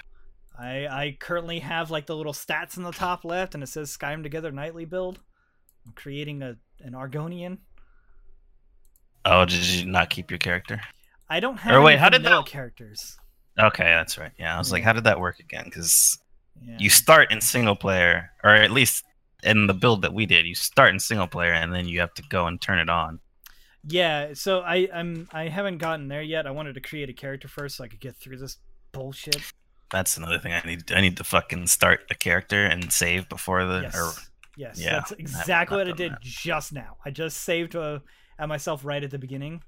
A: I I currently have like the little stats in the top left, and it says Skyrim Together Nightly build. I'm creating a an Argonian.
D: Oh, did you not keep your character?
A: I don't have
D: Or wait,
A: any
D: how did
A: vanilla
D: that-
A: characters.
D: Okay, that's right. Yeah, I was like,
A: Yeah.
D: how did that work again? Because
A: Yeah.
D: you start in single player, or at least in the build that we did, you start in single player, and then you have to go and turn it on.
A: Yeah, so I I'm I haven't gotten there yet. I wanted to create a character first so I could get through this bullshit.
D: That's another thing I need. I need to fucking start a character and save before the.
A: Yes.
D: Or,
A: yes,
D: yeah,
A: that's
D: I have
A: exactly
D: not
A: what I
D: done
A: did
D: that.
A: just now. I just saved uh at myself right at the beginning.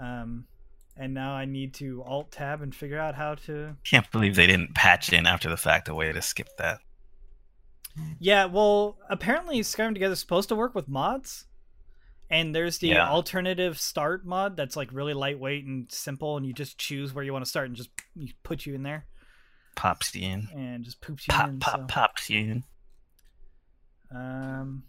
A: Um and now I need to alt tab and figure out how to
D: can't believe they didn't patch in after the fact a way to skip that.
A: Yeah, well, apparently Skyrim Together is supposed to work with mods. And there's the
D: Yeah.
A: alternative start mod that's like really lightweight and simple and you just choose where you want to start and just you put you in there
D: Pops you in.
A: and just poops you
D: Pop,
A: in.
D: pop,
A: so-
D: pops you in.
A: Um,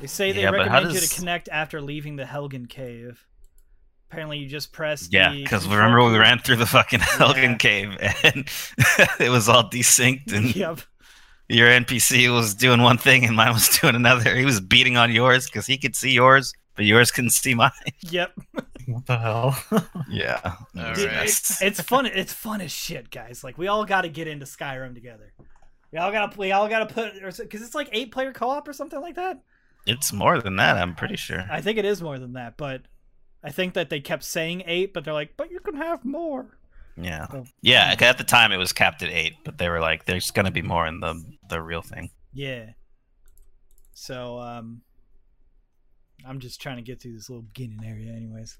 A: they say they
D: Yeah, but how
A: recommend you to
D: does-
A: connect after leaving the Helgen Cave. Apparently, you just press.
D: Yeah,
A: the
D: because
A: control
D: remember we
A: key. (laughs)
D: ran through the fucking (laughs)
A: Yeah.
D: Helgen cave and (laughs) it was all desynced and
A: Yep.
D: your NPC was doing one thing and mine was (laughs) doing another. He was beating on yours because he could see yours, but yours couldn't
A: (laughs)
D: see mine.
A: Yep.
D: (laughs)
C: what the hell? (laughs)
D: Yeah.
B: Alright.
A: It's fun. It's fun as shit, guys. Like we all got to get into Skyrim together. We all gotta. We all gotta put because it's like eight player co op or something like that.
D: It's more than that, I'm pretty sure.
A: I think it is more than that, but I think that they kept saying eight, but they're like, but you can have more.
D: Yeah.
A: Oh.
D: Yeah, 'cause at the time it was capped at eight, but they were like, there's going to be more in the, the real thing.
A: Yeah. So um I'm just trying to get through this little beginning area anyways.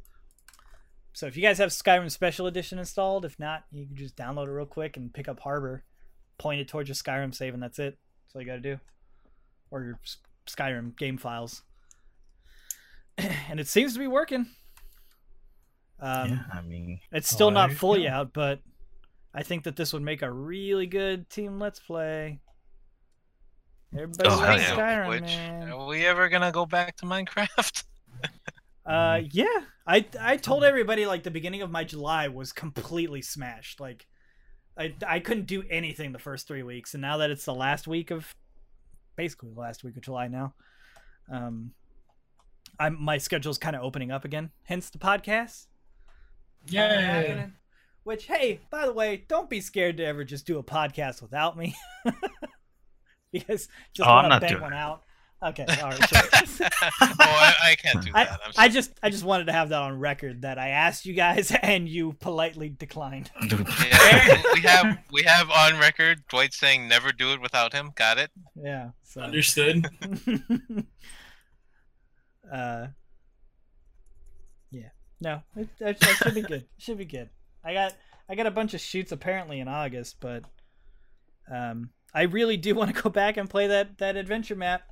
A: So if you guys have Skyrim Special Edition installed, if not, you can just download it real quick and pick up Harbor, point it towards your Skyrim save and that's it. That's all you got to do. Or your S- Skyrim game files. (clears throat) and it seems to be working. Um
D: yeah, I mean,
A: it's still not
C: Alright,
A: fully out, but I think that this would make a really good team let's play. Everybody
D: Oh, hell
A: loves
D: yeah.
A: Skyrim,
E: Which-
A: man.
E: Are we ever gonna go back to Minecraft?
A: Uh,
D: Mm-hmm.
A: yeah. I I told everybody like the beginning of my July was completely smashed. Like, I I couldn't do anything the first three weeks, and now that it's the last week of, basically the last week of July now, um, I'm my schedule's kind of opening up again. Hence the podcast. kinda happening. Which, hey, by the way, don't be scared to ever just do a podcast without me. (laughs) because just
D: Oh, I'm
A: want to
D: not
A: bang
D: doing
A: one out. Okay, all
D: (laughs)
A: right. Sure. (laughs)
E: oh, I, I can't do that. I'm
A: I (laughs)
E: sorry.
A: just I just wanted to have that on record that I asked you guys (laughs) and you politely declined. (laughs)
D: (laughs)
E: Yeah, we have we have on record Dwight saying never do it without him. Got it.
A: Yeah. So.
F: Understood.
A: (laughs)
F: (laughs)
A: uh. Yeah. No, it, it, it should be good. Should be good. I got I got a bunch of shoots apparently in August, but um, I really do want to go back and play that that adventure map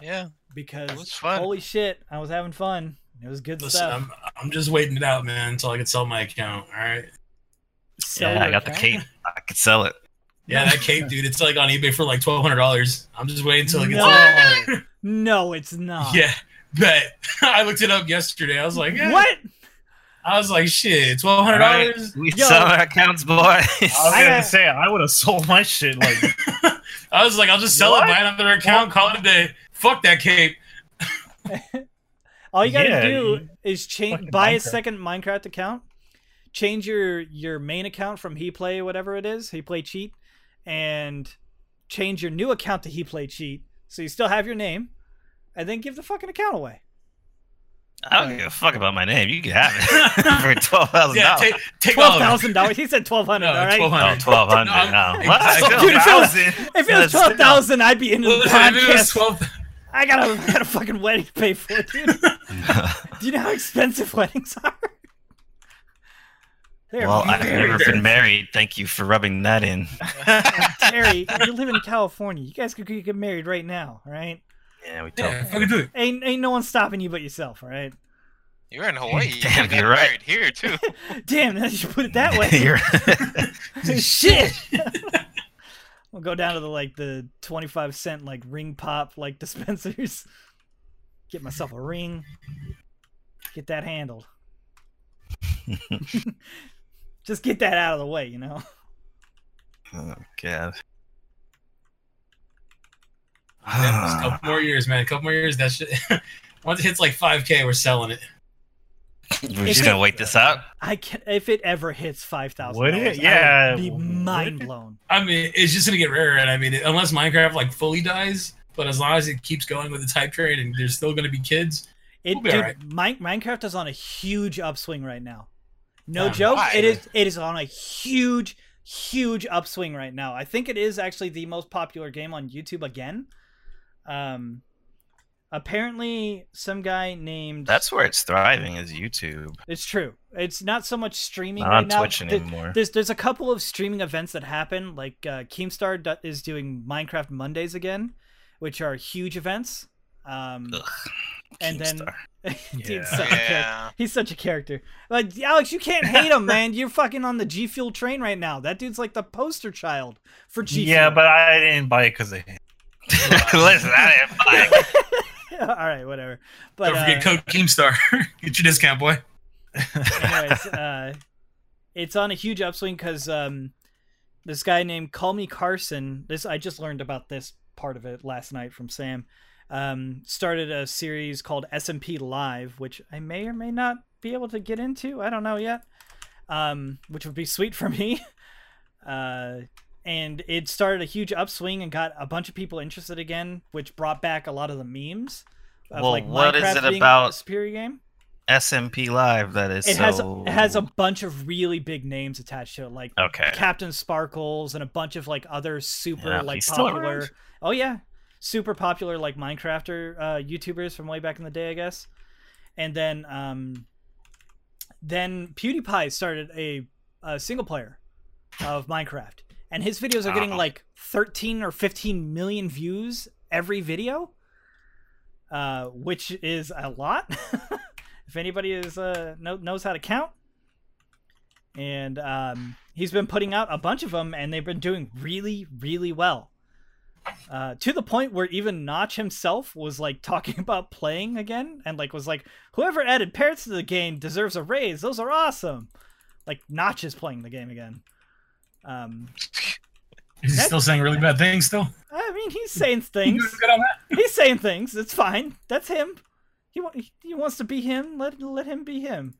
E: Yeah.
A: because
E: It was fun.
A: holy shit, I was having fun. It was good
F: Listen,
A: stuff.
F: I'm, I'm just waiting it out, man, until I can sell my account. All right.
A: Sell
D: yeah, I
A: your
D: got the
A: account?
D: cape. I could sell it.
F: Yeah, that cape, dude. It's like on eBay for like twelve hundred dollars. I'm just waiting until it gets.
A: No. No, it's not.
F: Yeah, bet. (laughs) I looked it up yesterday. I was like, yeah.
A: What?
F: I was like, shit, twelve hundred dollars.
D: We
A: (laughs) Yo.
D: sell our accounts, (laughs) boys.
C: I was
A: I
C: gonna
A: got-
C: say I would have sold my shit like
F: I was like, I'll just sell
C: What?
F: it, buy another account, call it a day. Fuck that cape.
A: All you gotta
C: Yeah,
A: do
C: you-
A: is change
C: fucking
A: buy a
C: Minecraft.
A: second Minecraft account, change your your main account from He Play whatever it is, He Play Cheat, and change your new account
F: (laughs)
A: to He Play Cheat, so you still have your name, and then give the fucking account away.
D: I don't give a fuck about my name. You can have
A: (laughs)
D: it (laughs) for twelve thousand
F: Yeah,
D: dollars.
F: take, take
A: Twelve
F: all of
A: thousand dollars. He said twelve
F: it.
A: hundred.
F: Oh, No,
A: all right.
F: twelve
D: Oh,
F: hundred.
A: (laughs)
D: 1200
F: No,
D: no.
F: I'm-
D: What?
F: Fuck,
A: dude, if it was-
D: 12,000?
A: If it was
D: That's-
A: twelve
D: (laughs)
A: thousand, I'd be into the
F: Listen, if it was
A: podcast.
F: twelve.
A: I got a (laughs) I got a fucking wedding to pay for, dude. (laughs) Do you know how expensive (laughs) weddings are? There,
D: Well, I've
A: Mary,
D: never been married. Thank you for rubbing that in.
A: Mary, you live in California. You guys could get married right now, all right?
D: Yeah, we
F: Yeah,
D: told.
F: fucking
A: (sighs)
F: do it.
A: Ain't ain't no one stopping you but yourself, all right?
E: You're in Hawaii. You
D: Damn,
E: got
D: you're right.
E: married
A: (laughs)
E: Here too.
A: Damn, now you put it that way.
D: (laughs)
A: (laughs)
D: You're-
A: Shit. (laughs) we'll go down to the like the twenty-five cent like ring pop like (laughs) dispensers. Get myself a ring. Get that handled. Just get that out of the way, you know.
D: oh god.
F: Yeah, just
D: (sighs)
F: a couple more years, man. A couple more years. That shit. (laughs) Once it hits like five k, we're selling it.
D: We're just gonna wait this out.
A: I can if it ever hits five thousand.
C: Would it? Yeah.
A: be
C: Would
A: mind
C: it?
A: blown.
F: I mean, it's just gonna get rarer, and I mean, unless Minecraft like fully dies, but as long as it keeps going with the type trade, and there's still gonna be kids.
A: It
F: We'll be
A: dude,
F: alright.
A: Min- Minecraft is on a huge upswing right now. No
F: Damn,
A: joke.
E: why?
A: It is it is on a huge, huge upswing right now. I think it is actually the most popular game on YouTube again. Um apparently some guy named
D: That's where it's thriving is YouTube,
A: it's true. It's not so much streaming
D: not
A: right
D: on
A: now.
D: Twitch
A: The-
D: anymore.
A: There's there's a couple of streaming events that happen. Like uh, Keemstar do- is doing Minecraft Mondays again, which are huge events. Um, (laughs)
D: Ugh,
A: and then- (laughs)
D: Keemstar.
A: dude,
C: Yeah.
A: such a character.
E: Yeah.
A: he's such a character. Like Alex, you can't hate him, man. You're fucking on the G Fuel train right now. That dude's like the poster child for G.
C: Yeah,
A: Fuel.
C: but I didn't (laughs) buy it because of him.
D: (laughs) Listen, I didn't buy it.
A: (laughs) all right, whatever. But
F: Don't forget
A: uh,
F: code Keemstar. (laughs) Get your discount, boy.
A: anyways, uh, it's on a huge upswing because um, this guy named Call Me Carson. This I just learned about this part of it last night from Sam. Um, started a series called SMP Live, which I may or may not be able to get into. I don't know yet. Um, which would be sweet for me. (laughs) Uh, and it started a huge upswing and got a bunch of people interested again, which brought back a lot of the memes. Of
D: Well,
A: like
D: what is
A: Minecraft
D: it
A: being a
D: about-
A: superior game?
D: SMP Live. That is
A: it
D: so.
A: has it has a bunch of really big names attached to it, like
D: okay.
A: Captain Sparkles and a bunch of like other super
D: Yeah,
A: like
D: he's still
A: popular.
D: around?
A: Oh yeah, super popular like Minecrafter uh, YouTubers from way back in the day, I guess. And then um, then PewDiePie started a, a single player of Minecraft, and his videos are getting
D: Oh.
A: like 13 or 15 million views every video, uh, which is a lot. (laughs) if anybody is uh, know, knows how to count, and um, he's been putting out a bunch of them, and they've been doing really, really well. Uh, to the point where even Notch himself was like (laughs) talking about playing again, and like was like, "Whoever added parrots to the game deserves a raise. Those are awesome." Like Notch is playing the game again. Um,
F: Is he
A: That-
F: still saying really bad things? Still,
A: I mean, he's saying
F: You doing
A: things.
F: good on that?
A: he's saying things. It's fine. That's him. He, wa- he wants to be him. Let let him be him.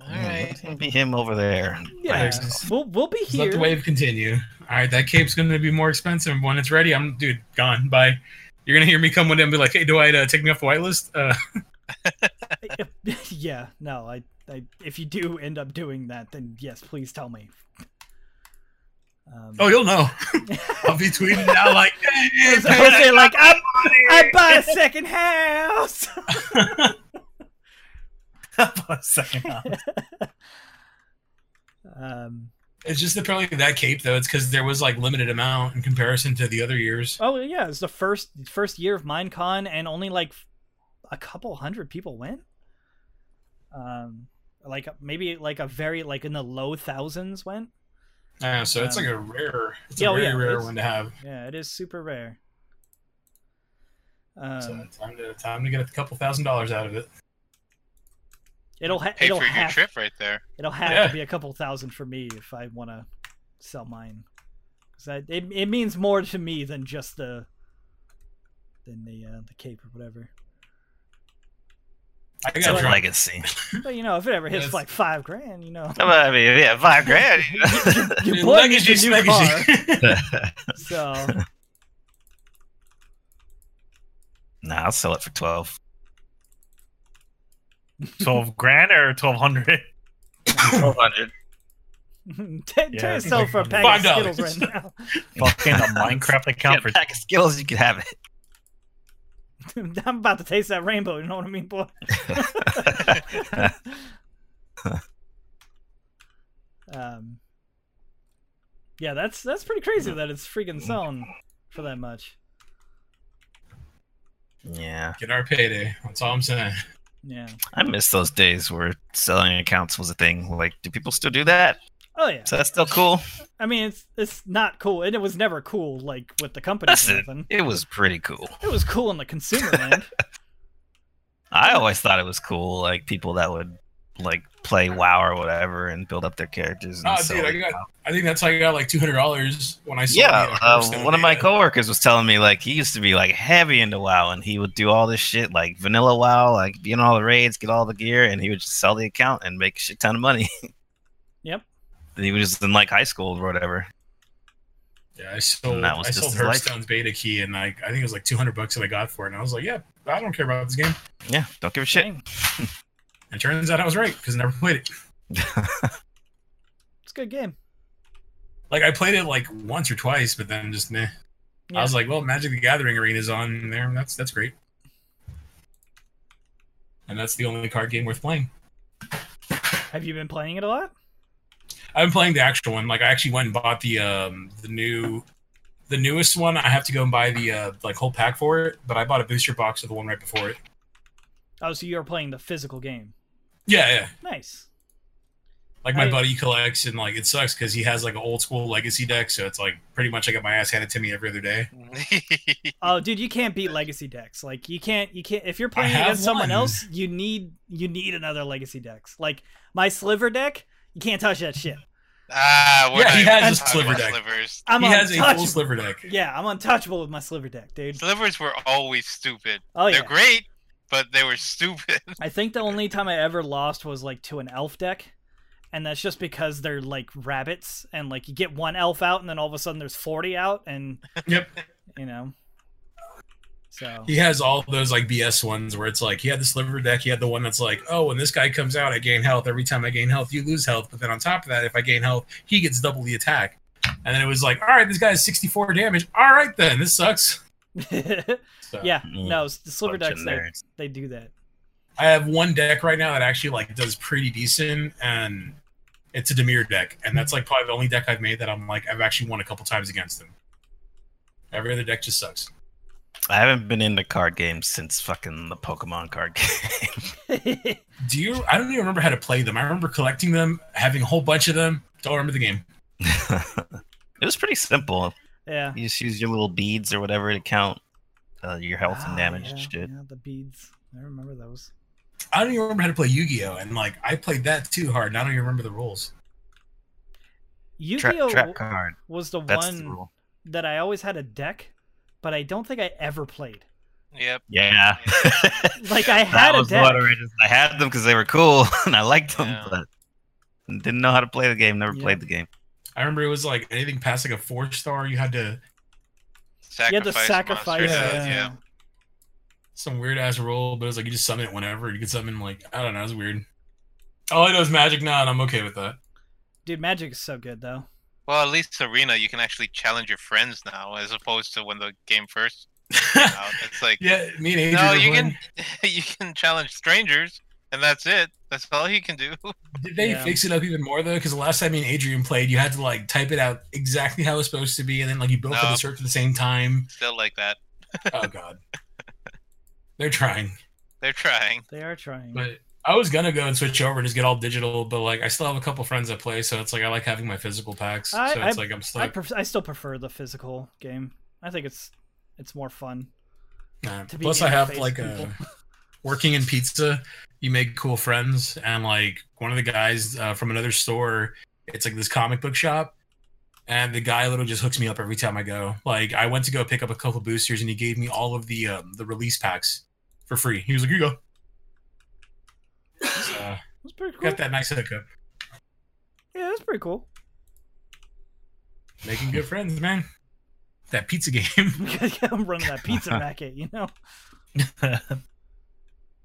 E: All
D: Yeah,
E: right.
D: It's gonna be him over there.
A: Yeah,
F: Thanks.
A: we'll we'll be
F: Just let the
A: here.
F: wave continue. All right, that cape's gonna be more expensive when it's ready. I'm dude gone. Bye. You're gonna hear me come one day and be like, "Hey, do I uh, take me off the whitelist?" Uh,
A: (laughs) yeah, no, I, I if you do end up doing that, then yes, please tell me. Um,
F: oh, you'll know. (laughs) I'll be tweeting now like, hey, hey,
A: so Jose, like (laughs) I, I buy a second house. (laughs)
C: But second half.
A: um,
F: It's just apparently that cape though. It's because there was like limited amount in comparison to the other years.
A: oh yeah, it's the first first year of MineCon, and only like a couple hundred people went. Um, like maybe like a very like in the low thousands went.
F: Uh, so it's
A: Um,
F: like a rare, it's
A: yeah,
F: a
A: oh,
F: very
A: yeah,
F: rare
A: it's-
F: one to have.
A: Yeah, it is super rare. Um,
F: so time to time to get a couple thousand dollars out of it.
A: it'll ha-
E: Pay
A: it'll
E: for your
A: have
E: trip right there. (laughs)
A: It'll have
F: Yeah.
A: to be a couple thousand for me if I want to sell mine, because it it means more to me than just the than the uh, the cape or whatever.
F: I got
D: It's a
F: drunk.
D: legacy.
A: But you know, if it ever hits
F: Yes.
A: like five grand, you know,
D: Come on, I mean, yeah, five grand.
A: (laughs)
D: (laughs) you know?
A: your
F: Dude,
A: boy
F: luggage
A: needs a new
F: is
A: car.
F: luggage.
A: (laughs) So
D: nah, I'll sell it for twelve.
C: Twelve grand or
A: (laughs)
C: twelve hundred?
G: 1200.
A: Tell
C: Yeah,
A: tell
C: it's
A: yourself
C: like
A: for a pack of
F: $5.
A: Skittles right now. (laughs)
C: Fucking a Minecraft account
D: Get
C: for
D: a pack of Skittles, you can have it.
A: (laughs) I'm about to taste that rainbow. You know what I mean, boy? um, yeah, that's that's pretty crazy that it's freaking selling for that much.
D: (laughs) Yeah,
F: (laughs) Get our payday. That's all I'm saying.
A: Yeah.
D: I miss those days where selling accounts was a thing. Like, do people still do that?
A: Oh yeah.
D: So that's still cool.
A: I mean, it's it's not cool, and it was never cool like with the company or
D: Listen,
A: anything.
D: it was pretty cool.
A: It was cool in the
D: (laughs)
A: consumer land.
D: I always thought it was cool, like people that would like play WoW or whatever and build up their characters. And
F: Oh,
D: sell
F: dude, I
D: it.
F: got. I think that's how I got like two hundred dollars when I saw.
D: yeah,
A: (laughs)
D: uh, one of my coworkers was telling me like he used to be like heavy into WoW and he would do all this shit like vanilla WoW, like be in all the raids, get all the gear, and he would just sell the account and make a shit ton of money. (laughs)
A: Yep.
D: And he was just in like high school or whatever.
F: Yeah, I sold.
D: And that was
F: I
D: just
F: sold
D: his life.
F: Hearthstone's beta key, and like I think it was like two hundred bucks that I got for it, and I was like, yeah, I don't care about this game.
D: Yeah, don't give a shit.
A: Dang.
F: And it turns out I was right because I never played it.
A: It's a good game.
F: Like I played it like once or twice, but then just meh.
A: Yeah.
F: I was like, well, Magic the Gathering arena's on there. and That's that's great. And that's the only card game worth playing.
A: Have you been playing it a lot?
F: I've been playing the actual one. Like I actually went and bought the um the new the newest one. I have to go and buy the uh like whole pack for it, but I bought a booster box of the one right before it.
A: Oh, so you are playing the physical game.
F: Yeah, yeah.
A: Nice.
F: Like my
A: I-
F: buddy collects and like it sucks because he has like an old school legacy deck, so it's like pretty much I get my ass handed to me every other day.
A: Oh, dude, you can't beat legacy decks. Like you can't, you can't. If you're
F: I
A: playing
F: have
A: against someone
F: one.
A: else, you need you need another legacy decks. Like my sliver deck, you can't touch that shit.
E: ah, we're
F: Yeah,
E: not
F: he
E: even
F: has a
E: talking
F: sliver
E: about
F: deck.
E: Slivers.
A: I'm
F: he has a
A: untouchable.
F: full sliver deck.
A: Yeah, I'm untouchable with my sliver deck, dude.
E: Slivers were always stupid.
A: Oh yeah.
E: They're great, but they were (laughs) stupid.
A: I think the only time I ever lost was like to an elf deck, and that's just because they're like rabbits, and like you get one elf out, and then all of a sudden there's forty out, and
F: Yep.
A: you know. So (laughs)
F: He has all those like BS ones where it's like he had the sliver deck. He had the one that's like, oh, when this guy comes out, I gain health. Every time I gain health, you lose health. But then on top of that, if I gain health, he gets double the attack. And then it was like, all right, this guy is 64 damage. All right, then this sucks. So
A: yeah, no, s- the sliver
D: Bunch of
A: decks they,
D: nerds.
A: they do that.
F: I have one deck right now that actually like does pretty decent, and it's a Demir deck, and that's like probably the only deck I've made that I'm like I've actually won a couple times against them. Every other deck just sucks.
D: I haven't been into card games since fucking the Pokemon card (laughs) game.
F: Do you? I don't even remember how to play them. I remember collecting them, having a whole bunch of them. Don't remember the game.
D: it was pretty simple.
A: (laughs) yeah.
D: You just use your little beads or whatever to count uh, your health
A: Ah,
D: and damage and
A: yeah,
D: shit.
A: yeah, the beads. I remember those.
F: I don't even remember how to play Yu-Gi-Oh, and like I played that too hard, and I don't even remember the rules.
D: Trap,
A: Yu-Gi-Oh
D: trap card.
A: was the
D: That's the
A: one
D: rule.
A: that I always had a deck, but I don't think I ever played. (laughs)
E: Yep. (laughs)
D: Yeah.
A: Like I had
D: that
A: a
D: was
A: deck.
D: what I just- I had them because they were cool (laughs) and I liked them,
E: Yeah.
D: but didn't know how to play the game. Never
A: Yeah.
D: played the game.
F: I remember it was like anything past like a four star, you had to
A: You had to sacrifice.
E: monsters,
F: Yeah,
A: uh,
E: yeah.
F: some weird ass roll, but it was like you just summon it whenever you could summon like I don't know, it was weird. All I know is magic now, and I'm okay
E: (laughs)
F: with that.
A: Dude, Magic is so good though.
E: Well, at least Arena, you can actually challenge your friends now, as opposed to when the game first came out. It's like,
F: Yeah, me and Adrian.
E: no,
F: were
E: you
F: playing.
E: can (laughs) you can challenge strangers, and that's it. That's all you can do. (laughs)
F: Did they
A: Yeah.
F: fix it up even more though? Because the last time me and Adrian played, you had to like type it out exactly how it's supposed to be, and then like you both had
E: No.
F: to search at the same time.
E: Still like that. (laughs)
F: Oh god, they're trying.
E: They're trying.
A: They are trying.
F: But I was gonna go and switch over and just get all digital, but like I still have a couple friends that play, so it's like I like having my physical packs.
A: I-
F: so it's
A: I-
F: like I'm
A: I,
F: stuck.
A: pref- I still prefer the physical game. I think it's it's more fun.
F: Nah.
A: to be
F: Plus, I have
A: interface
F: like a
A: people.
F: working in pizza. You make cool friends, and like one of the guys uh, from another store, it's like this comic book shop, and the guy literally just hooks me up every time I go. Like I went to go pick up a couple boosters, and he gave me all of the um, the release packs for free. He was like, "You go." So,
A: It's pretty cool.
F: got that nice hookup.
A: Yeah, that's pretty cool.
F: Making good friends, man. That pizza game. (laughs)
A: I'm running
D: (laughs)
A: that pizza back at you know.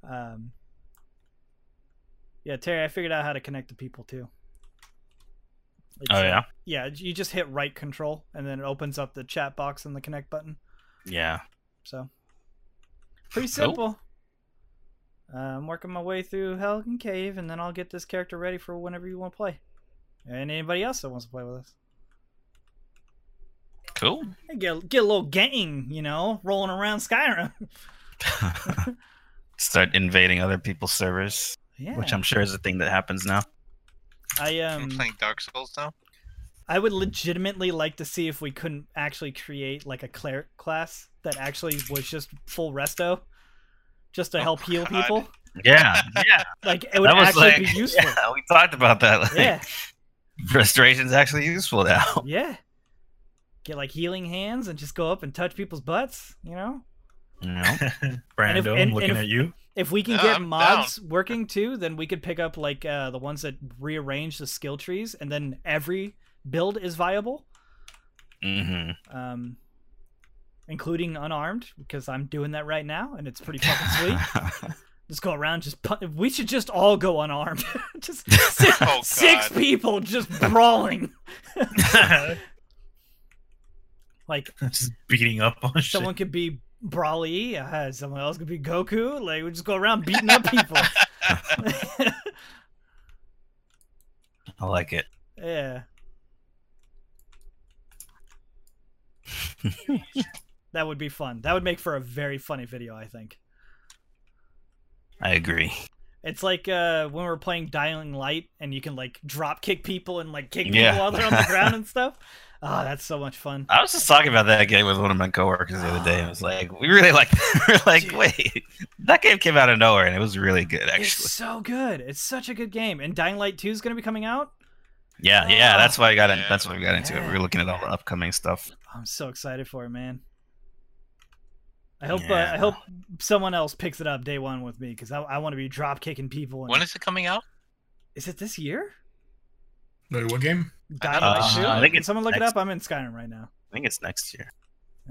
A: um, Yeah, Terry, I figured out how to connect to people too. It's,
D: Oh
A: uh,
D: yeah,
A: Yeah, you just hit right control and then it opens up the chat box and the connect button.
D: yeah.
A: So pretty
D: Cool.
A: simple. Uh, I'm working my way through Helgen Cave, and then I'll get this character ready for whenever you want to play, and anybody else that wants to play with us.
D: Cool.
A: Hey, Get get a little gang, you know, rolling around Skyrim.
D: (laughs)
A: (laughs)
D: Start invading other people's servers,
A: yeah,
D: which I'm sure is a thing that happens now.
A: I
E: I'm
A: um
E: playing Dark Souls now.
A: I would legitimately like to see if we couldn't actually create like a cleric class that actually was just full resto, just to
E: Oh,
A: help heal
E: God.
A: people.
D: Yeah, yeah.
A: Like it would
D: that was
A: actually
D: like,
A: be useful.
D: (laughs) yeah, (laughs) we talked about that. Like,
A: yeah.
D: restoration's actually useful now.
A: Yeah. Get like healing hands and just go up and touch people's butts, you know?
D: You know? (laughs)
A: if-
C: Brando,
A: and-
C: I'm looking
A: and if-
C: at you. (laughs)
A: If we can
E: Yeah,
A: get
E: I'm
A: mods working too, then we could pick up like uh, the ones that rearrange the skill trees and then every build is viable,
D: hmm
A: um, including unarmed, because I'm doing that right now and it's pretty fucking
E: (laughs)
A: sweet. Let's go around just pun- we should just all go unarmed. (laughs) just (laughs) six,
E: (laughs) Oh,
A: six
E: God.
A: people just brawling. Like
E: Oh,
C: Just beating up on
A: Someone could be Brawly, uh, someone else could be Goku. Like we just go around beating up
E: (laughs)
A: people.
D: (laughs)
A: (laughs)
D: I like it.
E: (laughs)
A: yeah. that would be fun. That would make for a very funny video, I think.
D: I agree.
A: It's like uh, when we are playing Dying Light and you can like drop kick people and like kick
D: Yeah.
A: people while they're on the ground
D: (laughs)
A: and stuff. Oh, that's so much fun.
D: I was just talking about that game with one of my coworkers the other day. I was like, we really like (laughs) we're like, wait, that game came out of nowhere and it was really good actually.
A: It's so good. It's such a good game. And Dying Light 2 is going to be coming out.
D: Yeah, yeah, that's why I got in,
E: Yeah.
D: that's why we got into it. We were looking at all the upcoming stuff.
A: I'm so excited for it, man. I hope uh,
D: Yeah.
A: I hope someone else picks it up day one with me because I, I want to be drop kicking people. And,
E: When is it coming out?
A: is it this year?
F: Wait, what game?
A: Dying
E: Uh,
A: Light 2?
E: I
D: think
A: Can
D: it's
A: someone look it
D: next-
A: up? I'm in Skyrim right now.
D: I think it's next year.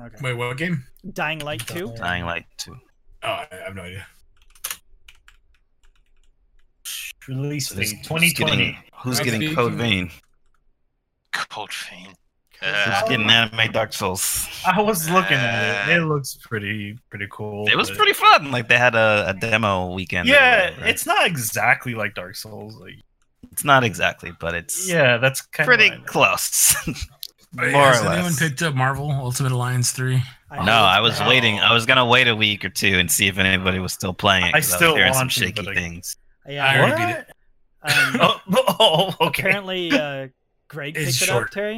A: Okay.
F: Wait, what game?
A: Dying Light 2?
D: Dying Light 2.
F: Oh, I I have no idea.
C: Release
D: Who's-
C: date
D: who's
C: 2020.
D: getting- Who's
F: Right,
D: getting
F: speaking
D: Code
F: of-
D: Vein?
E: Code Vein.
D: Who's
E: Uh,
D: getting Anime Dark Souls?
C: I was looking at it. It
E: Uh,
C: looks pretty pretty cool.
D: It was
C: but-
D: pretty fun. Like they had a, a demo weekend. or
C: Yeah,
D: whatever.
C: it's not exactly like Dark Souls. Like,
D: it's not exactly, but it's
C: yeah, that's kind
D: pretty
C: of
D: close. (laughs) More
F: Wait,
D: or
F: has anyone
D: less.
F: picked up Marvel Ultimate Alliance three?
D: No, I was
A: uh,
E: Oh.
D: waiting. I was gonna wait a week or two and see if anybody was still playing it.
C: I
D: 'cause
C: still
D: was hearing some
C: want to,
D: shaky
C: but I-
D: things.
F: I
A: Yeah.
F: already
C: What?
F: beat it.
A: um,
C: (laughs) Oh, oh, okay.
A: apparently, uh, Greg
F: It's
A: picked it up,
F: short.
A: Terry.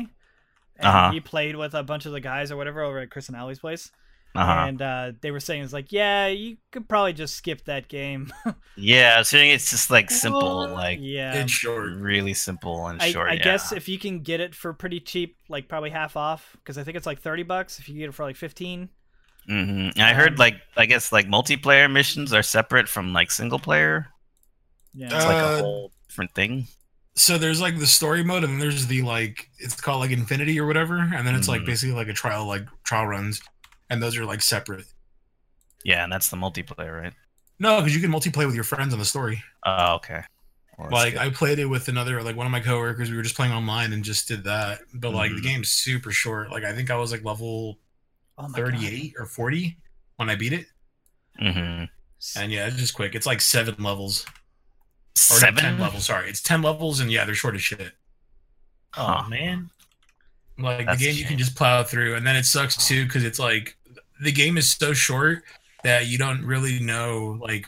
A: And
D: Uh-huh.
A: he played with a bunch of the guys or whatever over at Chris and Allie's place.
D: Uh huh.
A: And uh, they were saying, it's like, yeah, you could probably just skip that game. (laughs)
D: Yeah, I was hearing it's just like simple, like
A: yeah.
F: It's short.
D: really simple and
A: I,
D: short.
A: I
D: yeah.
A: guess if you can get it for pretty cheap, like probably half off, because I think it's like thirty bucks. If you get it for like fifteen,
D: hmm I
A: um,
D: heard like I guess like multiplayer missions are separate from like single player.
A: yeah,
D: It's like a
F: Uh,
D: whole different thing.
F: So there's like the story mode, and then there's the like it's called like Infinity or whatever, and then it's like
D: Mhm.
F: basically like a trial like trial runs, and those are like separate.
D: Yeah, and that's the multiplayer, right?
F: No, because you can multiplayer with your friends on the story.
D: Oh, okay. Well, that's
F: like
D: good.
F: I played it with another like one of my coworkers. We were just playing online and just did that. But like the
D: Mhm.
F: game's super short. Like I think I was like level
A: oh my God.
F: 38 or 40 when I beat it.
D: Mhm.
F: And yeah, it's just quick. It's like seven levels. Or not,
D: seven
F: 10 levels, sorry. It's 10 levels and yeah, they're short as shit.
D: Huh.
C: Oh man,
F: Like
D: That's a
F: the game you can
D: shame.
F: just plow through and then it sucks too cuz it's like the game is so short that you don't really know like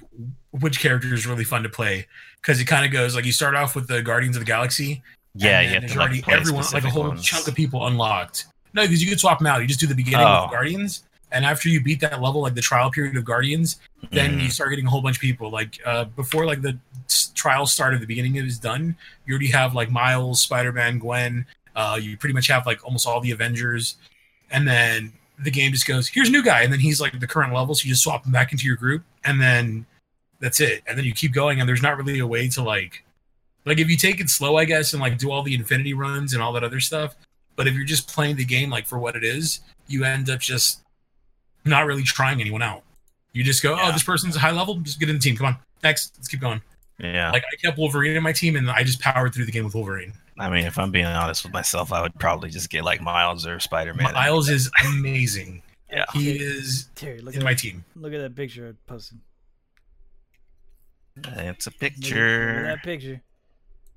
F: which character is really fun to play cuz it kind of goes like you start off with the Guardians of the Galaxy
D: Yeah,
F: and
D: you
F: then
D: have
F: there's
D: to like
F: already
D: play
F: everyone like a
D: specific
F: whole
D: ones.
F: chunk of people unlocked. No, because you could swap them out. You just do the beginning
D: Oh.
F: with Guardians, and after you beat that level, like the trial period of Guardians, then
D: Mhm.
F: you start getting a whole bunch of people. Like uh, before, like the s- trial start at the beginning is done, you already have like Miles, Spider Man, Gwen. Uh, you pretty much have like almost all the Avengers, and then the game just goes, "Here's a new guy," and then he's like the current level, so you just swap him back into your group, and then that's it. And then you keep going, and there's not really a way to like, like if you take it slow, I guess, and like do all the Infinity runs and all that other stuff. But if you're just playing the game like for what it is, you end up just not really trying anyone out. You just go, oh,
D: Yeah.
F: this person's high level, just get in the team. Come on, next, let's keep going.
D: Yeah.
F: Like I kept Wolverine in my team, and I just powered through the game with Wolverine.
D: I mean, if I'm being honest with myself, I would probably just get like Miles or Spider Man.
F: Miles is amazing.
D: Yeah.
F: He is
A: Terry, look at
F: in my
A: that-
F: team.
A: look at that picture I posted.
D: It's a
A: Look at- look at
D: picture.
A: that picture.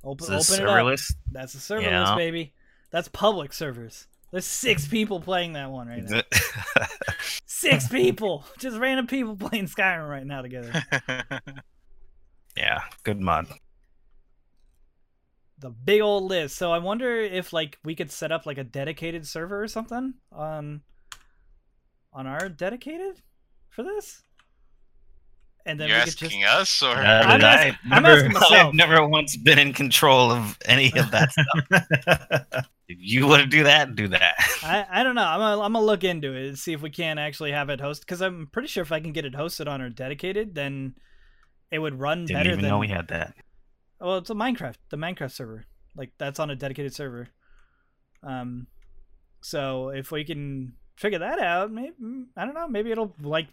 A: Open,
D: It's
A: open
D: a
A: it up.
D: surrealist.
A: That's a serverless
D: Yeah.
A: baby. That's public servers. There's six people playing that one right now.
E: (laughs)
A: Six people, just random people playing Skyrim right now together.
D: (laughs) yeah, good mod.
A: The big old list. So I wonder if like we could set up like a dedicated server or something on on our dedicated for this, and then
E: You're
A: we could just
E: asking us, or
D: Uh,
A: I'm
D: (laughs) I
A: asking- I'm
D: never-
A: asking myself.
D: I've never once been in control of any of that stuff.
A: (laughs)
D: If you want to do that, do that.
A: I, I don't know. I'm gonna, I'm gonna look into it and see if we can actually have it hosted because I'm pretty sure if I can get it hosted on our dedicated, then it would run
D: Didn't
A: better
D: even
A: than.
D: know we had that.
A: Well, it's a Minecraft, the Minecraft server. Like that's on a dedicated server. Um, so if we can figure that out, maybe I don't know. Maybe it'll like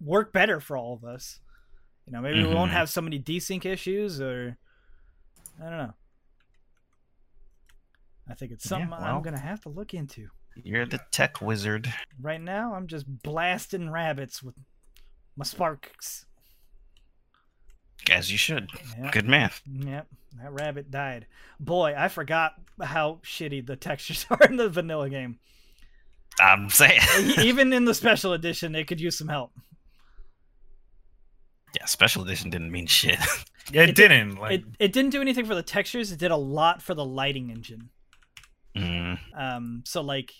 A: work better for all of us. You know, maybe we won't
D: Mhm.
A: have so many desync issues, or I don't know. I think it's
D: Yeah,
A: something
D: well.
A: I'm gonna have to look into.
D: You're the tech wizard.
A: Right now, I'm just blasting rabbits with my
D: (laughs)
A: sparks.
D: As you should.
A: Yeah.
D: Good man.
A: Yep, that rabbit died. Boy, I forgot how shitty the textures (laughs) are in the vanilla game.
D: I'm saying.
A: E- Even in the special edition, it could use some help.
D: (laughs) yeah, special edition didn't
A: (laughs)
D: mean shit.
C: Yeah, it,
A: It did-
C: didn't. Like,
A: It it didn't do anything for the textures. It did a lot for the lighting engine.
D: Mm.
A: Um, so like,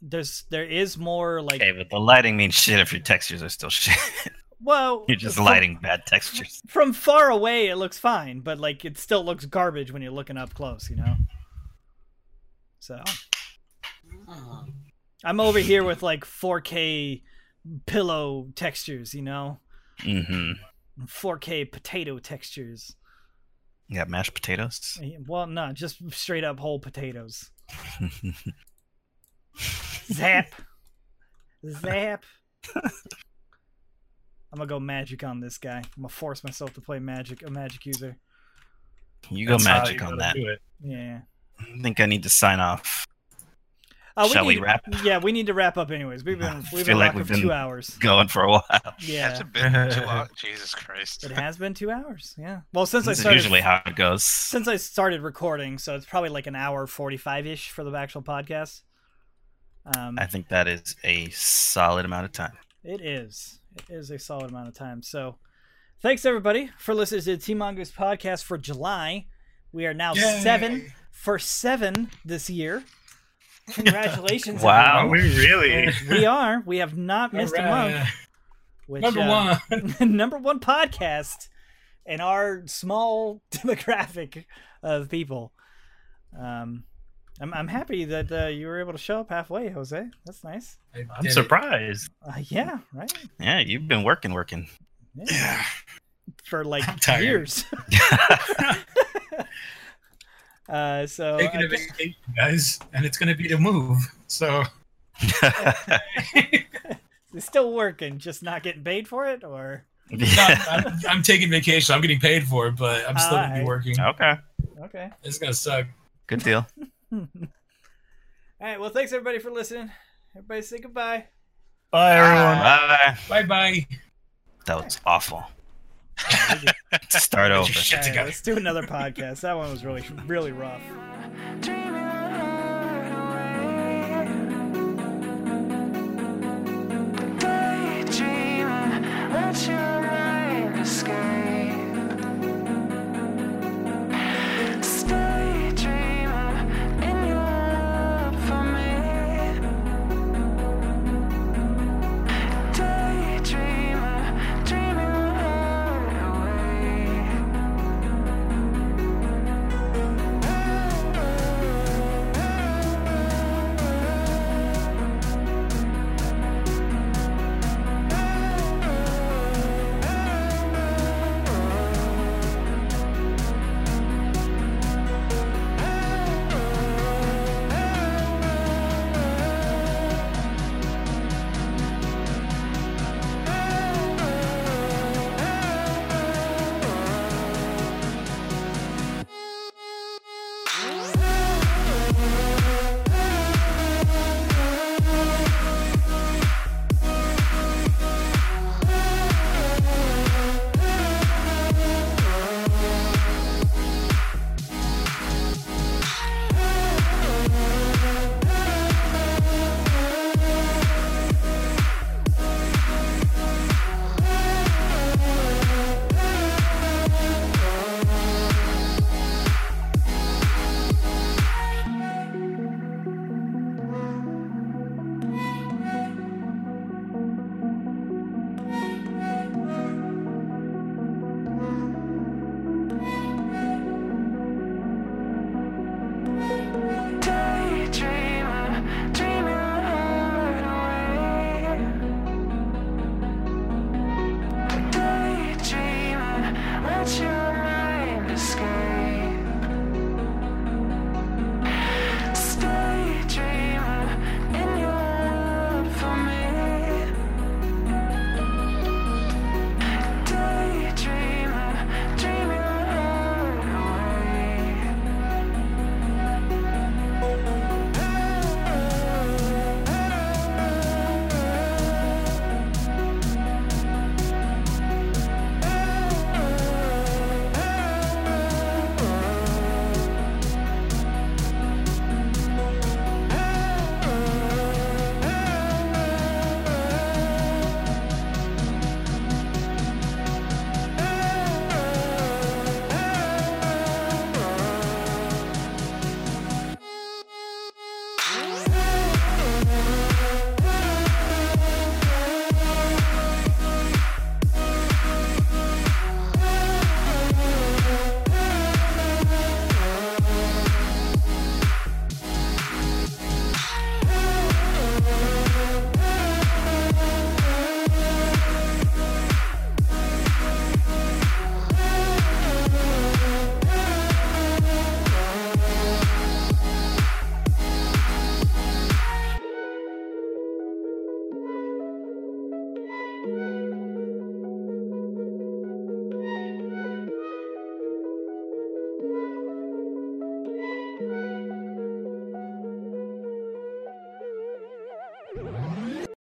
A: there's there is more like
D: Okay, but the lighting means shit if your textures are still shit.
A: well,
D: You're just
A: from-
D: lighting bad textures.
A: From far away, it looks fine, but like it still looks garbage when you're looking up close. You know. So. I'm over here with like 4K pillow textures, you know,
D: hmm
A: 4K potato textures.
D: You got mashed potatoes.
A: Well, no, just straight up whole potatoes. Zap, zap. I'm gonna go magic on this guy. I'm gonna force myself to play magic, a magic user.
D: (laughs) you go
C: that's how
D: magic
C: you gotta
D: on that.
C: do it.
A: Yeah.
D: I think I need to sign off.
A: Uh,
D: Shall we
A: need-
D: wrap?
A: Yeah, we need to wrap up anyways. We've been
D: I
A: we've
D: feel
A: been
D: like
A: rocking
D: we've
A: for
D: been-
A: two hours.
D: Going for a while.
A: Yeah,
E: that's a bit too long. Jesus Christ.
A: it has been two hours. Yeah. Well, since I
D: This is
A: started
D: usually how it goes.
A: since I started recording, so it's probably like an hour forty-five ish for the actual podcast. Um,
D: I think that is a solid amount of time.
A: it is. It is a solid amount of time. So, thanks everybody for listening to the Team Mongoose podcast for July. We are now seven for seven this year. Congratulations!
D: Wow.
C: Are Oh,
A: (laughs)
C: we really?
A: everyone. we are. We have not missed a month. Which,
F: Number
A: uh,
F: one.
A: (laughs) number one podcast in our small (laughs) demographic of people. Um, I'm, I'm happy that uh, you were able to show up halfway, Jose. That's nice.
C: I'm surprised.
A: Uh, yeah, right.
D: Yeah, you've been working, working.
B: Yeah.
A: For like
F: I'm tired. (laughs)
A: years. (laughs) uh, so I
F: Taking a
A: guess-
F: vacation, guys, and it's going to be to move. So
A: it's still working, just not getting paid for it, or
F: no, I'm, I'm taking vacation. I'm getting paid for it, but I'm still going to be
A: Alright.
D: (laughs)
F: working.
D: okay.
A: okay.
F: It's going to suck.
D: Good deal.
A: All right. Well, thanks everybody for listening. Everybody, say goodbye.
C: Bye, everyone.
D: Bye.
F: Bye bye.
D: That was awful. (laughs) Start over.
A: All right, let's do another podcast. That one was really, really rough.
H: Thank you
A: Bye.